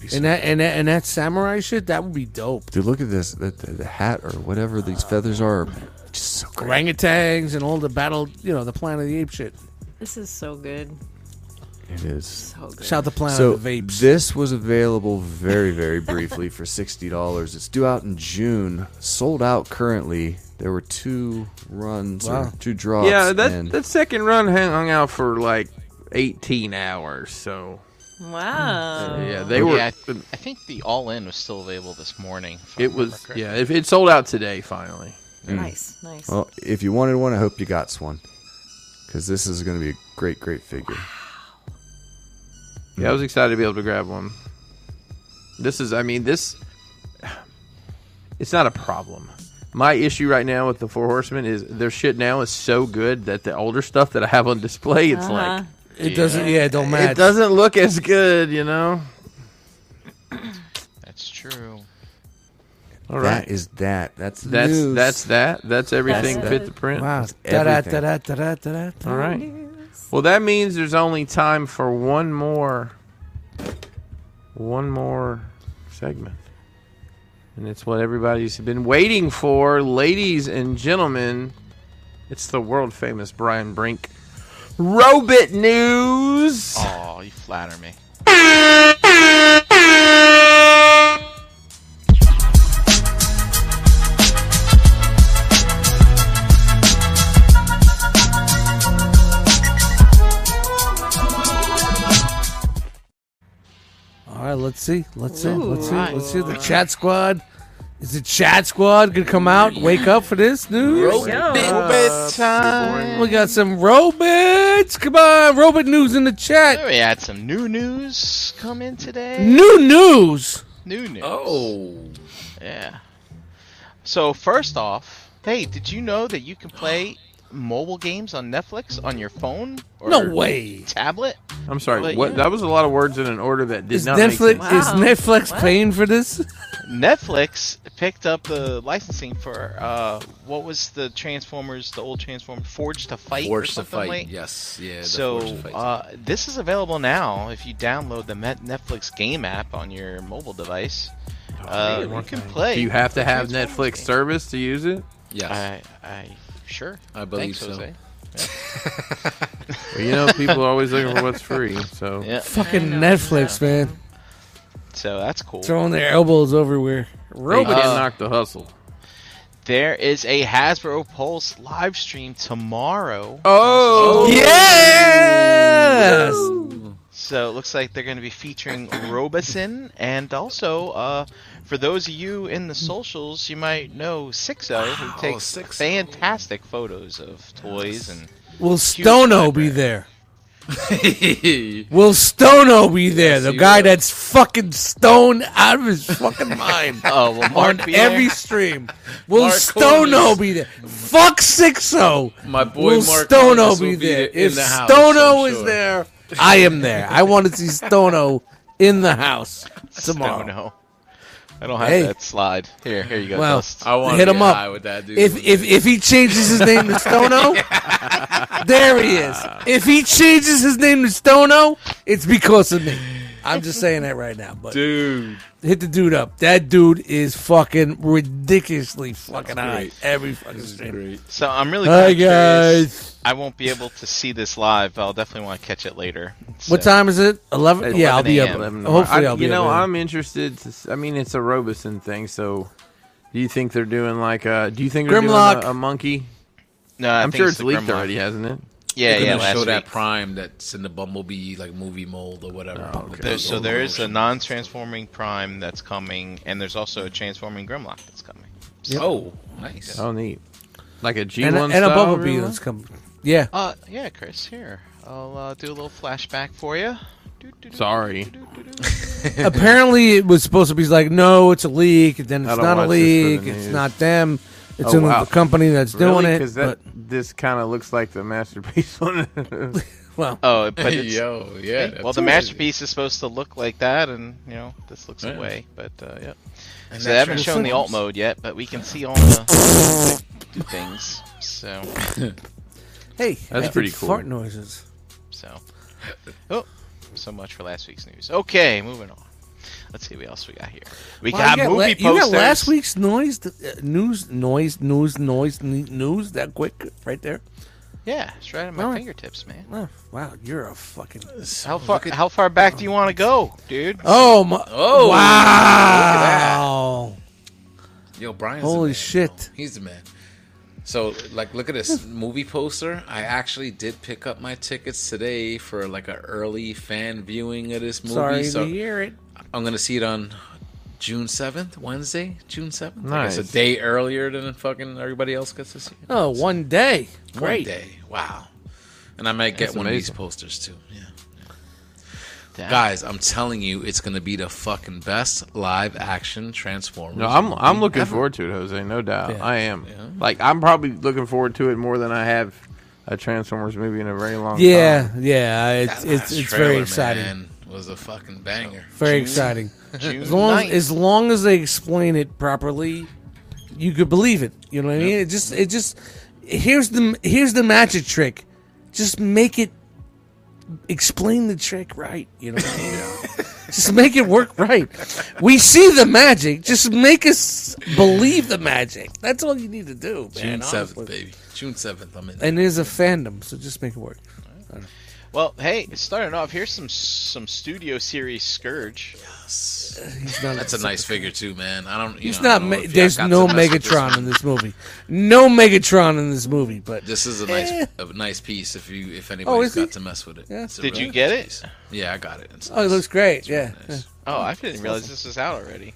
S3: Kid.
S2: and that and that, and that samurai shit, that would be dope.
S3: Dude, look at this. The, the, the hat or whatever these
S2: Uh,
S3: feathers are. Just so great.
S2: Orangutans and all the battle, you know, the Planet of the Ape shit.
S4: This is so good.
S3: It is.
S4: So good.
S2: Shout the Planet
S3: So
S2: of the Apes.
S3: this was available very, very briefly for sixty dollars. It's due out in June. Sold out currently. There were two runs
S2: Wow.
S3: or two drops.
S5: yeah, that
S3: and
S5: that second run hang- hung out for like 18 hours. So
S4: wow.
S5: yeah, they were.
S6: Yeah, I, th- I think the All In was still available this morning. if I
S5: It
S6: remember
S5: was.
S6: correctly.
S5: Yeah, it, it sold out today. Finally.
S2: Mm.
S4: Nice, nice.
S2: Oh.
S3: Well, if you wanted one, I hope you got one, because this is going to be a great, great figure.
S5: Yeah, I was excited to be able to grab one. This is, I mean, this. It's not a problem. My issue right now with the Four Horsemen is their shit now is so good that the older stuff that I have on display, it's
S4: Uh-huh.
S2: it doesn't, yeah, it don't
S5: like
S2: match.
S5: it doesn't look as good, you know.
S6: That's true.
S5: All
S3: That
S5: right,
S3: is that. That's the
S5: that's
S3: news.
S5: that's that. That's everything
S4: That's
S5: fit
S4: it.
S5: the print.
S2: Wow. Da-da,
S3: everything.
S2: da-da, da-da, da-da, da.
S5: All right. Well, that means there's only time for one more, one more segment, and it's what everybody's been waiting for, ladies and gentlemen. It's the world famous Brian Brink Robit News.
S6: Oh, you flatter me.
S2: All right, let's see. Let's see. Let's see.
S6: Ooh.
S2: Let's see. The chat squad. Is the chat squad going to come out, wake up for this news? We got some robots. Come on, robot news in the chat.
S6: We had some new news come in today.
S2: New news.
S6: New news.
S1: Oh,
S6: Yeah. So first off, hey, did you know that you can
S1: *gasps*
S6: play mobile games on Netflix on your phone or
S2: No way.
S6: tablet?
S5: I'm sorry.
S6: Wait.
S5: What? That was a lot of words in an order that did
S2: Is
S5: not make
S2: Netflix is
S5: sense.
S4: Wow.
S2: Netflix
S4: What?
S2: paying for this?
S6: Netflix picked up the licensing for uh, what was the Transformers, the old Transformers, Forge to Fight, or
S1: forced to
S6: something
S1: fight.
S6: like.
S1: Yes, yeah. the
S6: so
S1: forced to fight.
S6: uh, this is available now if you download the Met- Netflix game app on your mobile device. Uh, you can play.
S5: Do you have to have
S6: Transformers
S5: Netflix
S6: game.
S5: service to use it?
S1: yes,
S6: I, I sure.
S1: I believe
S6: Thanks,
S1: so.
S6: Jose.
S5: Well, you know, people are always looking for what's free. So
S6: Yeah.
S2: Fucking
S4: I know.
S2: Netflix, man.
S6: So that's cool.
S2: Throwing their elbows everywhere.
S5: they
S2: Robot.
S5: can't
S6: Uh,
S5: knock the hustle.
S6: There is a Hasbro Pulse live stream tomorrow.
S5: Oh,
S2: Yes.
S6: So it looks like they're going to be featuring Robeson, and also uh, for those of you in the socials, you might know Sixo, who takes
S1: Sixo.
S2: *laughs*
S6: fantastic photos of toys and
S2: Will Stono be there? Will Stono be there? the guy that's fucking stoned out of his
S5: *laughs*
S2: fucking mind.
S6: Oh, will Mark
S2: on
S6: be
S2: every
S6: *laughs* there?
S2: stream. Will
S1: Mark
S2: Stono
S1: Cornus.
S2: be there? Fuck six zero.
S1: *laughs* My boy
S2: will
S1: Mark
S2: Stono
S1: Cornus
S2: be
S1: will be
S2: there?
S1: in
S2: if
S1: the house,
S2: Stono
S1: I'm
S2: is
S1: sure.
S2: there, I am there. I want to see Stono in the house tomorrow.
S6: Stono. I don't have
S2: Hey.
S6: that slide. Here, here you go.
S2: Well,
S6: Dust.
S1: I want
S2: Hit
S1: to
S2: him
S1: be
S2: up.
S1: high with that dude.
S2: If if if he changes his name to
S5: *laughs*
S2: Stono, there he is. If he changes his name to Stono, it's because of me. I'm just saying that right now. But
S1: dude,
S2: hit the dude up. That dude is fucking ridiculously fucking high
S1: great.
S2: every fucking stream.
S6: So I'm really
S2: Hi
S6: kinda curious.
S2: guys,
S6: I won't be able to see this live. but I'll definitely want to catch it later.
S2: what
S6: So-
S2: time is it? Eleven.
S5: At
S2: Yeah, I'll be
S6: 11
S2: up.
S6: a.m.
S2: Hopefully,
S5: I,
S2: I'll be
S5: you know,
S2: up.
S5: I'm interested. To, s- I mean, it's a Robeson thing, so do you think they're doing like a? Do you think they're
S2: Grimlock.
S5: doing a, a monkey?
S6: No, I
S5: I'm
S6: think
S5: sure
S6: it's
S5: it's
S6: the
S5: leaked
S6: Grimlock.
S5: already, hasn't it?
S6: Yeah,
S1: They're
S6: yeah.
S1: gonna
S6: Last
S1: show
S6: week.
S1: that prime that's in the Bumblebee like movie mold or whatever.
S6: There- Oh, so there is a non-transforming Prime that's coming, and there's also a transforming Grimlock that's coming.
S1: Oh, nice. *laughs*
S5: Oh, neat. Like a G1
S2: and, a- and a
S5: style
S2: bumblebee
S5: Grimlock?
S2: that's coming. Yeah.
S6: Uh, yeah, Chris. Here, I'll uh, do a little flashback for you.
S5: Sorry.
S1: *laughs*
S5: *laughs*
S2: Apparently, it was supposed to be like, no, it's a leak. and Then
S5: I
S2: it's
S5: don't
S2: not a
S5: watch this for the
S2: leak. It's
S5: news.
S2: not them. It's
S5: Oh,
S2: in
S5: wow.
S2: the company that's doing
S5: Really?
S2: it.
S5: Because that this kind of looks like the masterpiece *laughs* one.
S2: but- well,
S6: Oh, but it's,
S1: Yo, yeah. that's
S6: well, the
S1: crazy.
S6: masterpiece is supposed to look like that, and you know this looks
S1: Yeah.
S6: away. But uh, yeah,
S1: And that
S6: so they haven't
S1: trans-
S6: shown the alt mode yet, but we can see all the
S1: *laughs*
S6: things. So,
S2: hey, I did
S5: pretty cool.
S2: Fart noises.
S1: *laughs*
S6: so, oh, so much for last week's news. Okay, moving on. Let's see what else we got here. We
S2: Wow,
S6: got
S2: you
S6: movie
S2: la- You got
S6: posters.
S2: last week's noise, th- uh, news, noise, news, noise, ne- news. That quick, right there.
S6: Yeah, it's right at my
S2: Alright.
S6: fingertips, man.
S2: Oh, wow, you're a fucking.
S6: How far? How far back do you want to go, dude?
S2: Oh my!
S1: Oh,
S2: wow!
S1: Yo, Brian's the
S2: Holy
S1: man,
S2: shit.
S1: bro. He's the man. So, like, look at
S2: *laughs*
S1: this movie poster. I actually did pick up my tickets today for like an early fan viewing of this movie.
S2: Sorry
S1: so
S2: to hear it.
S1: I'm gonna see it on June seventh, Wednesday, June seventh. Like
S5: Nice.
S1: it's a day earlier than fucking everybody else gets to see. it.
S2: Oh, one day.
S1: One
S2: Great.
S1: day. Wow. And I might get
S5: That's
S1: one of
S5: amazing.
S1: these posters too. Yeah.
S6: Damn.
S1: Guys, I'm telling you, it's gonna be the fucking best live action Transformers.
S5: No, I'm I'm looking
S1: ever.
S5: forward to it, Jose. No doubt,
S2: Yeah.
S5: I am.
S1: Yeah.
S5: Like I'm probably looking forward to it more than I have a Transformers movie in a very long
S2: Yeah,
S5: time.
S2: yeah. It's
S1: That
S2: it's
S1: last
S2: it's
S1: trailer,
S2: very exciting.
S1: Man, was a fucking banger.
S2: Very exciting.
S6: June
S2: As long as,
S6: 9th.
S2: as long as they explain it properly, you could believe it. You know what I mean? It just it just here's the here's the magic trick. Just make it explain the trick right. You know. What I mean? *laughs* just make it work right. We see the magic. Just make us believe the magic. That's all you need to do, man.
S1: June seventh,
S2: honestly.
S1: baby. June seventh. I'm in.
S2: And it is a fandom, so just make it work.
S6: Well, hey, starting off, here's some some studio series Scourge.
S2: He's not
S1: That's a nice figure too, man. I don't. You
S2: He's
S1: know, I
S2: not.
S1: don't
S2: Ma-
S1: know if y'all
S2: there's
S1: got
S2: no
S1: to mess with this
S2: Megatron
S1: one.
S2: in this movie. No Megatron in this movie. But
S1: This is a
S2: Eh.
S1: nice, a nice piece. If you, if
S2: Oh,
S1: anybody's
S2: is he?
S1: got to mess with it,
S2: Yeah.
S1: It's a
S6: Did
S1: really
S6: you get
S1: nice
S6: it?
S1: piece. Yeah, I got it. It's
S2: oh, it
S1: nice.
S2: looks great.
S1: It's really
S2: Yeah, yeah.
S1: nice.
S6: Oh, I didn't realize this was out already.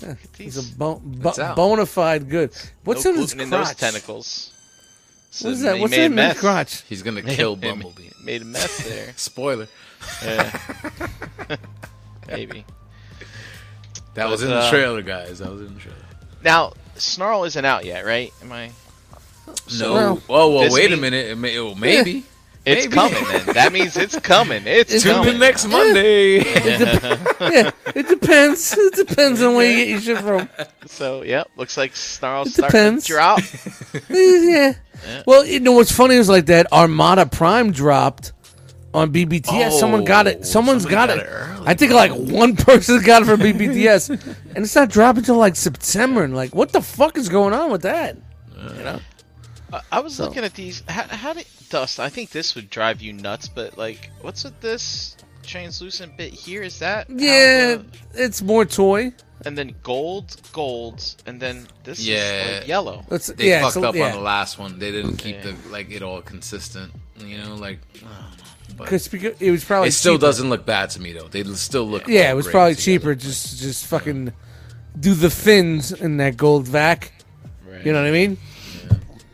S6: Look at
S2: he's
S6: these.
S2: a bo- bo-
S1: It's out.
S2: bona fide good. What's
S6: no
S2: in his
S6: gluten
S2: crotch?
S6: in those tentacles.
S2: What is
S6: So
S2: that?
S6: they
S2: What's
S6: made a
S2: in his
S1: *laughs*
S6: mess.
S2: crotch?
S1: He's
S6: *laughs*
S1: gonna
S6: They
S1: kill
S6: made-
S1: Bumblebee.
S6: Made a mess
S2: *laughs*
S6: there.
S1: Spoiler.
S6: Yeah. *laughs* Maybe.
S1: That was
S6: But,
S1: in the
S6: uh,
S1: trailer, guys. That was in the trailer.
S6: Now, Snarl isn't out yet, right? Am I?
S1: No.
S2: Well-
S1: oh well,
S6: This
S1: wait a
S6: mean-
S1: minute. It may, oh, maybe.
S6: It's
S1: Maybe.
S6: coming then. That means it's coming. It's,
S2: It's
S1: Tune
S6: coming.
S1: in next Monday.
S2: yeah, it depends. It depends on where you get your
S1: *laughs*
S2: shit from. *laughs*
S6: So, yep. Looks like Snarl's
S2: It
S6: starting
S2: depends. *laughs*
S6: to drop.
S2: yeah. Well, you know what's funny is like that Armada Prime dropped on BBTS. Someone got
S1: Oh,
S2: it. Someone's
S1: somebody
S2: got,
S1: got
S2: it.
S1: it early,
S2: I think like one person got it
S1: *laughs*
S2: for BBTS, and it's not dropping till like September. And like, what the fuck is going on with that?
S6: I- I was looking at these. How, how did Dust? I think this would drive you nuts, but like, what's with this translucent bit here? Is that how
S2: Yeah,
S6: the-
S2: it's more toy.
S6: and then gold, gold, and then this is
S1: Yeah.
S6: like yellow.
S2: Let's,
S1: they
S2: yeah,
S1: fucked
S2: so-
S1: up
S2: yeah.
S1: on the last one. They didn't keep
S6: Okay.
S1: the like it all consistent. You know, like. oh, but
S2: 'Cause beca- it was probably
S1: it still
S2: cheaper.
S1: doesn't look bad to me though. They still look.
S2: Yeah, it was
S1: great
S2: probably
S1: together.
S2: cheaper. Just just fucking do the fins in that gold vac.
S6: Right.
S2: You know what I mean?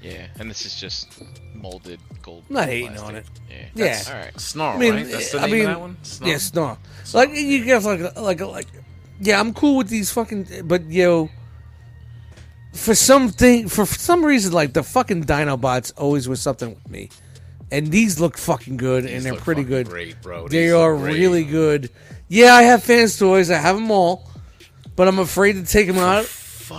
S6: Yeah, and this is just molded gold.
S2: I'm not hating on it.
S6: Yeah.
S2: Yeah.
S6: All right.
S1: Snarl,
S2: I mean,
S1: right? That's the
S2: I
S1: name
S2: mean,
S1: of that one? Snarl?
S2: yeah, snarl. Like you guys, like, like, like, yeah, I'm cool with these fucking, but yo, for something, for some reason, like the fucking Dinobots always was something with me, and these look fucking good,
S1: These
S2: and they're
S1: look
S2: pretty
S1: fucking
S2: good.
S1: Great, bro.
S2: They
S1: These
S2: are
S1: look great.
S2: really good. Yeah, I have fans toys. I have them all, but I'm afraid to take them out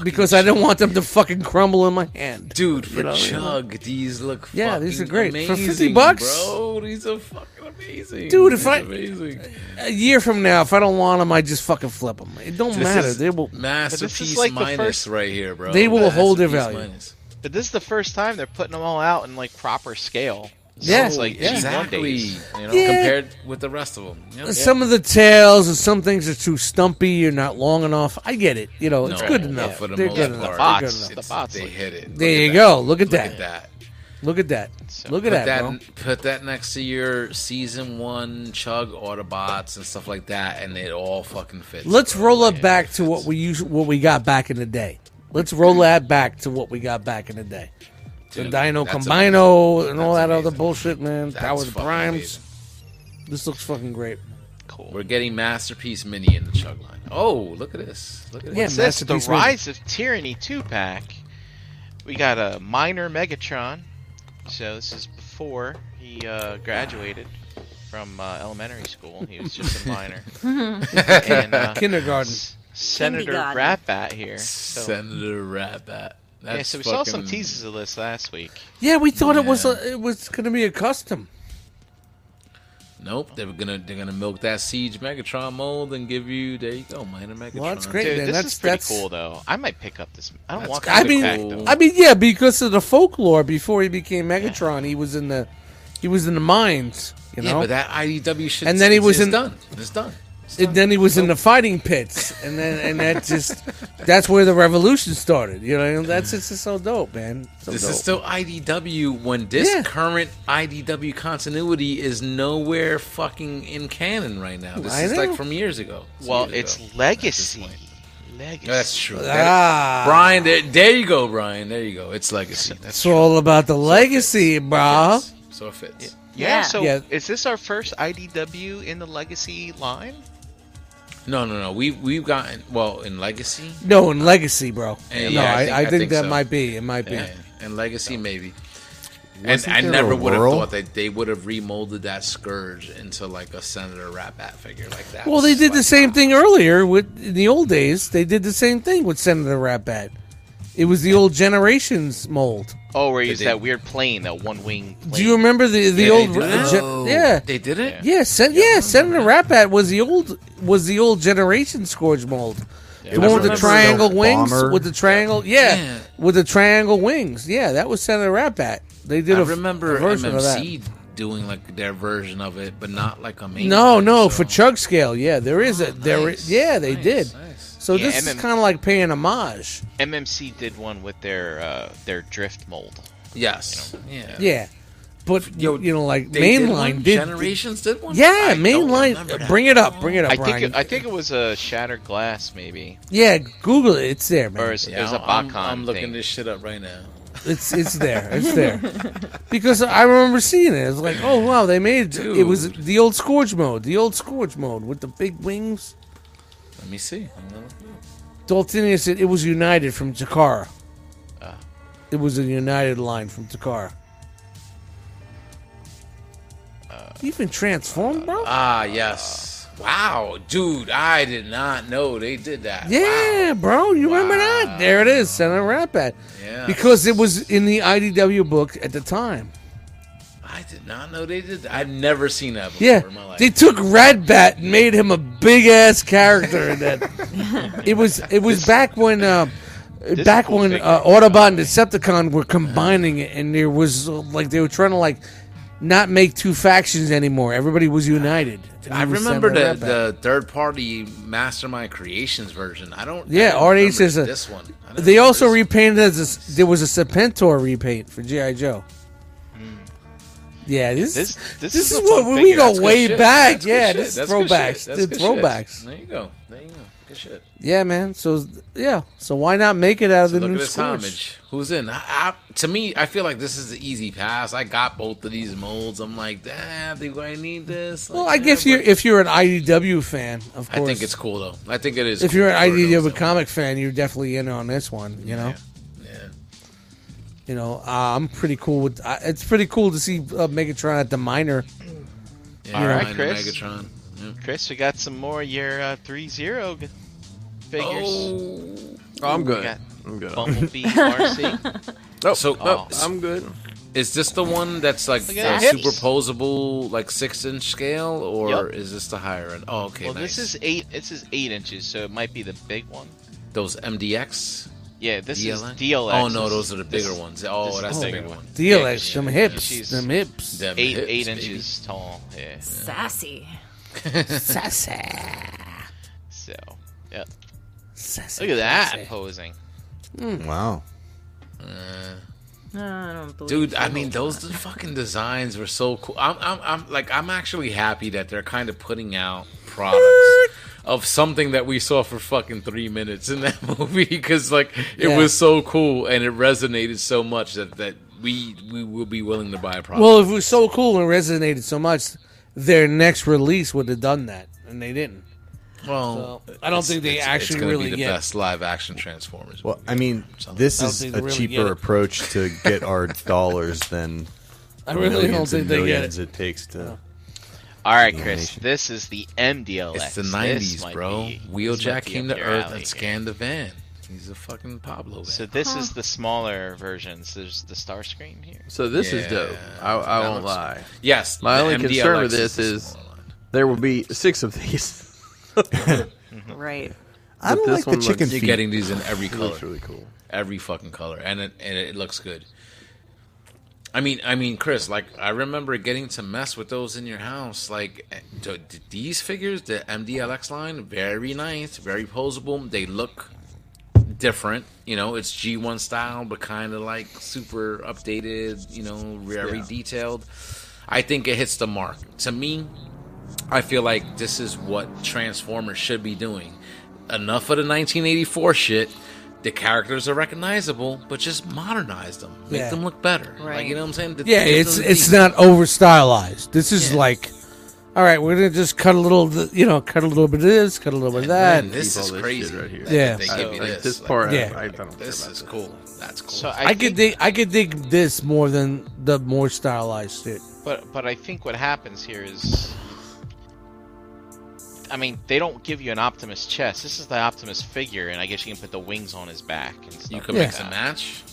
S2: because I don't want them to fucking crumble in my hand.
S1: Dude, for
S2: know, you
S1: Chug, these look
S2: Yeah, these are
S1: fucking
S2: great. For 50
S1: amazing,
S2: bucks?
S1: Bro, these are fucking amazing.
S2: Dude, if
S1: These are
S2: I-
S1: amazing.
S2: A year from now, if I don't want them, I just fucking flip them. It don't
S1: This
S2: matter.
S1: is
S2: They will.
S1: masterpiece
S6: like the
S1: minus
S6: first-
S1: right here, bro.
S2: They will hold their
S1: Masterpiece
S2: value.
S1: minus.
S6: But this is the first time they're putting them all out in like proper scale. So
S2: Yeah.
S6: it's like G1
S1: Exactly.
S6: days.
S1: You know,
S2: Yeah.
S1: compared with the rest of them. Yep.
S2: Some of the tails and some things are too stumpy or not long enough. I get it. You know, it's
S1: No,
S2: good
S1: yeah,
S2: enough.
S1: for the
S2: They're
S1: most
S2: good
S1: part.
S2: enough.
S1: The
S2: They're good
S6: bots.
S2: enough.
S6: The bots
S1: They
S6: look-
S1: hit it.
S2: There
S1: Look
S2: you
S1: at
S2: go. Look at
S1: Look
S2: that.
S1: at that.
S2: Look at that.
S6: So-
S2: Look at
S1: Put
S2: that,
S1: that,
S2: bro.
S1: put that next to your season one chug Autobots and stuff like that, and it all fucking fits.
S2: Let's
S1: bro.
S2: roll
S1: Yeah,
S2: it back
S1: it
S2: to what
S1: fits.
S2: we used, what we got back in the day. Let's roll that back to what we got back in the day. The
S1: Dude,
S2: Dino
S1: that's
S2: Combino
S1: amazing.
S2: and all
S1: That's
S2: that other
S1: amazing.
S2: bullshit, man.
S1: That's
S2: Power
S1: fucking
S2: Primes.
S1: amazing.
S2: This looks fucking great.
S6: Cool.
S1: We're getting masterpiece mini in the chug line. Oh, look at this! Look at
S2: Yeah,
S1: this.
S6: It says the
S2: Masterpiece Mini.
S6: Rise of Tyranny two pack. We got a minor Megatron. So this is before he uh, graduated from uh, elementary school. He was just a minor. and uh,
S2: Kindergarten.
S6: S- Senator
S4: Kindergarten.
S6: Ratbat here. So,
S1: Senator Ratbat. That's
S6: yeah, so we saw some
S1: fucking-
S6: teases of this last week.
S2: Yeah, we thought it was a, it was going to be a custom.
S1: Nope, they're gonna they're gonna milk that siege Megatron mold and give you there you go, minor Megatron.
S2: Well, that's great.
S6: Dude,
S2: man.
S6: this
S2: that's
S6: is pretty
S2: that's,
S6: cool though. I might pick up this. I don't
S1: That's
S6: want.
S1: cool.
S6: that
S2: I
S6: big
S2: mean,
S6: pack, though.
S2: I mean, yeah, because of the folklore. Before he became Megatron, he was in the he was in the mines, you
S1: Yeah,
S2: know.
S1: but that IDW shit.
S2: And then he was in-
S1: done. It's done. It's
S2: and
S1: done.
S2: then he was in the fighting pits, and then
S1: *laughs*
S2: and that just that's where the revolution started. You know, that's it's just so dope, man. So
S1: This
S2: dope.
S1: is still IDW when this
S2: Yeah.
S1: current IDW continuity is nowhere fucking in canon right now. This
S2: I
S1: is
S2: know.
S1: like from years ago.
S6: well,
S1: Years ago.
S6: it's legacy. Legacy.
S1: No, that's true.
S2: Ah.
S1: That- Brian, there, there you go, Brian. There you go. It's
S2: *laughs*
S1: legacy. That's
S2: it's
S1: true.
S2: all about the legacy, bro.
S1: Yes. So it fits.
S6: Yeah,
S4: Yeah.
S6: so
S2: Yeah.
S6: is this our first IDW in the legacy line?
S1: No, no, no. We we've gotten well in legacy.
S2: No, and legacy, bro.
S1: Yeah,
S2: no,
S1: yeah,
S2: I, I, think, that
S1: so.
S2: might be. It might be.
S1: Yeah, and Legacy maybe.
S3: Wasn't
S1: and I
S3: there
S1: never
S3: a
S1: would have
S3: world?
S1: thought that they would have remolded that scourge into like a Senator Ratbat figure like that.
S2: Well, they did the
S1: Like,
S2: same thing earlier with in the old days. They did the same thing with Senator Ratbat. It was the old generations mold.
S6: Oh, where he's
S1: They-
S6: that weird plane, that one wing plane.
S2: Do you remember the the
S1: Yeah,
S2: old?
S1: they Oh. did
S2: uh,
S1: it.
S2: gen- yeah,
S1: They did it.
S2: yeah, sen- yeah. Senator Ratbat was the old was the old generation scourge mold. The
S1: I
S2: one with the
S1: remember
S2: triangle
S3: the
S2: wings,
S3: bomber.
S2: with the triangle, yeah.
S1: Yeah.
S2: with the triangle wings, yeah. That was Senator Ratbat. They did.
S1: I
S2: a f-
S1: remember
S2: a version of that.
S1: MMC doing like their version of it, but not like a main.
S2: No,
S1: thing,
S2: no,
S1: so- Oh,
S2: for chug scale, yeah, there is a there. i-
S1: Nice,
S2: yeah, they
S1: nice,
S2: did.
S1: nice.
S2: So
S6: Yeah,
S2: this is
S6: MM
S2: kind of like paying homage.
S6: MMC did one with their uh, their drift mold.
S1: Yes. Yeah.
S2: Yeah, but
S1: Yo,
S2: you know, like
S1: They did
S2: mainline
S1: one?
S2: did.
S1: generations did one.
S2: yeah,
S1: I don't remember
S2: mainline. uh,
S1: that.
S2: Bring it up. Bring it up,
S6: I
S2: Brian.
S6: think it, I think it was a shattered glass, maybe,
S2: yeah, Google it. It's there,
S6: or
S2: man.
S6: is,
S1: Yeah,
S6: it was a
S1: I'm-
S6: Bacon
S1: I'm looking
S6: thing.
S1: this shit up right now.
S2: It's it's
S6: *laughs*
S2: there. It's there. because I remember seeing it. It was like, oh wow, they made it was the old scourge mode. The old scourge mode with the big wings.
S1: Let me see.
S2: Daltinius said it was United from Takara.
S6: Ah.
S2: It was a United line from Takara.
S6: Uh.
S2: You've been transformed, bro?
S1: Ah, yes. Wow, dude, I did not know they did that.
S2: yeah, bro. You remember that? There it is, Senator Ratbat.
S1: Yeah.
S2: Because it was in the IDW book at the time.
S1: I did not know they did that. I've never seen that before
S2: Yeah.
S1: in my life.
S2: They took Ratbat and made him a big ass character in that.
S1: *laughs*
S2: it was it was back when uh
S6: is
S2: back
S6: cool
S2: when
S6: figure.
S2: uh, Autobot and Decepticon were combining it and there was uh, like they were trying to like not make two factions anymore. Everybody was united. And
S1: I
S2: he was
S1: remember
S2: Senator
S1: the,
S2: Ratbat.
S1: the third party Mastermind Creations version. I don't.
S2: Yeah,
S1: I don't
S2: RNA
S1: remember
S2: says, uh,
S1: this one. I don't
S2: They
S1: remember
S2: also
S1: this.
S2: repainted as a, there was a Serpentor repaint for GI Joe.
S1: Hmm.
S2: Yeah, this
S6: This-
S2: this,
S6: this
S2: is,
S6: is a
S2: what
S6: fun
S2: we
S6: figure.
S2: go
S1: That's
S6: That's
S1: good
S2: way
S1: shit.
S2: back.
S1: That's good
S2: yeah,
S1: shit.
S2: this is
S1: That's good shit.
S2: throwbacks.
S1: That's
S2: The
S1: good shit.
S2: throwbacks.
S1: There you go. There you go. Good shit.
S2: Yeah, man. So yeah. So why not make it out of the
S1: Look
S2: new
S1: at this
S2: Scourge?
S1: homage. Who's in? I, I, to me, I feel like this is the easy pass. I got both of these molds. I'm like, damn, do I need this? Like,
S2: Well, I
S1: yeah,
S2: guess you
S1: but-
S2: if you're an IDW fan, of
S1: I
S2: course.
S1: think it's cool though. I think it is.
S2: if you're an
S1: cool for those
S2: IDW
S1: that-
S2: comic fan, you're definitely in on this one. You know.
S1: yeah.
S2: You know, uh, I'm pretty cool with. Uh, it's pretty cool to see uh, Megatron at the minor.
S1: Yeah,
S6: All right,
S1: Minor
S6: Chris.
S1: Megatron. Yeah.
S6: Chris, we got some more of your uh, 3 0 figures.
S1: Oh.
S5: Oh, I'm
S6: We
S5: good.
S6: got
S5: I'm good.
S1: *laughs*
S6: Bumblebee RC.
S1: Oh, so
S6: Oh.
S1: oh,
S5: I'm good.
S1: is this the one that's like
S6: Look
S1: the
S6: at that.
S1: superposable, like six inch scale, or
S6: Yup.
S1: is this the higher end? Oh, okay.
S6: Well,
S1: nice.
S6: this is eight. This is eight inches, so it might be the big one.
S1: those MDX.
S6: Yeah, this
S1: DLX?
S6: is DLX.
S1: Oh no, those are the bigger
S6: This-
S1: ones. Oh,
S6: this is
S1: that's
S6: the
S1: the
S6: bigger
S1: bigger
S6: one.
S1: one.
S2: DLX, them hips,
S6: she's-
S2: them hips.
S1: Them
S6: Eight
S1: hips,
S6: eight
S1: baby.
S6: inches tall. Yeah.
S4: Sassy.
S2: Sassy.
S6: So, yeah.
S2: Sassy.
S6: Look at that
S2: sassy.
S6: posing.
S3: Wow.
S4: No, I don't believe
S1: Dude,
S4: you.
S1: I mean, those d- fucking designs were so cool. I'm, I'm, I'm like, I'm actually happy that they're kind of putting out products of something that we saw for fucking three minutes in that *laughs* movie because, like, it
S2: Yeah.
S1: was so cool and it resonated so much that that we we will be willing to buy a product.
S2: Well, if it was so cool and resonated so much, their next release would have done that, and they didn't.
S1: Well,
S2: so, I don't
S1: it's-
S2: think they
S1: it's-
S2: actually
S1: it's gonna
S2: really
S1: be the
S2: get-
S1: best live action Transformers.
S3: Well, I mean,
S1: Something.
S3: this
S2: I don't
S3: is
S2: think
S3: a
S2: they really get
S3: cheaper
S2: it.
S3: approach to
S2: *laughs*
S3: get our dollars than
S2: I really don't
S3: millions
S2: think
S3: and
S2: they get
S3: millions
S2: it.
S3: it takes to.
S6: All right, Chris. This is the MDLX.
S1: It's the
S6: This
S1: '90s,
S6: might
S1: bro.
S6: be- this might
S1: Wheeljack
S6: be
S1: came
S6: up
S1: to
S6: your
S1: Earth
S6: alley
S1: and
S6: here.
S1: scanned the van. He's a fucking Pablo. Man.
S6: So this is the smaller versions. There's the star screen here.
S5: So this is
S1: Yeah.
S5: dope. I, I
S1: That
S5: won't
S1: looks-
S5: lie.
S1: yes,
S5: My
S1: the
S5: only
S1: MDLX
S5: concern with this
S1: the
S5: is-
S1: smaller one.
S5: There will be six of these. *laughs*
S4: right.
S3: I
S5: But
S3: don't
S5: this
S3: like the
S5: one looks-
S3: chicken
S1: You're
S3: feet.
S1: getting these in every
S5: It
S1: color,
S5: looks really cool.
S1: every fucking color, and it, and it looks good. I mean, I mean, Chris, like I remember getting to mess with those in your house. Like eh, th- th- these figures, the MDLX line, very nice, very posable. They look different. You know, it's G1 style, but kind of like super updated. You know, very detailed. I think it hits the mark. To me, I feel like this is what Transformers should be doing. Enough of the 1984 shit. The characters are recognizable, but just modernize them, make
S2: Yeah.
S1: them look better. Like
S4: Right.
S1: you know what I'm saying?
S2: Yeah,
S1: Give
S2: it's
S1: them
S2: it's
S1: the-
S2: not over stylized. This is
S1: Yeah.
S2: like, all right, we're gonna just cut a little, th- you know, cut a little bit of this, cut a little bit of that.
S1: Man, this
S5: Keep all
S1: is
S5: this
S1: crazy.
S5: shit right here.
S2: Yeah.
S1: they
S5: I
S1: give you
S5: like
S1: this.
S5: this
S1: Like,
S5: part.
S2: Yeah.
S5: I, I don't care about
S1: this is cool. That's cool.
S6: So I,
S2: I,
S6: think,
S2: could dig, I could dig this more than the more stylized shit.
S6: but but I think what happens here is, I mean, they don't give you an Optimus chest. This is the Optimus figure, and I guess you can put the wings on his back and stuff.
S1: you can
S2: Yeah.
S1: mix and match,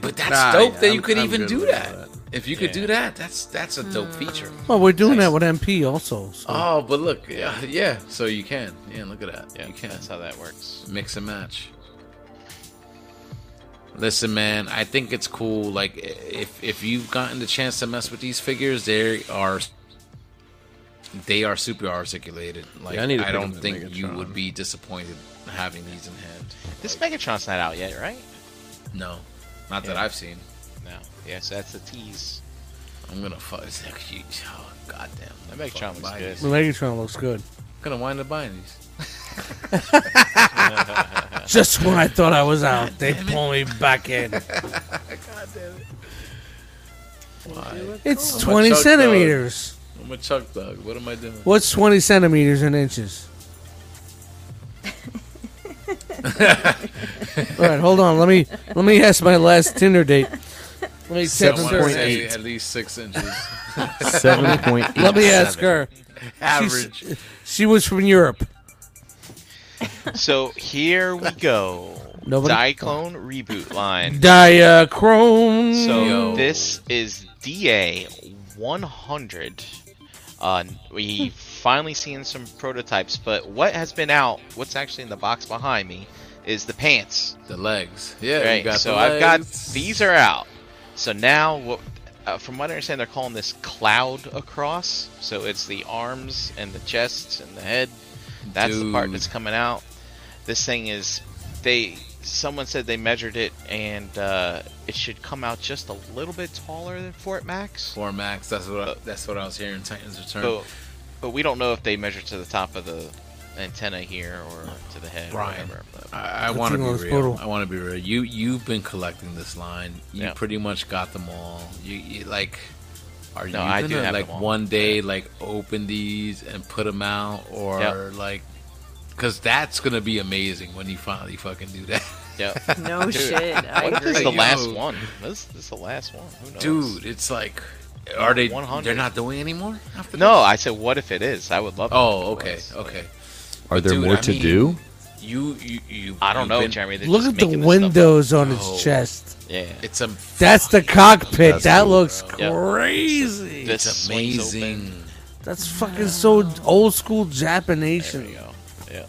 S1: but that's
S5: Nah,
S1: dope
S5: yeah,
S1: that you
S5: I'm-
S1: could
S5: I'm
S1: even
S5: good
S1: do
S5: with
S1: that.
S5: that.
S1: If you could
S6: Yeah. Hmm.
S1: do that, that's that's a dope feature.
S2: Well, we're doing that with MP also. So.
S1: Oh, but look, yeah, yeah. So you can, yeah. Look at that.
S6: Yeah,
S1: you can.
S6: that's how that works.
S1: mix and match. Listen, man, I think it's cool. Like, if if you've gotten the chance to mess with these figures, they are they are super articulated. Like,
S5: Yeah, I
S1: I,
S5: need to pick
S1: don't
S5: up the
S1: think you
S5: Megatron.
S1: would be disappointed having these in hand.
S6: This Megatron's not out yet, right?
S1: No, not that
S6: Yeah.
S1: I've seen.
S6: No. Yeah, so that's the tease.
S1: I'm gonna fuck. It's like, you- oh, goddamn,
S6: That Megatron was good.
S2: The Megatron looks good.
S1: gonna wind up buying these.
S2: Just when I thought I was out, they pull me back in.
S1: Why?
S2: It's
S1: I'm a
S2: 20
S1: chug thug.
S2: centimeters.
S1: I'm a chuck dog. What am I doing?
S2: What's 20 centimeters in
S6: *laughs*
S2: inches? All right, hold on. Let me let me ask my last Tinder date. Let me text
S1: I wanna
S2: her.
S1: say At least six inches.
S2: Oh.
S3: *laughs* Seven point
S2: *laughs*
S3: eight.
S2: Let me ask her.
S1: Average.
S2: She was from Europe.
S6: So here we go.
S1: *laughs*
S2: Nobody-
S6: Diaclone reboot line.
S2: Diachrome.
S6: So
S1: Yo.
S6: this is DA 100. Uh, we finally seen some prototypes, but what has been out, what's actually in the box behind me, is the pants.
S1: The legs. Yeah, you
S6: Right.
S1: got
S6: So
S1: the
S6: I've got
S1: legs.
S6: these are out. So now, what, uh, from what I understand, they're calling this cloud across. So it's the arms and the chest and the head. That's the part
S1: Dude.
S6: that's coming out. This thing is they. Someone said they measured it and uh, it should come out just a little bit taller than Fort Max.
S1: Four max. That's what I, that's what I was hearing. Titans Return.
S6: But, but we don't know if they measured to the top of the antenna here or to the head or
S1: Brian,
S6: whatever. But
S1: I, I
S2: Good
S1: want to
S2: thing I was
S1: be real.
S2: brutal.
S1: I want to be real. You you've been collecting this line. You
S6: Yeah.
S1: pretty much got them all. You, you like, are you
S6: No, I do
S1: gonna
S6: have
S1: like
S6: them all.
S1: one day like open these and put them out or
S6: Yep.
S1: like? Because that's gonna be amazing when you finally fucking do
S6: *laughs*
S1: that,
S6: yeah.
S4: No
S6: *laughs* Dude,
S4: shit. I
S6: What if this is
S4: agree.
S6: the
S1: Yo.
S6: last one? This, this is the last one. Who knows?
S1: dude. It's like, are they?
S6: 100.
S1: They're not doing anymore after
S6: No,
S1: this?
S6: I said, what if it is? I would love. it if it
S1: Oh, okay,
S6: was.
S1: okay.
S11: Are there
S1: Dude,
S11: more
S1: I
S11: to
S1: mean,
S11: do?
S1: You you you.
S6: I don't
S1: you've
S6: know,
S1: been-
S6: Jeremy. They're
S2: Look
S6: just
S2: at the
S6: making this stuff up.
S2: windows on
S1: No.
S2: its chest.
S6: Yeah.
S1: It's a.
S2: That's the
S1: fucking-
S2: cockpit.
S11: That's
S2: that
S11: cool,
S2: looks
S6: Yeah.
S2: crazy.
S6: This
S1: It's
S6: swings open.
S1: amazing.
S2: That's fucking so old school Japanese.
S6: There we go. Yeah.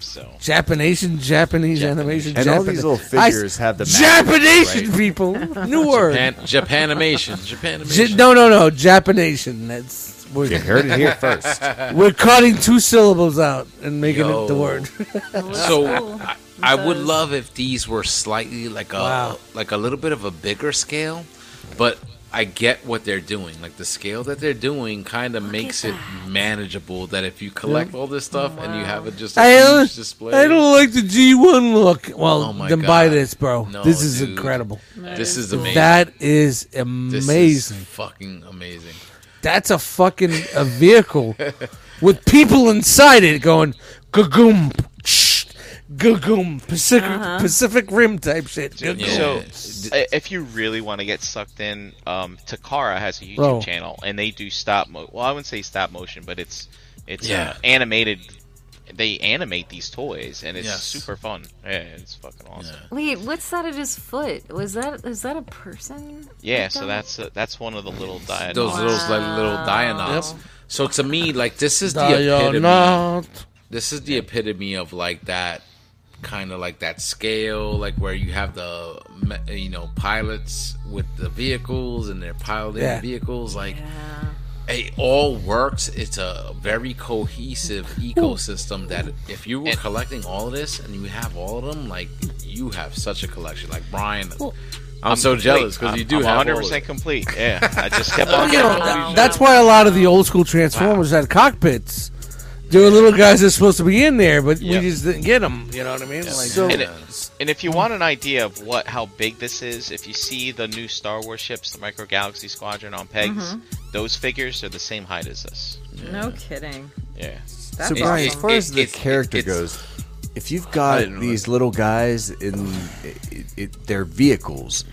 S6: So
S2: Japanese, Japanese animation.
S3: And all
S2: Japana-
S3: these little
S2: I s-
S3: figures have the map,
S2: Japanation
S1: *laughs*
S3: right?
S2: people. New word.
S1: Pan, Japanimation. Japanimation.
S2: J- no, no, no. Japanation. That's
S11: You
S2: we're,
S11: heard it here first.
S2: *laughs* we're cutting two syllables out and making it the
S1: Yo.
S2: word. *laughs*
S1: So
S4: cool.
S1: I, I would
S4: Because-
S1: love if these were slightly like a
S2: Wow.
S1: like a little bit of a bigger scale, but I get what they're doing. Like the scale that they're doing kind of makes it manageable. That if you collect all this stuff and you have it just a
S2: I don't,
S1: huge display,
S2: I don't like the G1 look. Well,
S1: Oh my
S2: then buy
S1: God.
S2: this, bro.
S1: No,
S2: this is
S1: dude.
S2: incredible.
S1: this is amazing.
S2: That is
S1: This is
S2: amazing.
S1: fucking amazing.
S2: That's a fucking a vehicle with people inside it going gagoom, shh, gagoom, Pacific Pacific Rim type shit.
S6: Dude,
S2: Gagoom.
S1: Yeah.
S6: So, i- if you really want to get sucked in, um, Takara has a YouTube
S2: Bro.
S6: channel, and they do stop mo. Well, I wouldn't say stop motion, but it's it's
S1: Yeah.
S6: uh, animated. They animate these toys, and it's
S1: Yes.
S6: super fun. Yeah, it's fucking awesome.
S4: Wait, what's that at his foot? Was that is that a person?
S6: Yeah,
S4: with
S6: so
S4: them?
S6: that's uh, that's one of the little dialogues.
S1: Those little like little Dianauts. So to me, like this is the epitome.
S2: Dianaut.
S1: this is the epitome of like that kind of like that scale like where you have the me- you know pilots with the vehicles and they're piloting
S2: Yeah.
S1: the vehicles like it all works it's a very cohesive ecosystem that if you were
S6: And-
S1: collecting all of this and you have all of them like you have such a collection like brian i'm, so
S6: complete.
S1: jealous because you
S6: I'm-
S1: do
S6: I'm
S1: have 100
S6: 100 percent complete. Yeah, I
S1: *laughs*
S6: just kept on.
S2: You know,
S6: getting
S2: th-
S6: these
S2: that's why a lot of the old school Transformers had cockpits. There were little guys that's supposed to be in there, but
S6: Yep.
S2: we just didn't get them. You know what I mean? Like,
S3: So,
S6: And, it- and if you want an idea of what how big this is, if you see the new Star Wars ships, the Micro Galaxy Squadron on pegs,
S1: Mm-hmm.
S6: those figures are the same height as us.
S4: No kidding.
S6: Yeah.
S4: That's
S3: so Brian, as
S4: awesome.
S3: far as
S1: It-
S3: the
S1: it-
S3: character
S1: it's-
S3: goes, if you've
S1: I
S3: got
S1: didn't know
S3: these little guys in it, it, their vehicles,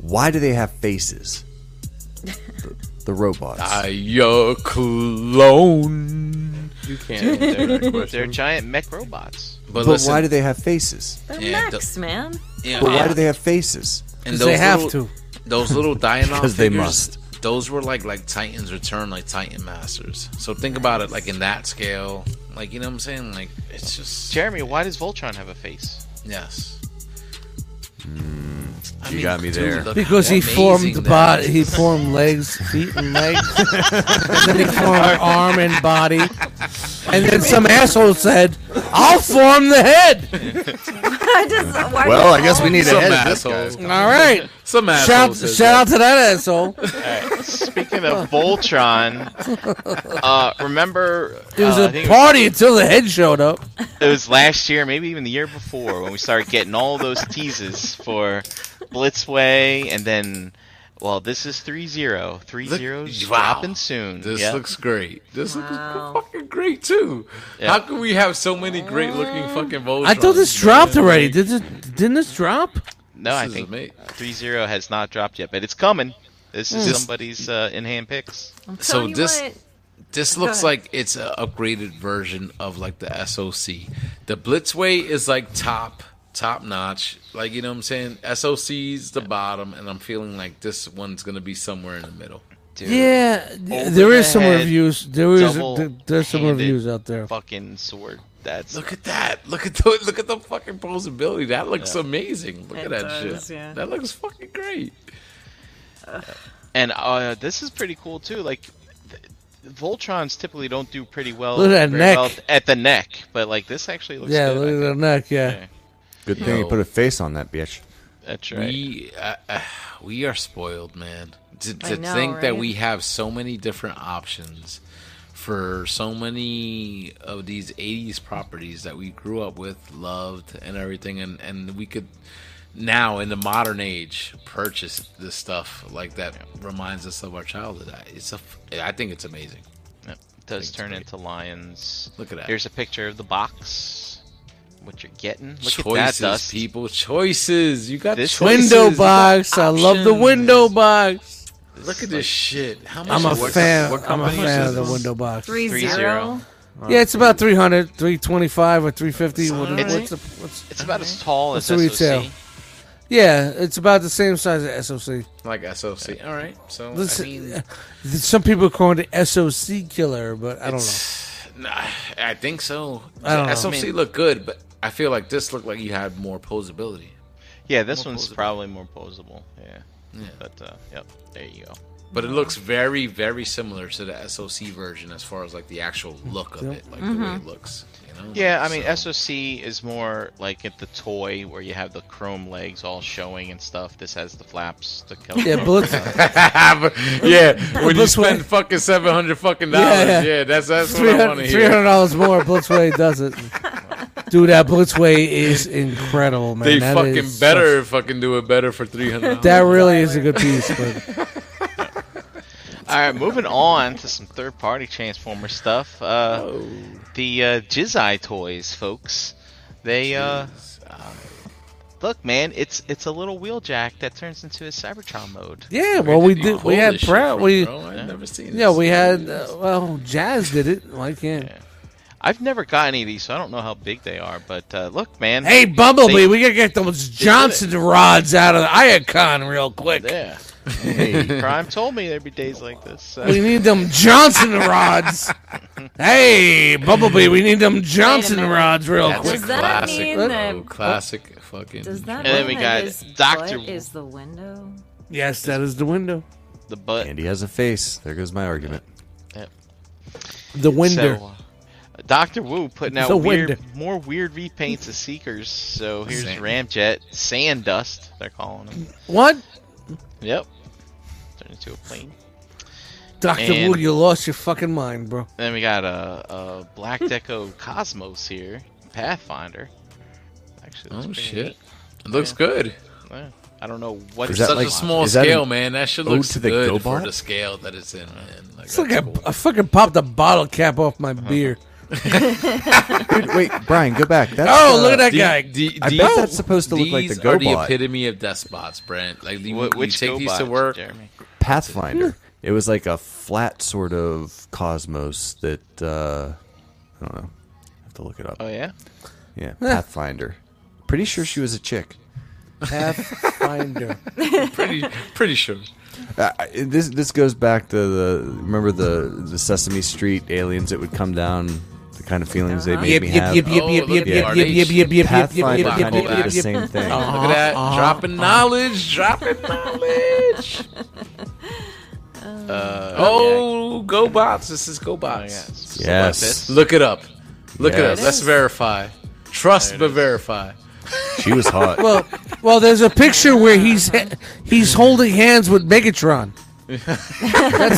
S3: why do they have faces? The, the robots.
S1: I, your clone
S5: You can't. answer that
S6: They're,
S5: *laughs*
S6: they're
S5: question.
S6: giant mech robots.
S1: but,
S3: but
S1: listen,
S3: why do they have faces?
S4: They're
S1: Yeah,
S4: mechs, man.
S1: yeah,
S3: But why do they have faces?
S1: and
S2: 'cause they have
S1: little-
S2: to.
S1: Those little
S3: *laughs*
S1: Dianov
S3: Because they
S1: figures,
S3: must.
S1: Those were like like Titans Return, like Titan Masters. So think about it like in that scale. Like you know what I'm saying? Like it's just
S6: Jeremy, why does Voltron have a face?
S1: yes. I
S3: Mm, you got me
S1: dude,
S3: there.
S1: look
S2: Because
S1: how
S2: he
S1: amazing
S2: formed
S1: that
S2: body,
S1: is.
S2: he formed legs, feet and legs. and then he formed arm and body. And then some asshole said, "I'll form the head."
S4: *laughs* I just why
S11: Well, I guess we need a
S1: Some
S11: head. of this
S1: assholes.
S2: All right.
S1: Some
S2: Shout,
S1: assholes.
S2: shout out to that asshole.
S6: Speaking of Voltron, uh, remember
S2: It was
S6: uh, I
S2: a
S6: think it was-
S2: party until the head showed up.
S6: it was last year, maybe even the year before, when we started getting all those teases for Blitzway, and then, well, this is 3 0. 3 zeros
S1: wow.
S6: dropping soon.
S1: This
S6: yeah.
S1: looks great. This
S4: Wow.
S1: looks fucking great too.
S6: Yeah.
S1: How can we have so many great looking fucking Voltrons?
S2: Mm. I thought this
S1: man?
S2: dropped already. Did it, didn't this drop?
S6: No,
S1: This
S6: I
S1: is
S6: think
S1: amazing.
S6: 3 0 has not dropped yet, but it's coming. This
S2: Hmm.
S6: is somebody's uh, in hand picks.
S1: So this
S4: What,
S1: This looks
S4: ahead.
S1: like it's an upgraded version of like the SOC. The Blitzway is like top, top notch. Like you know what I'm saying? SOC's the bottom, and I'm feeling like this one's gonna be somewhere in the middle.
S6: Dude,
S2: Yeah, th-
S6: Over
S2: there is
S6: the
S2: some
S6: head,
S2: reviews. There is th- there's some
S6: double-handed
S2: reviews out there.
S6: Fucking sword. That's
S1: Look at that! Look at the look at the fucking posability. That looks amazing. Look
S4: It
S1: at that
S4: does,
S1: shit.
S4: yeah.
S1: That looks fucking great.
S6: and uh, this is pretty cool too. Like th- Voltrons typically don't do pretty well,
S2: Look at that
S6: very
S2: neck.
S6: well at the neck, but like this actually looks
S2: Yeah,
S6: good.
S2: look
S6: I
S2: at their
S6: think.
S2: neck. Yeah,
S3: Good thing you
S1: No.
S3: put a face on that bitch.
S6: That's right.
S1: We uh, uh, we are spoiled, man. To,
S4: I
S1: to
S4: know,
S1: think that
S4: right?
S1: we have so many different options for so many of these 80s properties that we grew up with, loved, and everything. And, and we could now, in the modern age, purchase this stuff like that reminds us of our childhood. I- It's a, f- I think it's amazing.
S6: It does turn into lions.
S1: Look at that.
S6: Here's a picture of the box. What you're getting. Look at
S1: Choices,
S6: that dust.
S1: people. Choices. You got
S6: This-
S1: choices.
S2: window box. I love the window box.
S1: Look at this shit. How much
S2: I'm a
S1: is it?
S2: fan.
S1: What
S2: I'm a
S1: company is
S2: fan of the
S1: this?
S2: window box.
S4: Three Three zero? zero.
S2: Yeah, it's about 300, 325 or 350. What, what's the,
S6: it's about as tall
S2: what's
S6: as
S2: the
S6: SOC.
S2: retail? Yeah, it's about the same size as SOC.
S1: Like SOC. All right. So
S2: Listen,
S1: I mean,
S2: uh, some people are calling it SOC killer, but I don't
S1: Nah, I think so.
S2: I don't know.
S1: SOC
S2: I mean-
S1: looked good, but I feel like this looked like you had more posability.
S6: Yeah, this
S1: More
S6: one's
S1: posable.
S6: probably more posable. Yeah.
S1: Yeah.
S6: But uh, yep, there you go.
S1: But it looks very, very similar to the SOC version as far as like the actual look of it, like the way
S6: Mhm.
S1: it looks. You know?
S6: Yeah, I
S1: Like,
S6: mean,
S1: so-
S6: SOC is more like at the toy where you have the chrome legs all showing and stuff. This has the flaps to cover.
S2: *laughs* Yeah, but let's- *laughs*
S1: yeah, when you
S2: Blitz
S1: spend fucking seven hundred fucking dollars, yeah,
S2: Yeah, yeah.
S1: that's that's what I want to
S2: $300
S1: hear.
S2: $300 more, Blitzway does *laughs* it. Dude, that Blitzway is incredible, man.
S1: they
S2: That
S1: fucking
S2: is
S1: better fucking do it better for three hundred.
S2: such- that really is a good piece, *laughs* but
S6: All right, moving on to some third-party Transformer stuff. Uh,
S2: Oh.
S6: the uh, Jizai toys, folks. They uh, look, man. It's it's a little wheeljack that turns into a Cybertron mode.
S2: yeah, well, we did. We had proud. We
S1: I've never seen.
S2: yeah, we had. Uh, well, Jazz did it. Why can't?
S6: I've never got any of these, so I don't know how big they are. But uh, look, man.
S2: Hey, Bumblebee,
S6: they-
S2: we gotta get those Johnson rods out of the Iacon real quick.
S6: Yeah. Hey, Prime told me there'd be days like this. so-
S2: We need them Johnson rods. hey, Bumblebee, we need them Johnson
S4: minute.
S2: rods real
S4: That's
S2: quick.
S4: Does that classic, mean bro. that-
S1: classic fucking.
S4: Does that
S6: And then we
S4: mean
S6: got
S4: that his
S6: Dr.
S4: butt is the window?
S2: Yes, that is the window.
S6: The
S3: *laughs*
S6: butt.
S3: Andy has a face. There goes my argument.
S2: The window.
S6: So, uh, Dr. Wu putting out
S2: The
S6: weird,
S2: window.
S6: more weird repaints of Seekers. So here's
S1: Sand.
S6: Ramjet. Sand dust, they're calling him.
S2: what?
S6: Yep. Turned into a plane.
S2: Dr.
S6: And-
S2: Wu, you lost your fucking mind, bro.
S6: Then we got a, a
S1: *laughs*
S6: Black Deco Cosmos here. Pathfinder. Actually, that's
S1: Oh
S6: pretty
S1: shit!
S6: neat.
S1: It looks
S6: Yeah.
S1: good.
S6: Yeah. I don't know what
S1: It's
S3: that
S1: such
S3: like-
S1: a small
S3: is that
S1: scale,
S3: an
S1: man. That should
S3: ode
S1: look
S3: to the
S1: good
S3: Gobot?
S1: for the scale that it's in, man. Like,
S2: It's like
S1: that's
S2: I, I fucking popped a bottle cap off my beer.
S3: Dude, wait, Brian, go back. That's,
S2: Oh,
S3: uh,
S2: look at that
S1: The-
S2: guy.
S1: the-
S3: I
S1: these-
S3: bet that's supposed to look like the
S1: these are the
S3: Gobot.
S1: epitome of despots, Brent. Like you,
S6: Wh-
S1: you
S6: which
S1: take these to
S6: GoBot,
S1: work.
S6: Jeremy?
S3: Pathfinder. It was like a flat sort of cosmos that uh, I don't know. I have to look it up.
S2: Uh,
S6: Oh yeah.
S2: *laughs*
S3: Yeah, Pathfinder. Pretty sure she was a chick.
S2: Pathfinder.
S1: Pretty, *laughs* pretty sure.
S3: Uh, I- this this goes back to the remember the the Sesame Street aliens that would come down. The kind of feelings they made
S2: Uh-huh. Yep,
S3: me
S2: yep,
S3: have.
S2: yep, yep,
S1: Oh,
S2: yep,
S1: look
S2: yep,
S1: at
S2: yep,
S1: the
S2: yep, yep, yep, yep, yep, yep,
S3: Pathfinder
S2: yep, yep,
S3: kinda
S2: yep,
S3: did the
S2: yep,
S3: same
S2: yep.
S3: thing.
S2: Uh-huh,
S1: Look at that,
S2: uh-huh.
S1: dropping knowledge, dropping knowledge.
S6: Uh,
S1: oh, GoBots! This is
S6: yeah.
S1: GoBots.
S6: yeah.
S3: Yes.
S6: it's like this.
S1: Look it up. Look it up.
S3: Yes.
S1: Let's verify. Trust but verify.
S3: She was hot.
S2: Well, well, there's a picture where he's he's holding hands with Megatron. that's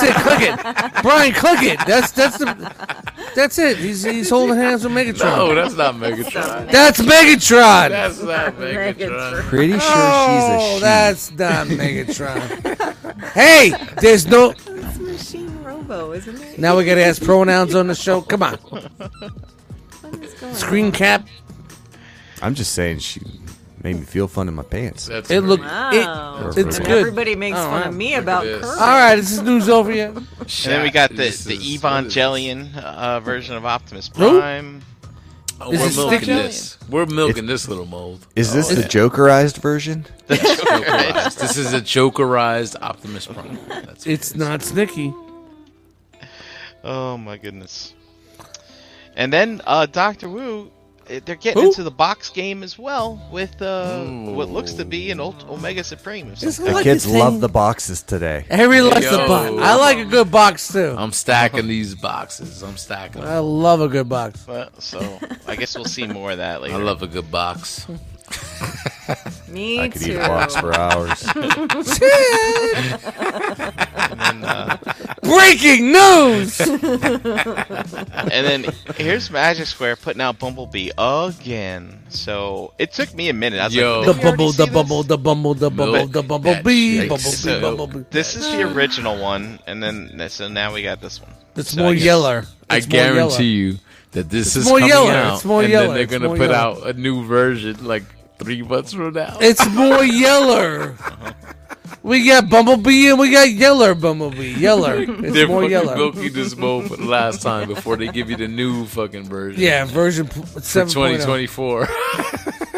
S2: it. Click it, Brian. Click it. That's that's the that's it. He's he's holding hands with Megatron.
S1: No, that's not Megatron.
S2: that's Megatron.
S1: That's *laughs* not Megatron.
S3: Pretty sure she's a
S2: oh,
S3: she.
S2: that's not Megatron. hey, there's no.
S4: It's Machine Robo, isn't it?
S2: Now we gotta ask pronouns on the show. Come on,
S4: What is going
S2: screen cap.
S3: I'm just saying she made me feel fun in my pants.
S1: That's
S2: It look.
S1: great.
S4: Wow.
S2: It, it's
S3: When
S2: good.
S4: Everybody makes
S2: Oh,
S4: fun
S2: wow.
S4: of me about
S1: this.
S4: curves.
S2: All right, this is news over here.
S6: And then we got the,
S1: This
S6: the
S1: is-
S6: Evangelion uh, version of Optimus
S2: Who?
S6: Prime.
S1: Oh,
S2: Is
S1: we're
S2: it
S1: milking
S2: sticky?
S1: this. We're milking this little mold.
S3: Is this
S1: Oh,
S3: the
S1: yeah.
S3: Jokerized version?
S1: Jokerized. this is a jokerized Optimus Prime. That's
S2: It's not Snicky.
S6: Oh my goodness. And then uh, Doctor Wu, eh, they're getting
S2: Who?
S6: into the box game as well with uh, what looks to be an Ult- Omega Supreme. Of some
S2: Just
S6: kind.
S3: The
S2: like
S3: kids
S2: this thing.
S3: love the boxes today.
S2: Harry likes
S1: Yo.
S2: a box. I like a good box too.
S1: I'm stacking these boxes. I'm stacking them.
S2: I love a good
S6: *laughs*
S2: box. *laughs*
S6: Well, so I guess we'll see more of that
S1: *laughs*
S6: later.
S1: I love a good box.
S4: Me
S3: I could
S4: too.
S3: eat a box for hours.
S6: then uh,
S2: Breaking
S6: *laughs*
S2: news!
S6: and then here's Magic Square putting out Bumblebee again. So it took me a minute. I was
S2: Yo.
S6: like,
S2: The
S6: "Did we already
S2: bubble,
S6: see
S2: the
S6: this?"
S2: bubble, the bumble, the bubble, the bumblebee,
S6: Yikes.
S2: bumblebee,
S6: So,
S2: bumblebee.
S6: This is the original one, and then so now we got this one.
S2: It's
S6: So
S2: more
S6: I guess-
S2: yeller.
S1: I
S2: It's more yellow.
S1: guarantee you that this
S2: It's
S1: is
S2: more
S1: coming
S2: yellow.
S1: out,
S2: It's more
S1: and
S2: yellow.
S1: then they're
S2: It's
S1: gonna
S2: more
S1: put
S2: yellow.
S1: out a new version like three months from now.
S2: It's more yeller. We got bumblebee and we got yeller bumblebee.
S6: *laughs*
S2: Yeller. It's
S1: they're *laughs*
S2: more
S1: fucking
S2: yeller.
S1: milking this bowl for the last time before they give you the new fucking version.
S2: Yeah, version p-
S1: for
S2: 7.0.
S1: 2024.
S5: *laughs*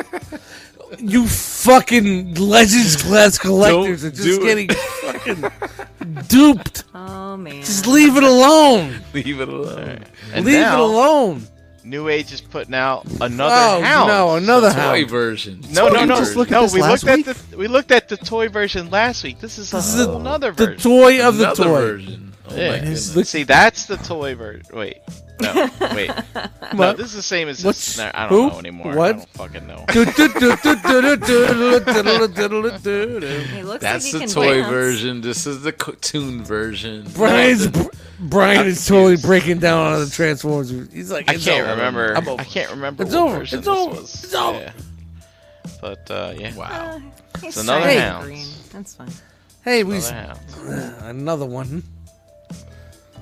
S2: You fucking legends class collectors
S1: Don't
S2: are just
S1: do
S2: getting
S1: *laughs* it.
S2: fucking duped.
S4: Oh man.
S2: Just leave it alone.
S1: Leave it alone.
S6: And
S2: leave
S6: now,
S2: it alone.
S6: New Age is putting out another
S2: Oh,
S6: hound.
S2: no, another
S1: Toy
S2: hound.
S1: version.
S6: No,
S1: Toy
S6: no, no,
S1: version.
S3: look at
S6: no.
S3: this
S6: We
S3: last
S6: looked at the we looked at the toy version last week. This is a
S2: This is
S6: whole nother
S2: The
S6: version.
S2: toy of the
S1: Another
S2: toy.
S1: version. Oh my
S6: Yeah.
S1: goodness.
S6: See, that's the toy version. Wait, no,
S5: *laughs*
S6: wait. No, this is the same as
S2: What's-
S6: this. No, I
S2: who?
S6: don't know anymore.
S2: What?
S6: I don't fucking know.
S2: Do, do, do, do, do, do, do, do, do, do, do, do.
S4: He looks
S1: That's
S4: like he
S1: the
S4: can
S1: toy
S4: dance.
S1: version. This is the cartoon version.
S2: *laughs* Brian's Brian
S6: I'm
S2: is totally
S6: confused.
S2: breaking down on the Transformers. He's like,
S6: I
S2: it's
S6: can't
S2: over.
S6: remember.
S2: I'm over.
S6: I can't remember.
S2: It's
S6: what
S2: over.
S6: version
S2: It's
S6: this
S2: over.
S6: was.
S2: It's over.
S6: Yeah. But uh, yeah,
S1: Wow.
S4: He's
S6: another
S4: straight
S6: hound.
S4: green. That's fine.
S2: Hey, we
S6: another hound.
S2: another one.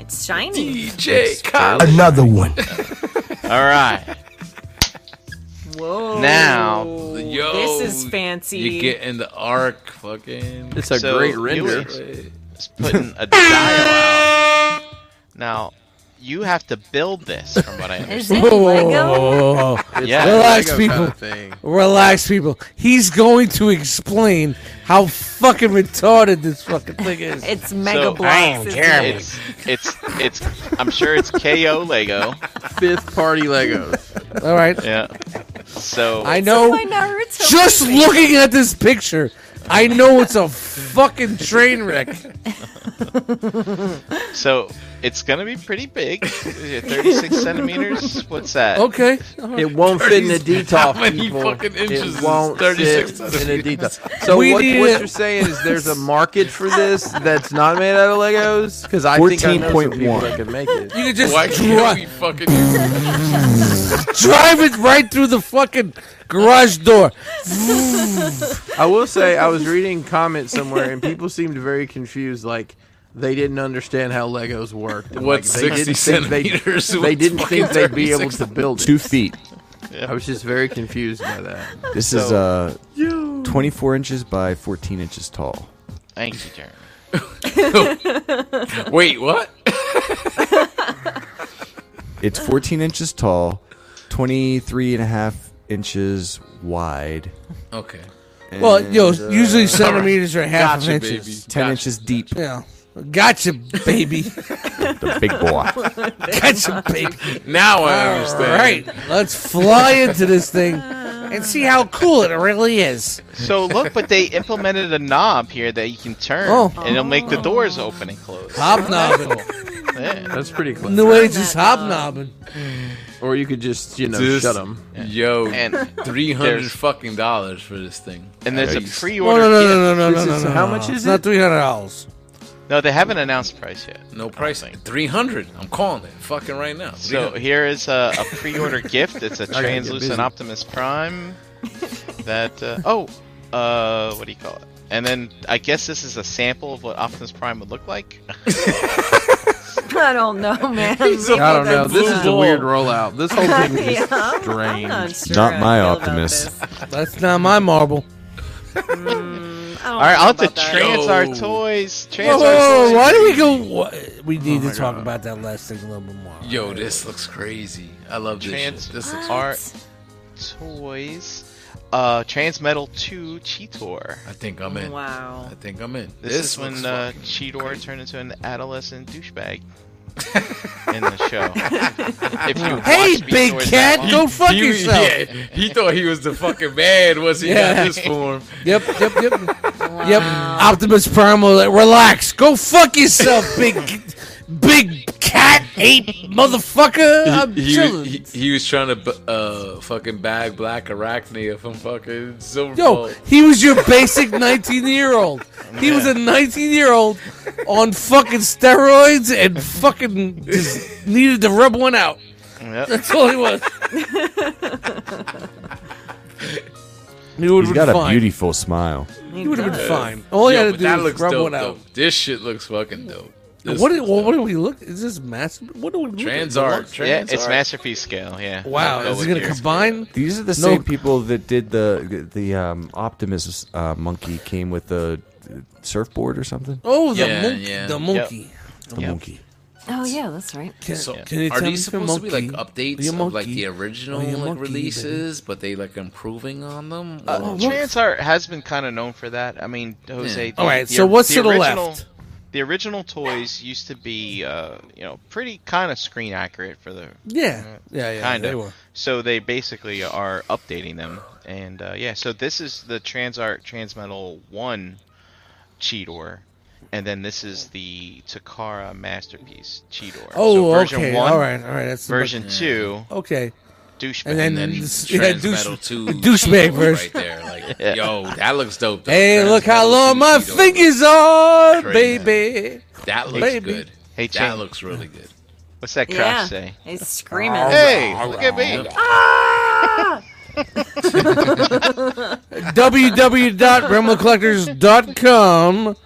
S4: It's shiny.
S1: DJ E Khaled.
S11: Another one.
S2: *laughs*
S6: All right.
S4: Whoa.
S6: Now,
S1: Yo,
S4: this is fancy.
S1: You get in the arc, fucking.
S5: It's a
S6: So,
S5: great
S6: you
S5: render.
S6: were- It's putting
S2: *laughs*
S6: a dial out. Now, you have to build this, from what I
S4: Is
S6: understand.
S4: it
S2: Whoa, whoa,
S4: Lego?
S2: whoa, whoa, whoa.
S6: Yeah.
S2: Relax,
S5: Lego
S2: people.
S5: Kind of thing.
S2: Relax, people. He's going to explain how fucking retarded this fucking thing
S4: *laughs*
S2: is.
S4: It's mega
S6: So-
S4: blocks. isn't it?
S6: It's, it's, it's. I'm sure it's KO Lego.
S5: Fifth party Legos.
S2: All right,
S6: Yeah. So
S2: I
S4: My
S2: know.
S4: Naruto.
S2: Just looking at this picture, I know it's a fucking train wreck.
S6: So it's gonna be pretty big. Thirty-six centimeters. What's that?
S2: Okay,
S5: It won't fit in a
S1: How
S5: detox.
S1: many
S5: people.
S1: fucking inches
S5: It won't
S1: is 36
S5: fit in a
S1: *laughs*
S5: detox. So
S2: We
S5: what, what
S2: need it.
S5: you're saying is there's a market for this that's not made out of Legos? Because I think I know some people
S3: 14.1.
S5: that could make it.
S2: you can just
S1: Why
S2: dri-
S1: can't we fucking do that?
S2: drive it right through the fucking garage door.
S5: I will say I was reading comments somewhere and people seemed very confused, like they didn't understand how Legos worked. And,
S1: What's
S5: like, they
S1: 60
S5: didn't think they-
S1: centimeters?
S5: They,
S1: What's
S5: didn't think
S1: fucking
S5: they'd be able
S1: 36
S5: to build it.
S11: Two feet.
S5: I was just very confused by that.
S3: This is uh, 24 inches by 14 inches tall.
S6: Thank you, Jeremy.
S1: Wait, what?
S3: It's 14 inches tall, 23 and a half inches wide.
S1: Okay.
S2: Well,
S3: and,
S2: yo,
S3: uh,
S2: usually centimeters are half
S1: Gotcha,
S2: of
S1: baby.
S2: inches.
S3: 10 inches deep.
S2: Yeah. Gotcha, baby.
S5: *laughs*
S11: The big
S2: *laughs*
S11: boy.
S2: gotcha, baby.
S1: Now I
S2: All
S1: understand.
S2: right. Let's fly into this thing and see how cool it really is.
S6: So look, but they implemented a knob here that you can turn,
S2: Oh.
S6: and it'll make the doors open and close.
S2: Hobnobbing. Oh.
S6: Yeah.
S5: That's pretty close.
S2: New Age is hobnobbing.
S5: Or you could just, you know,
S1: This-
S5: shut
S1: *laughs*
S5: them.
S1: Yo,
S6: And
S1: three hundred
S6: There's-
S1: fucking dollars for this thing.
S6: and there's a
S11: Yikes.
S2: No,
S6: pre-order.
S2: Oh, no, no,
S6: kit.
S2: no, no, no,
S5: This
S2: no,
S5: is-
S2: no, no.
S5: how
S2: no.
S5: much
S2: It's
S5: is
S2: not
S5: it?
S2: $300.
S6: No, they haven't announced price yet.
S1: No pricing. Three hundred. I'm calling it. Fucking right now.
S6: Oh, So
S1: 300.
S6: here is a, a pre-order gift. It's a
S5: gotta get
S6: translucent
S5: busy.
S6: Optimus Prime. That uh, oh, uh, what do you call it? And then I guess this is a sample of what Optimus Prime would look like.
S4: *laughs* I don't
S6: *laughs*
S4: know, man.
S5: I don't know. This is a
S1: Blue
S5: weird rollout. This whole
S4: *laughs*
S5: thing is
S4: Yeah,
S5: just
S4: I'm- I'm
S5: strange.
S4: not sure
S3: Not
S4: how I
S3: my
S4: feel about
S3: Optimus.
S4: this.
S2: That's not my marble.
S6: All right, I'll have to
S4: that.
S6: trans our
S1: Yo.
S6: toys. Trans
S2: Whoa,
S6: our
S2: whoa, whoa,
S6: toys.
S2: why do we go? What? We
S5: Oh
S2: need to talk about that last thing a little bit more.
S1: Yo, this looks crazy. I love this.
S6: Trans-
S1: shit. This looks.
S6: Our toys. Uh, Transmetal 2 Cheetor.
S1: I think I'm in.
S4: Wow.
S1: I think I'm in.
S6: This, is
S1: looks
S6: when uh,
S1: fucking-
S6: Cheetor turned into an adolescent douchebag in the show. if you
S2: Hey,
S6: watch
S2: big
S6: Beastars
S2: cat,
S6: that
S2: go
S6: long-
S2: fuck
S1: he, was-
S2: yourself.
S1: Yeah, *laughs* he thought he was the fucking man once he
S2: Yeah.
S1: got this form.
S2: Yep, yep, yep. Yep. Optimus Prime will like, relax. Go fuck yourself, big big cat ape motherfucker. I'm
S1: he,
S2: chilling.
S1: was, he, he was trying to b- uh, fucking bag Black Arachnia from fucking Silver
S2: Yo, he was your basic 19 year old. He was a 19 year old on fucking steroids and fucking just needed to rub one out.
S6: Yep.
S2: That's all
S1: *laughs*
S2: he was. he would
S3: He's
S2: have
S3: got
S2: been
S3: a
S2: fine.
S3: beautiful smile.
S2: He would have been fine. All he
S1: Yo,
S2: had to
S1: but
S2: do
S1: that
S2: was
S1: looks
S2: rub
S1: dope,
S2: one out.
S1: though. This shit looks fucking dope. This
S2: What? do- Well, what do we look? Is this mass? What do we look?
S1: Trans
S2: at?
S1: art.
S6: yeah,
S1: Trans
S6: it's
S1: art.
S6: masterpiece scale. Yeah.
S2: Wow,
S6: Go
S2: is
S6: with
S2: it going to
S6: yours.
S2: combine?
S3: These are the
S2: No.
S3: same people that did the the um, Optimus uh, monkey came with the uh, surfboard or something.
S2: Oh, the
S1: Yeah,
S2: monkey.
S1: yeah.
S2: The
S1: Yep.
S2: monkey.
S3: The monkey.
S4: Oh yeah, that's right.
S2: Can,
S1: So,
S2: can you
S1: are
S2: tell
S1: these
S2: me the
S1: supposed to be like
S2: monkey?
S1: updates
S2: The
S1: of like
S2: monkey.
S1: the original
S2: Oh, the
S1: like,
S2: monkey,
S1: releases, but they like improving on them?
S2: Oh,
S6: Uh,
S1: Or-
S6: Trans art has been kind of known for that. I mean, Jose.
S1: Yeah.
S6: the-
S2: All right,
S6: the-
S2: so what's
S6: the
S2: to the
S6: original-
S2: left?
S6: The original toys used to be, uh, you know, pretty kind of screen accurate for the
S2: Yeah, yeah, yeah.
S6: kind
S2: They
S6: of.
S2: were.
S6: So they basically are updating them, and uh, yeah. So this is the Transart Transmetal One Cheetor, and then this is the Takara Masterpiece Cheetor.
S2: Oh,
S6: so version
S2: okay.
S6: One,
S2: all right, all right. That's the-
S6: version two,
S2: Okay,
S6: douchebag.
S2: and then,
S1: then
S2: s- yeah,
S1: trans
S2: douche,
S1: metal two
S2: douchebag version.
S1: right there. Like, yo, that looks dope. Though.
S2: Hey,
S1: Trans
S2: look how
S1: metal
S2: long
S1: two
S2: my
S1: Cheeto.
S2: fingers are,
S1: Crazy. *laughs*
S2: baby.
S1: That looks
S2: Baby.
S1: good.
S6: Hey,
S1: that
S6: Chan.
S1: looks really good.
S6: what's that crap
S4: Yeah,
S6: say?
S4: he's screaming.
S5: Oh,
S6: Hey, look at me.
S2: www.remlacollectors.com.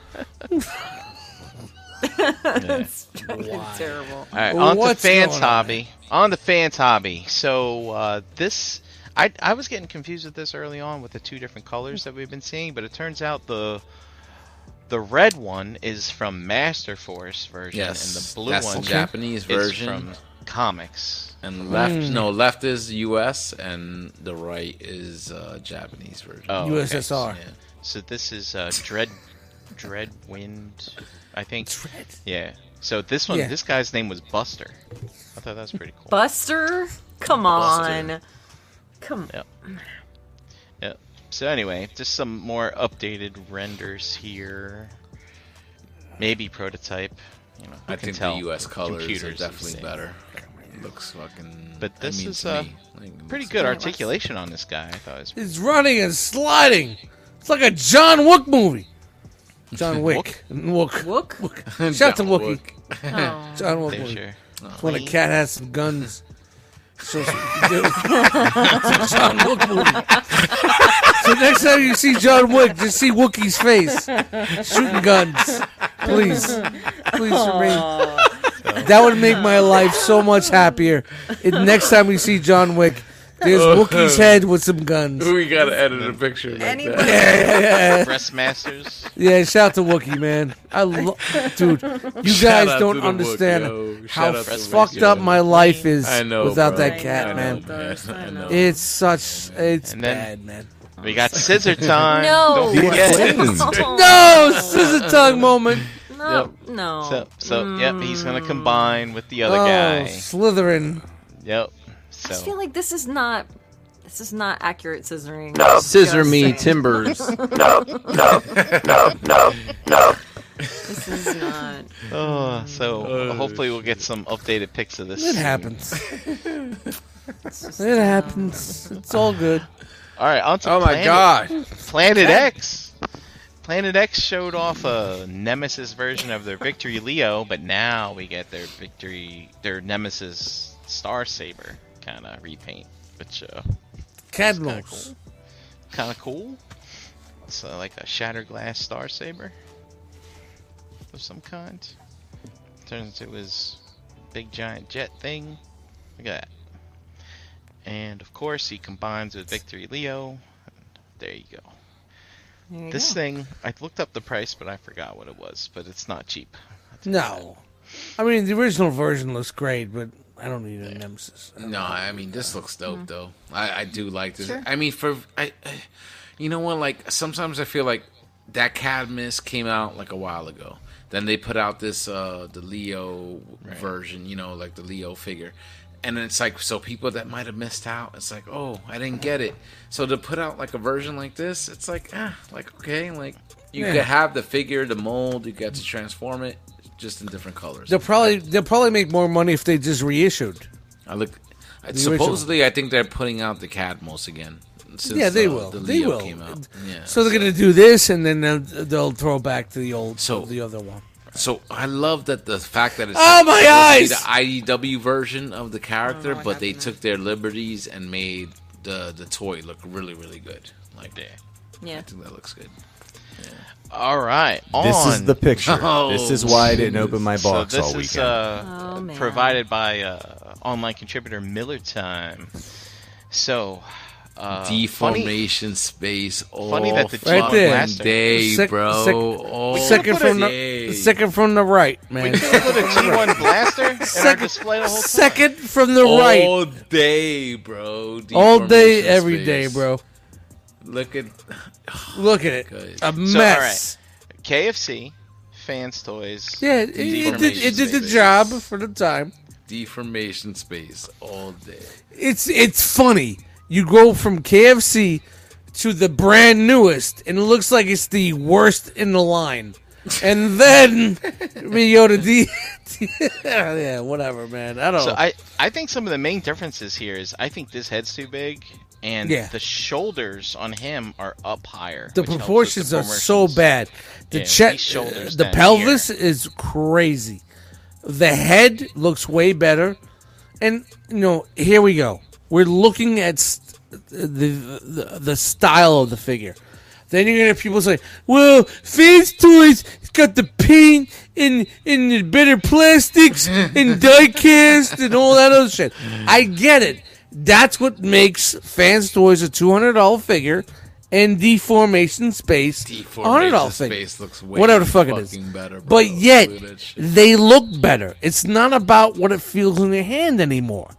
S4: That's *laughs* fucking terrible.
S6: All right,
S2: Well,
S6: on to
S2: what's
S6: fans
S2: going on?
S6: hobby. On the fans hobby. So uh, this, I I was getting confused with this early on with the two different colors that we've been seeing, but it turns out the the red one is from Master Force version,
S1: Yes,
S6: and the blue
S1: that's
S6: one
S1: the Japanese
S6: is
S1: version.
S6: from comics.
S1: and left, no, left is U.S. and the right is uh, Japanese version.
S6: Oh, okay.
S2: USSR.
S6: Yeah. So this is uh, Dread Dreadwind, I think. Yeah. So this one,
S2: Yeah.
S6: this guy's name was Buster. I thought that was pretty cool.
S4: Buster, come on,
S1: Buster.
S4: come.
S6: Yep. So anyway, just some more updated renders here. Maybe prototype. You know, who
S1: I
S6: can
S1: think
S6: tell
S1: the U.S.
S6: with
S1: colors are
S6: computers these
S1: definitely
S6: days.
S1: better. Looks fucking.
S6: But
S1: I
S6: this
S1: mean,
S6: is,
S1: to
S6: uh,
S1: me, like, it
S6: Pretty
S1: looks-
S6: good
S4: Yeah, it
S6: articulation on this guy. I thought it was
S2: It's running and sliding. It's like a John
S1: *laughs*
S2: Wick movie. John Wick. Wick.
S4: Wook.
S2: Shout out to
S1: John
S2: Wookie.
S1: Wick.
S2: John Wick
S6: pretty
S2: movie.
S6: sure.
S2: It's when a cat has some guns.
S1: *laughs*
S2: So, it's a John Wick movie. So next time you see John Wick, just see Wookie's face shooting guns. Please, please for me. That would make my life so much happier. If next time we see John Wick,
S1: *laughs*
S2: there's Wookie's head with some guns.
S1: We gotta edit a picture. Like that.
S4: Anybody?
S1: *laughs*
S6: Breast Masters.
S2: Yeah, shout out to Wookie, man. I love, dude. You
S1: Shout
S2: guys
S1: out
S2: don't
S1: to the
S2: understand
S1: Wook, yo.
S2: how
S1: Shout out to the
S2: fucked
S1: Wook,
S2: up
S1: yo.
S2: my life is
S1: I know,
S2: without
S1: bro.
S2: that cat,
S1: I know,
S2: man.
S1: man. I know.
S2: It's such, it's
S6: And
S2: bad,
S6: then-
S2: man.
S6: We got scissor time.
S4: No.
S6: Don't forget.
S2: No, *laughs* scissor
S1: *laughs*
S2: tongue moment.
S4: *laughs* No, no.
S6: So, so yep, he's
S4: Mm.
S6: gonna combine with the
S2: Oh,
S6: other guy.
S2: Slytherin.
S6: Yep.
S4: I just feel
S6: So
S4: like this is not. This is not accurate scissoring.
S5: Scissor
S4: Just
S5: me
S4: saying.
S5: timbers.
S4: This is not.
S6: oh, so hopefully we'll get some updated pics of this.
S2: It
S6: soon.
S2: happens. It happens. It's all good.
S6: All right, on to
S5: oh my
S6: Planet-
S5: god!
S6: Planet X. Planet X showed off a Nemesis version of their Victory Leo, but now we get their Victory, their Nemesis Star Saber kind of repaint, which uh, kinda
S2: Cadmos.
S6: cool. kind of cool. It's uh, like a shattered glass Star Saber of some kind. Turns into his big giant jet thing. Look at that. And of course, he combines with Victory Leo. There you go.
S4: There you
S6: This
S4: go.
S6: thing, I looked up the price, but I forgot what it was. But it's not cheap.
S2: No. I mean, the original version looks great, but I don't need a nemesis.
S1: No, I mean this looks dope though. I, I do like this. I mean for I, I- you know what? Like sometimes I feel like that Cadmus came out like a while ago. Then they put out this uh the Leo version. You know, like the Leo figure. And it's like so people that might have missed out. It's like oh I didn't get it. So to put out like a version like this, it's like ah like okay like you
S2: Yeah.
S1: could have the figure, the mold, you got to transform it just in different colors.
S2: They'll probably they'll probably make more money if they just reissued.
S1: I look. I
S2: original.
S1: supposedly, I think they're putting out the Cadmos again. since
S2: yeah, they
S1: the-
S2: will.
S1: the
S2: they
S1: Leo
S2: will.
S1: came out. Yeah.
S2: so they're gonna do this, and then they'll, they'll throw back to the old,
S1: So-
S2: the other one.
S1: So I love that the fact that it's
S2: Oh, my
S1: it's supposed to
S2: eyes!
S1: be the IDW version of the character, but they took their liberties and made the the toy look really really good. Like that.
S4: Yeah.
S1: I think that looks good.
S6: All right.
S3: This is
S6: on.
S1: *laughs*
S3: the picture.
S1: Oh,
S3: This is why I didn't open my box
S6: so this
S3: all
S6: Is,
S3: weekend.
S6: uh,
S4: Oh,
S2: Oh,
S4: man.
S6: provided by uh, online contributor Miller Time. So uh, funny-
S1: Deformation space. All
S6: funny that the
S1: fucking
S6: Right there. Blaster-
S1: day,
S2: Sec-
S1: bro.
S2: sec-
S1: all
S2: second from
S1: Oh, day.
S2: the second from the right, man.
S6: Put a G1 blaster in our
S2: Second-
S6: display the whole
S2: *laughs*
S6: time.
S2: Second from the right,
S1: all day, bro.
S2: all day,
S1: Deformation
S2: every day,
S1: space.
S2: bro.
S1: Look at
S2: Look at it,
S1: Good.
S2: a
S6: So, all
S2: mess.
S6: right. KFC fans toys.
S2: Yeah, it, it did, it did the
S1: Deformation
S2: job
S1: space.
S2: for the time.
S1: deformation space all day.
S2: It's it's funny. You go from KFC to the brand newest, and it looks like it's the worst in the line. And then we go to D. *laughs* yeah, whatever, man. I don't.
S6: So
S2: know.
S6: I, I think some of the main differences here is I think this head's too big, and
S2: Yeah.
S6: the shoulders on him are up higher.
S2: the
S6: which helps with
S2: proportions
S6: the
S2: are so
S6: proportions.
S2: bad. The
S6: Yeah,
S2: chest,
S6: these shoulders
S2: the
S6: down
S2: pelvis is crazy. The head looks way better. And you know, here we go. We're looking at st- the, the the style of the figure. Then you're gonna have people say, "Well, Fans Toys has got the paint and and the
S1: *laughs*
S2: better plastics and diecast and all that other shit." I get it. That's what makes Fans Toys a two hundred dollar figure, and deformation space a hundred
S1: Deformation
S2: dollar figure.
S1: space looks way
S2: Whatever the fuck it is.
S1: fucking better, bro.
S2: but yet
S1: Look at that shit.
S2: they look better. It's not about what it feels in your hand anymore.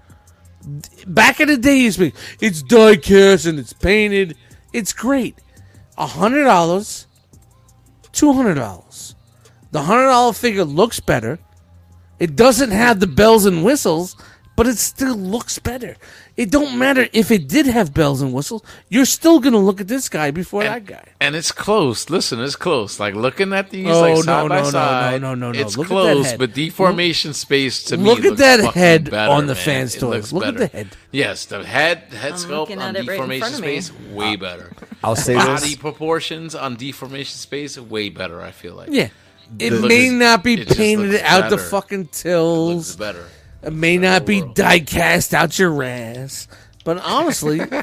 S2: Back in the day, it's like, it's die cast and it's painted. It's great. A hundred dollars, two hundred dollars. The hundred dollar figure looks better. It doesn't have the bells and whistles, but it still looks better. It don't matter if it did have bells and whistles. You're still gonna look at this guy before that guy.
S1: And it's close. Listen, it's close. Like looking at these,
S2: Oh,
S1: like
S2: no,
S1: side by
S2: no, no,
S1: side.
S2: no, no, no, no.
S1: It's
S2: Look at that
S1: close,
S2: head.
S1: but deformation space to me.
S2: look at
S1: looks
S2: that
S1: fucking
S2: head
S1: better,
S2: on the
S1: man.
S2: fans'
S1: It looks
S2: toys. Look at
S1: better.
S2: the head.
S1: Yes, the head head
S4: I'm
S1: sculpt
S4: looking
S1: on
S4: at it right in
S1: deformation
S4: front of me.
S1: space way better.
S3: I'll say this.
S1: Body proportions on deformation space way better. I feel like
S2: Yeah. It
S1: The-
S2: may
S1: looks-
S2: not be
S1: it just
S2: painted
S1: looks
S2: out the
S1: better.
S2: fucking
S1: looks
S2: tills.
S1: better.
S2: It may not be
S1: world.
S2: die cast out your ass. But
S1: *laughs*
S2: honestly,
S3: It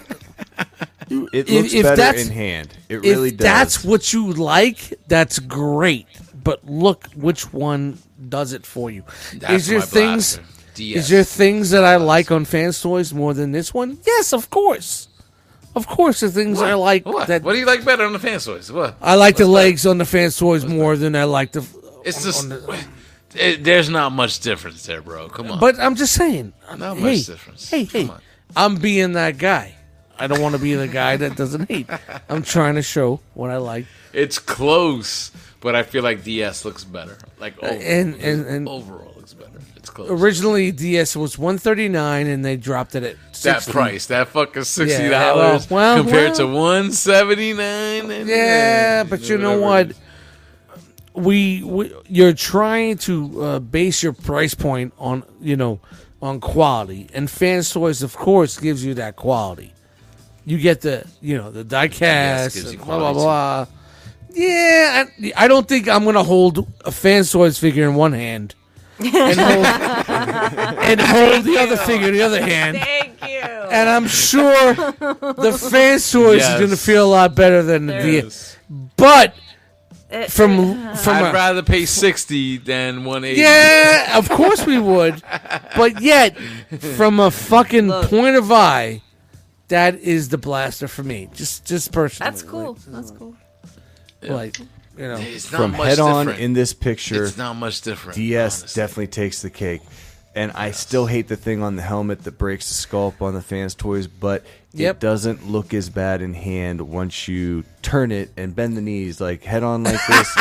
S2: If-
S3: looks
S2: if
S3: better
S2: that's-
S3: in hand. It
S2: if
S3: really does.
S2: that's what you like, that's great. But look which one does it for you.
S1: That's
S2: is your
S1: my
S2: things
S1: blaster. DS.
S2: is there things that I like on fans toys more than this one? Yes, of course. Of course the things I like
S1: What?
S2: that
S1: what do you like better on the fans' toys? What?
S2: I like the legs on the fans toys more than I like the
S1: It's
S2: on-
S1: just
S2: on the-
S1: *sighs* it, there's not much difference there, bro. Come on.
S2: But I'm just saying.
S1: Not
S2: hey,
S1: much difference.
S2: Hey,
S1: Come
S2: hey.
S1: on.
S2: I'm being that guy. I don't want to be the guy that doesn't hate. I'm trying to show what I like.
S1: It's close, but I feel like DS looks better. Like overall,
S2: Uh, and- and- and-
S1: overall looks better. It's close.
S2: Originally, DS was 139 and they dropped it at 60.
S1: that price, that fucking sixty
S2: Yeah, well,
S1: dollars
S2: well,
S1: compared to
S2: well.
S1: one seventy nine.
S2: Yeah, but you know what? We, we you're trying to uh, base your price point on you know on quality, and Fans Toys, of course, gives you that quality. You get the you know the
S1: Yes,
S2: diecast,
S1: gives you
S2: and blah blah
S1: quality.
S2: blah. Yeah, I, I don't think I'm gonna hold a Fans Toys figure in one hand. and
S1: *laughs*
S2: hold, and hold the other figure in the other hand,
S4: Thank you.
S2: and I'm sure the fans toys
S1: Yes.
S2: is gonna feel a lot better than the DS.
S1: Yes.
S2: But
S4: It-
S2: from from
S1: I'd
S2: a,
S1: rather pay sixty than one eighty. *laughs*
S2: yeah, of course we would. But yet, from a fucking
S4: Look.
S2: point of eye, that is the blaster for me. Just just personally.
S4: That's cool. That's cool.
S2: Like, like, you know,
S1: it's not
S3: From
S1: much
S3: head on
S1: different.
S3: in this picture,
S1: It's not much different.
S3: DS
S1: honestly.
S3: definitely takes the cake. And I still hate the thing on the helmet that breaks the sculpt on the fans' toys, but
S2: Yep.
S3: it doesn't look as bad in hand once
S1: *laughs*
S3: you turn it and bend the knees like head on like this.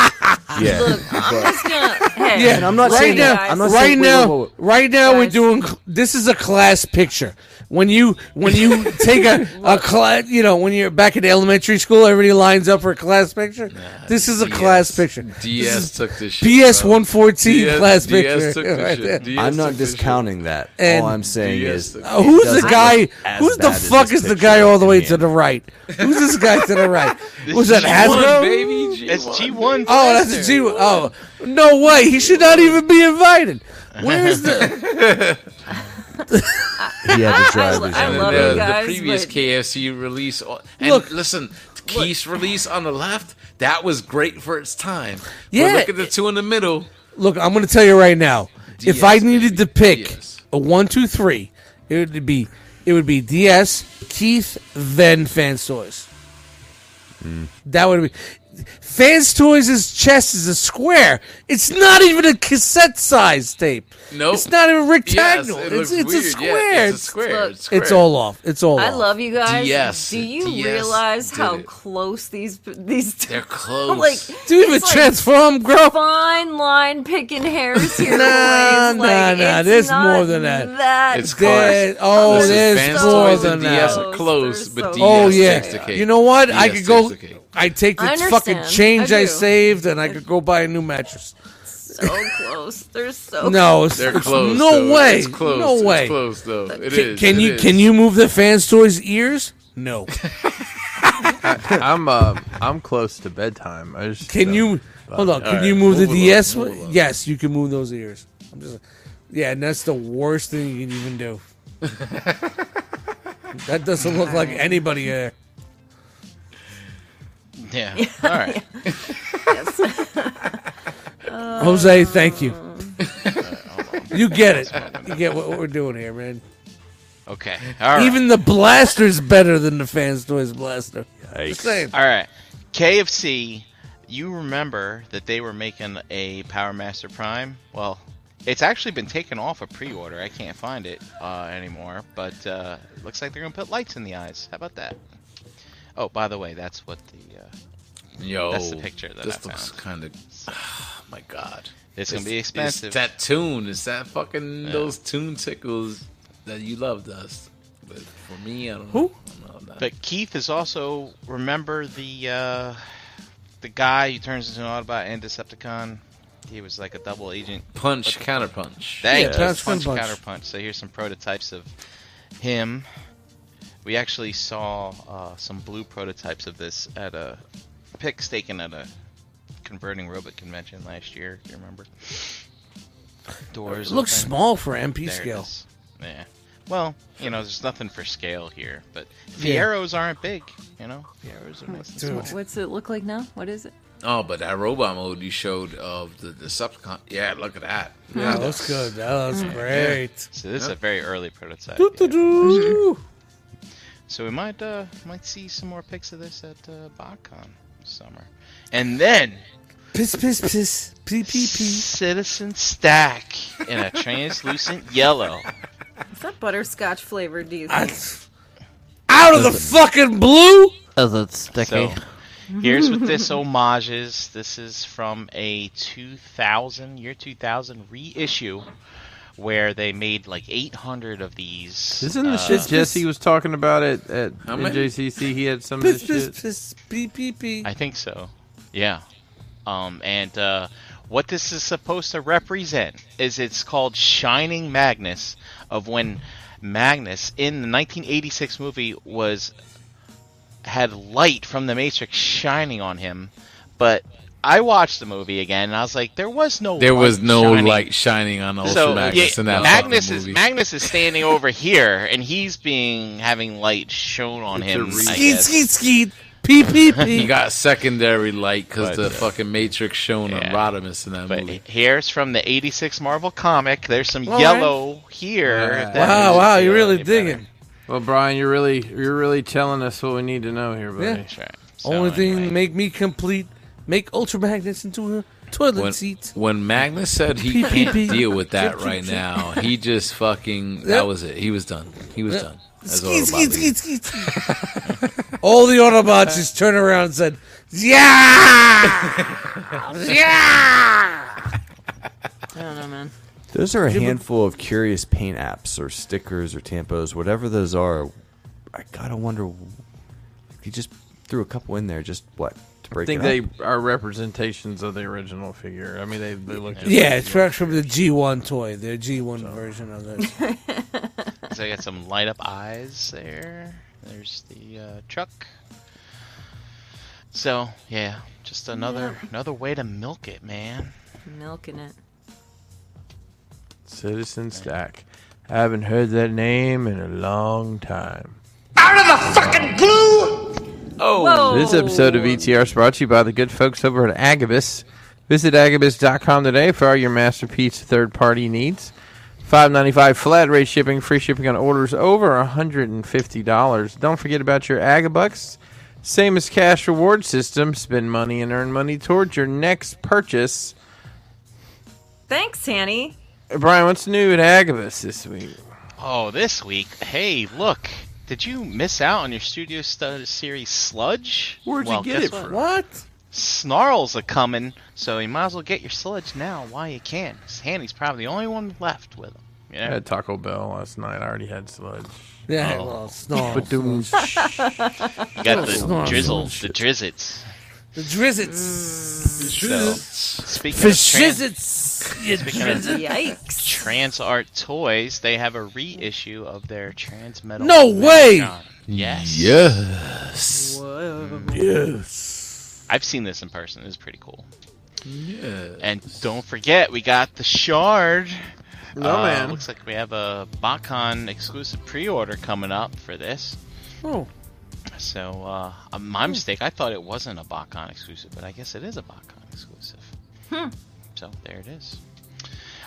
S3: yeah,
S4: Look, I'm just gonna Hey,
S2: yeah,
S3: And I'm not
S2: right
S3: saying
S2: now.
S3: that. I'm not
S2: right
S3: saying- wait,
S2: now.
S3: wait, wait,
S2: Right now, we're doing. cl- This is a class picture. When you when you
S4: *laughs*
S2: take a a class, you know, when you're back in elementary school, everybody lines up for a class picture. this is a class picture.
S1: DS
S2: is
S1: took this shit,
S2: PS
S1: bro.
S2: one fourteen
S1: DS
S2: class picture.
S1: DS took this
S2: *laughs* right
S1: shit.
S2: there.
S1: DS
S3: I'm not discounting that.
S2: And-
S3: All I'm saying is,
S2: Uh, who's
S3: it
S2: the
S3: doesn't
S2: guy?
S3: look as
S2: Who's the
S3: bad as
S2: fuck
S3: this
S2: is the
S3: picture.
S2: guy all the way to the right? Who's this guy to the
S3: *laughs*
S2: right? Was that Hasbro?
S1: baby?
S6: That's G1.
S2: Oh, that's a G. Oh, no way! He should not even be invited. Where
S3: *laughs*
S2: is the?
S3: He
S2: *laughs*
S3: had the drivers.
S4: I
S1: And uh,
S4: love
S1: the,
S4: you guys,
S1: the previous
S4: but-
S1: KFC release. o- And
S2: Look.
S1: listen, Keith's release on the left, that was great for its time.
S2: Yeah.
S1: But look at the two in the middle.
S2: Look, I'm going to tell you right now. if
S1: DS,
S2: I needed to pick
S1: DS.
S2: a one, two, three, it would be it would be DS, Keith, then Fans Toys.
S1: Hmm.
S2: That would be Fans Toys' chest is a square. It's not even a cassette size tape.
S1: Nope.
S2: It's not even
S1: Yes,
S2: rectangle.
S1: it looks
S2: it's it's
S1: weird.
S2: a
S1: Yeah,
S2: square.
S1: it's a square. It's,
S2: It's
S1: square.
S2: all off. It's all
S4: I
S2: off.
S4: love you guys.
S1: DS,
S4: Do you
S1: DS
S4: realize
S1: did
S4: how
S1: it.
S4: close these these two
S1: They're close.
S4: *laughs* like
S2: Dude, even
S4: it's like
S2: transform, girl.
S4: *laughs* fine line picking hairs here?
S2: Nah,
S4: boys.
S2: nah,
S4: like,
S2: nah,
S4: it's
S2: there's
S4: not
S2: more than that.
S1: It's close.
S2: There- oh,
S1: Listen,
S2: there's
S1: Fans
S2: more
S1: Toys
S2: than
S1: and DS
S2: that.
S1: are close,
S4: They're
S1: but
S4: so
S1: DS
S2: Oh
S4: DS
S1: takes the
S2: yeah.
S1: cake.
S2: You know what? I
S1: DS
S2: could go.
S1: takes the cake.
S2: I take the
S4: I
S2: fucking
S4: understand.
S2: change
S4: I
S2: I,
S4: do.
S2: saved, and I could go buy a new mattress.
S4: *laughs* so close. They're so
S2: No, it's,
S1: They're
S2: it's
S1: close.
S2: no
S1: though.
S2: way.
S1: It's close.
S2: No way.
S1: It's close though. It
S2: Can,
S1: is.
S2: can
S1: It
S2: you
S1: is.
S2: can you move the fans toys ears?
S1: *laughs*
S2: No.
S5: *laughs* I'm uh, I'm close to bedtime. I just
S2: Can
S5: uh,
S2: you hold on? Can
S1: Alright,
S2: you move the
S1: move it
S2: DS?
S1: along,
S2: one?
S1: move it along.
S2: yes, you can move those ears. I'm just, yeah, and that's the worst thing you can
S1: *laughs*
S2: even do. that doesn't look like anybody there.
S6: Yeah. All right.
S4: yes.
S2: Jose,
S1: *laughs*
S2: thank you. you get it. You get what, what we're doing here, man.
S6: Okay. All right.
S2: Even the blaster's better than the fans toys blaster. Just saying.
S6: All right. KFC, you remember that they were making a Power Master Prime? Well, it's actually been taken off a pre-order. I can't find it uh, anymore, but uh, it looks like they're gonna put lights in the eyes. How about that? Oh, by the way, that's what the uh,
S1: Yo,
S6: That's the picture that
S1: this
S6: I
S1: looks kind of. Oh *sighs* my god,
S6: It's gonna be expensive.
S1: It's that tune. It's that fucking those tune tickles that you loved us. But for me, I don't
S2: Who?
S1: know. I'm not-
S6: But Keith is also remember the uh, the guy who turns into an Autobot and Decepticon. He was like a double agent.
S1: punch, counter punch.
S6: Thank
S2: Yeah.
S6: you.
S2: Punch,
S6: Punch,
S2: punch.
S6: counter punch. So here's some prototypes of him. We actually saw uh, some blue prototypes of this at a pics taken at a converting robot convention last year. If you remember, doors
S2: It looks
S6: open.
S2: small for MP
S6: There it
S2: scale.
S6: is. Yeah. Well, you know, there's nothing for scale here, but
S2: Yeah.
S6: Fieros aren't big. You know, Fieros are nice and small.
S4: What's it look like now? What is it?
S1: Oh, but that robot mode you showed of the Decepticon. Yeah, look at that.
S2: Yeah, that looks good. That looks great.
S6: So this is a very early prototype. yeah.
S2: Doo-doo-doo.
S6: So we might uh, might see some more pics of this at uh, BotCon this summer, and then
S2: Piss, piss, piss. Pee, pee, pee.
S6: Citizen Stack in a translucent yellow.
S4: Is that butterscotch flavored? Do you
S2: I-
S4: think?
S2: Out of the fucking blue?
S10: Is it sticky?
S6: So here's what this homage is. This is from a 2000 year 2000 reissue where they made like 800 of these.
S5: Isn't the
S6: uh,
S5: shit Jesse was talking about it at
S1: How many?
S5: JCC? He had some of
S2: Piss,
S5: this
S2: piss,
S5: shit.
S2: piss. Pee, pee, pee.
S6: I think so. Yeah. Um, and uh, what this is supposed to represent is it's called Shining Magnus, of when Magnus in the 1986 movie was had light from the Matrix shining on him, but I watched the movie again and I was like, there was no
S1: There
S6: light
S1: was no
S6: shining.
S1: light shining on Ultra
S6: So
S1: Magnus
S6: yeah,
S1: in that
S6: Magnus
S1: fucking
S6: is
S1: movie.
S6: Magnus is standing over here and he's being having light shown on
S5: It's a
S6: him. I
S5: reason.
S2: Skeet,
S6: guess.
S2: skeet, skeet. Pee, *laughs*
S1: He
S2: pee, pee.
S1: got secondary light because
S6: But,
S1: the
S6: uh,
S1: fucking Matrix shown
S6: yeah.
S1: on Rodimus in that
S6: But
S1: movie.
S6: here's from the 86 Marvel comic. There's some
S2: All
S6: yellow here. if that
S2: Wow,
S6: makes
S2: wow,
S6: you
S2: you're
S6: feel
S2: really
S6: any better.
S2: digging.
S5: Well, Brian, you're really you're really telling us what we need to know here, buddy.
S2: Yeah.
S6: That's right. So
S2: Only thing
S6: anyway,
S2: to make me complete, make Ultra Magnus into a toilet
S1: when,
S2: seat.
S1: when Magnus said he
S2: Pee, pee,
S1: can't
S2: pee.
S1: deal with that
S2: Chip,
S1: right
S2: chip, chip.
S1: now, he just fucking
S2: Yep.
S1: that was it. He was done. He was done. That's all
S2: Skeet,
S1: about
S2: skeet,
S1: it.
S2: skeet, skeet, skeet. All the Autobots just turned around and said, Yeah! Yeah!
S4: I don't know, man.
S3: Those are a
S4: Yeah, but-
S3: handful of curious paint apps or stickers or tampos, whatever those are. I gotta wonder. If you just threw a couple in there, just what to
S5: I
S3: break
S5: think
S3: it
S5: they
S3: up?
S5: are representations of the original figure. I mean, they, they look just
S2: Yeah, it's fresh from the G1 toy, the G1 version of this.
S6: So I got some light up eyes there. There's the uh, truck. So yeah, just another another way to milk it, man.
S4: Milking it.
S5: Citizen Stack. I haven't heard that name in a long time.
S6: Oh,
S5: This episode of E- ETR is brought to you by the good folks over at Agabus. Visit agabus.com today for all your masterpiece third party needs. Five ninety five flat rate shipping, free shipping on orders over hundred and fifty dollars. Don't forget about your Agabucks. Same as cash reward system. Spend money and earn money towards your next purchase.
S4: Thanks, Hanny.
S5: Hey, Brian, what's new at Agabus this week?
S6: Oh, this week. Hey, look. Did you miss out on your Studio Stud Series Sludge?
S5: *laughs* Where'd you
S6: Well,
S5: get
S6: guess
S5: it from?
S2: What?
S6: Snarls are coming, so you might as well get your sludge now while you can. 'Cause Hanny's probably the only one left with him.
S5: I had Taco Bell last night. I already had sludge.
S2: Yeah, well, snarl.
S5: Ba-doom.
S6: You got the
S2: Snarl.
S6: drizzle, the drizzits.
S2: The Drizzits.
S6: So, speaking of trans-
S2: Fishizzits. You
S6: Speaking of-
S2: Drizzits.
S6: Trans Art Toys, they have a reissue of their Trans Metal.
S2: No way!
S6: Metalcon. Yes.
S11: Yes.
S6: Yes. I've seen this in person. It's pretty cool. Yeah. And don't forget, we got the Shard.
S5: No,
S6: Uh,
S5: man.
S6: Looks like we have a BotCon exclusive pre-order coming up for this.
S2: Oh.
S6: So, uh, uh, my mistake. I thought it wasn't a BotCon exclusive, but I guess it is a BotCon exclusive.
S4: Hmm.
S6: So there it is.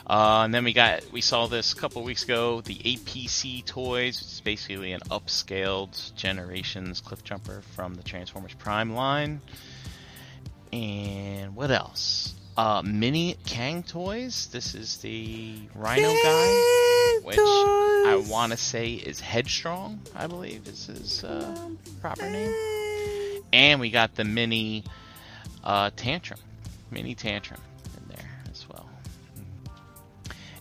S6: Uh, and then we got we saw this a couple weeks ago. The APC toys, which is basically an upscaled Generations Cliff Jumper from the Transformers Prime line. And what else? Uh, Mini Kang toys. This is the Rhino guy, which I want to say is Headstrong. I believe is his uh, proper name. And we got the Mini uh, Tantrum, Mini Tantrum in there as well.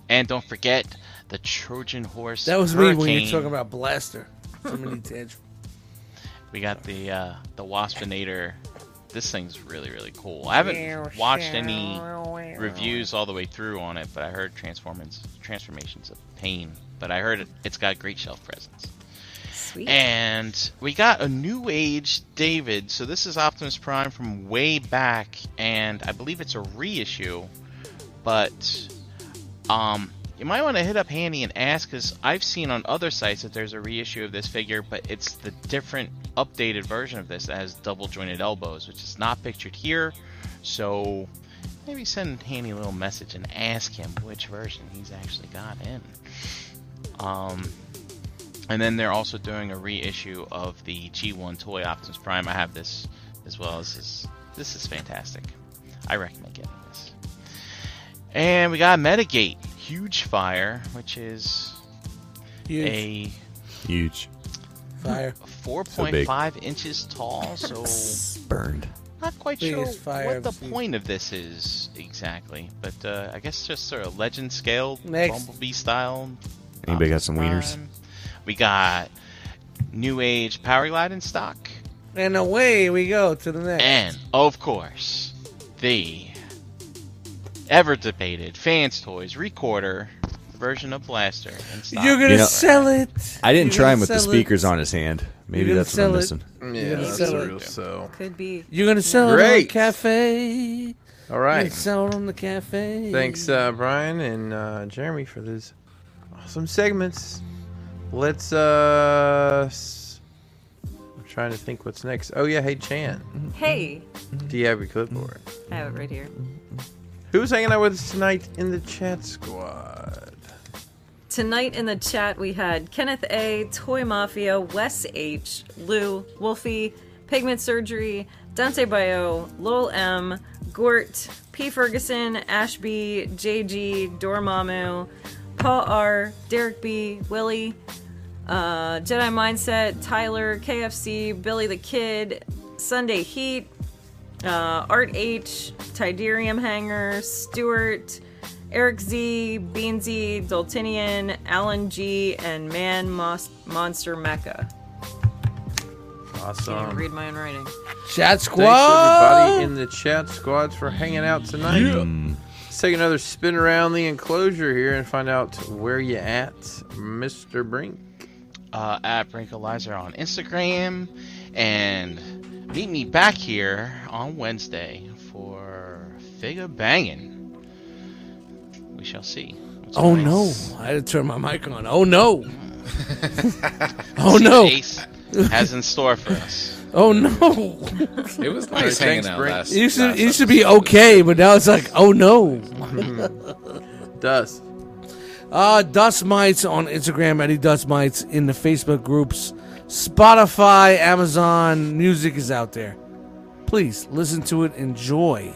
S6: And don't forget the Trojan Horse.
S2: That was me
S6: Hurricane.
S2: when you were talking about Blaster. So many tantrums.
S6: We got the uh, the Waspinator. This thing's really really cool. I haven't watched any reviews all the way through on it, but I heard transformations transformations of pain. But I heard it, it's got great shelf presence.
S4: Sweet.
S6: And we got a new age David. So this is Optimus Prime from way back, and I believe it's a reissue. But um, you might want to hit up Handy and ask, because I've seen on other sites that there's a reissue of this figure, but it's the different updated version of this that has double jointed elbows, which is not pictured here. So maybe send Handy a little message and ask him which version he's actually got in. Um, and then they're also doing a reissue of the G1 toy Optimus Prime. I have this as well. This is this is fantastic. I recommend getting this. And we got Metagate, Huge Fire, which is
S2: Huge.
S6: a
S11: Huge.
S2: Fire.
S6: 4.5 inches tall, so
S2: *laughs*
S3: Burned.
S6: not quite
S2: Biggest
S6: sure
S2: fire
S6: what the
S2: I've seen.
S6: point of this is exactly. But uh, I guess just sort of legend scale,
S2: Next.
S6: Bumblebee style.
S11: Anybody got some wieners?
S6: Prime. We got New Age Power Glide in stock.
S2: And away we go to the next.
S6: And of course, the ever debated fans toys recorder version of Blaster. In stock.
S2: You're gonna
S11: You know-
S2: sell it.
S11: I didn't
S2: You're
S11: try
S2: gonna
S11: him with the
S2: sell it.
S11: speakers on his hand. Maybe
S2: You're
S11: that's what
S2: gonna
S11: I'm
S2: sell
S11: missing.
S5: *laughs* Yeah,
S2: gonna
S5: that's
S2: sell
S5: a
S2: it.
S5: real so.
S4: Could be.
S2: You're gonna sell it on the
S5: Great.
S2: cafe.
S5: All
S2: You're
S5: right.
S2: gonna sell it on the cafe.
S5: Thanks, uh, Brian and uh, Jeremy, for those awesome segments. Let's. uh... S- I'm trying to think what's next. Oh yeah, hey Chan,
S2: Mm-hmm.
S4: Hey,
S5: do you have your clipboard?
S4: I have it right here.
S5: Who's hanging out with us tonight in the chat squad?
S4: Tonight in the chat, we had Kenneth A., Toy Mafia, Wes H., Lou, Wolfie, Pigment Surgery, Dante Bio, Lowell M., Gort, P. Ferguson, Ashby, JG, Dormammu, Paul R., Derek B., Willie, uh, Jedi Mindset, Tyler, KFC, Billy the Kid, Sunday Heat, uh, Art H, Tiderium Hanger, Stuart, Eric Z, Beansy, Daltinian, Alan G, and Man Mos- Monster Mecca. Can't even
S5: Awesome.
S4: read my own writing.
S2: Chat
S5: Thanks everybody
S2: squad.
S5: in the chat squads for hanging out tonight. Let's take another spin around the enclosure here and find out where you at, Mr. Brink.
S6: uh, at Brink Eliza on Instagram, and meet me back here on Wednesday for Figa Bangin. We shall see. It's
S2: Oh
S6: nice.
S2: no! I had to turn my mic on. Oh no! oh
S6: See what
S2: no!
S6: Ace has in store for us.
S2: Oh no!
S1: It was
S6: All right,
S1: nice hanging
S6: thanks,
S1: out
S6: Brink.
S1: last.
S2: You should
S1: last
S2: you should be
S1: episode.
S2: okay, but now it's like oh no.
S5: Dust.
S2: Uh, Dust Mites on Instagram, Eddie Dust Mites in the Facebook groups, Spotify, Amazon Music is out there. Please listen to it, enjoy.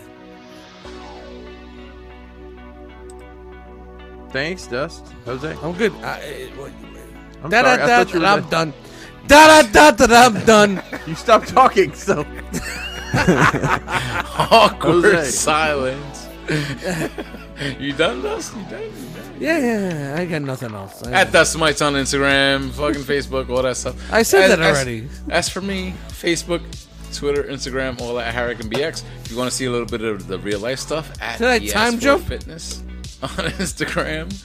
S5: Thanks, Dust. Jose.
S2: I'm good. I, I-
S5: I'm
S2: da
S5: sorry.
S2: da
S5: I
S2: da,
S5: thought you were
S2: I'm
S5: done.
S2: done. Da da da da, I'm done.
S5: You stopped talking, so
S1: Awkward
S2: *laughs*
S5: Jose.
S1: silence. *laughs* you done, Dust? You done? You done?
S2: Yeah, yeah, yeah, I got nothing else. Uh, I-
S1: At Dust Mites on Instagram, fucking Facebook, all that stuff.
S2: I said
S1: As-
S2: that
S1: as-
S2: already.
S1: As for me, Facebook, Twitter, Instagram, all at Harrick and BX. If you want to see a little bit of the real life stuff, at
S2: Did I
S1: BS
S2: time
S1: for
S2: jump?
S1: Fitness *laughs* on Instagram.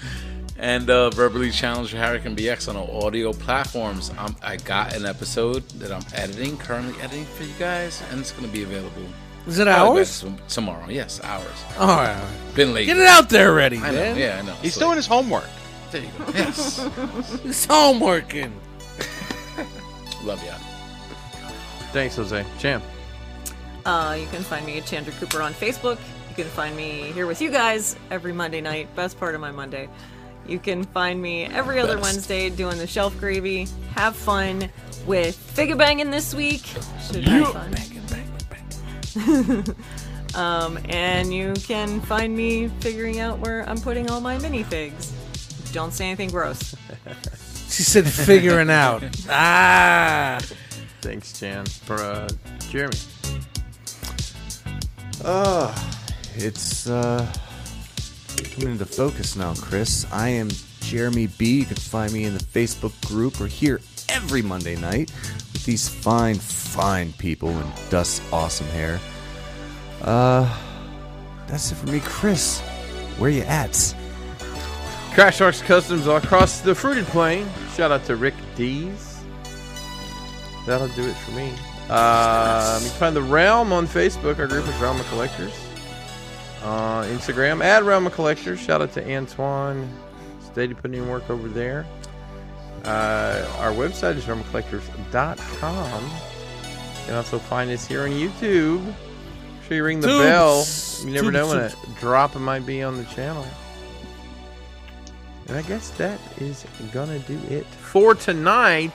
S1: And uh, verbally challenge Harrick and BX on all audio platforms. i I got an episode that I'm editing, currently editing for you guys, and it's going to be available.
S2: Is it
S1: probably by
S2: ours?
S1: tom- Tomorrow, yes, hours.
S2: All right, all right.
S1: Been late.
S2: get it out there already,
S1: I know,
S2: man.
S1: yeah, I know.
S6: He's
S1: So,
S6: doing his homework.
S1: There you go.
S2: *laughs*
S1: Yes.
S2: It's homeworking.
S1: Love ya.
S5: Thanks, Jose. Champ.
S4: Uh, you can find me at Chandra Cooper on Facebook. You can find me here with you guys every Monday night. Best part of my Monday. You can find me every other
S1: Best.
S4: Wednesday doing the shelf gravy. Have fun with Figure Banging this week. Should have fun. *laughs* Um, and you can find me figuring out where I'm putting all my mini figs. Don't say anything gross.
S2: She said figuring out. Ah.
S5: Thanks, Chan. For uh, Jeremy.
S3: Uh, it's uh, coming into focus now, Chris. I am Jeremy B. You can find me in the Facebook group or here every Monday night with these fine, fine people and Dust's awesome hair. Uh, that's it for me, Chris. Where you at?
S5: Crash Arts Customs all across the fruited plain. Shout out to Rick Dees. That'll do it for me. Um, you can find the Realm on Facebook. Our group is Realm of Collectors. Uh, Instagram at Realm of Collectors. Shout out to Antoine. Steady putting in work over there. Uh, our website is realmofcollectors.com. You can also find us here on YouTube. Sure you ring the
S2: Toots.
S5: bell. You
S2: Toots,
S5: never know when a drop might be on the channel. And I guess that is gonna do it for tonight.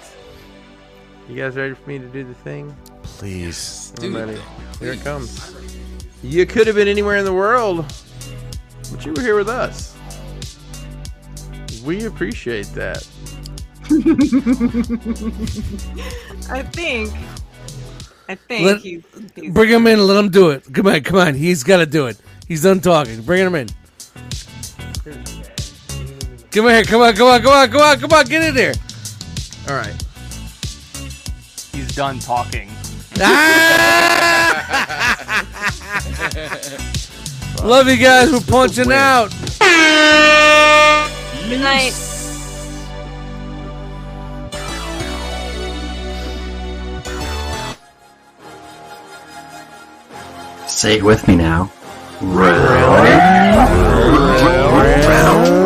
S5: You guys ready for me to do the thing?
S3: Please.
S5: I'm ready. Here it comes. You could have been anywhere in the world, but you were here with us. We appreciate that.
S4: I think. I think
S2: Let-
S4: he's, he's
S2: Bring him in. Let him do it. Come on, come on. He's got to do it. He's done talking. Bring him in. Come here. Come on. Come on. Come on. Come on. Come on. Get in there.
S5: All right.
S12: He's done talking.
S2: Love you guys. We're punching out.
S4: good night.
S8: Say it with me now. Round, round, round,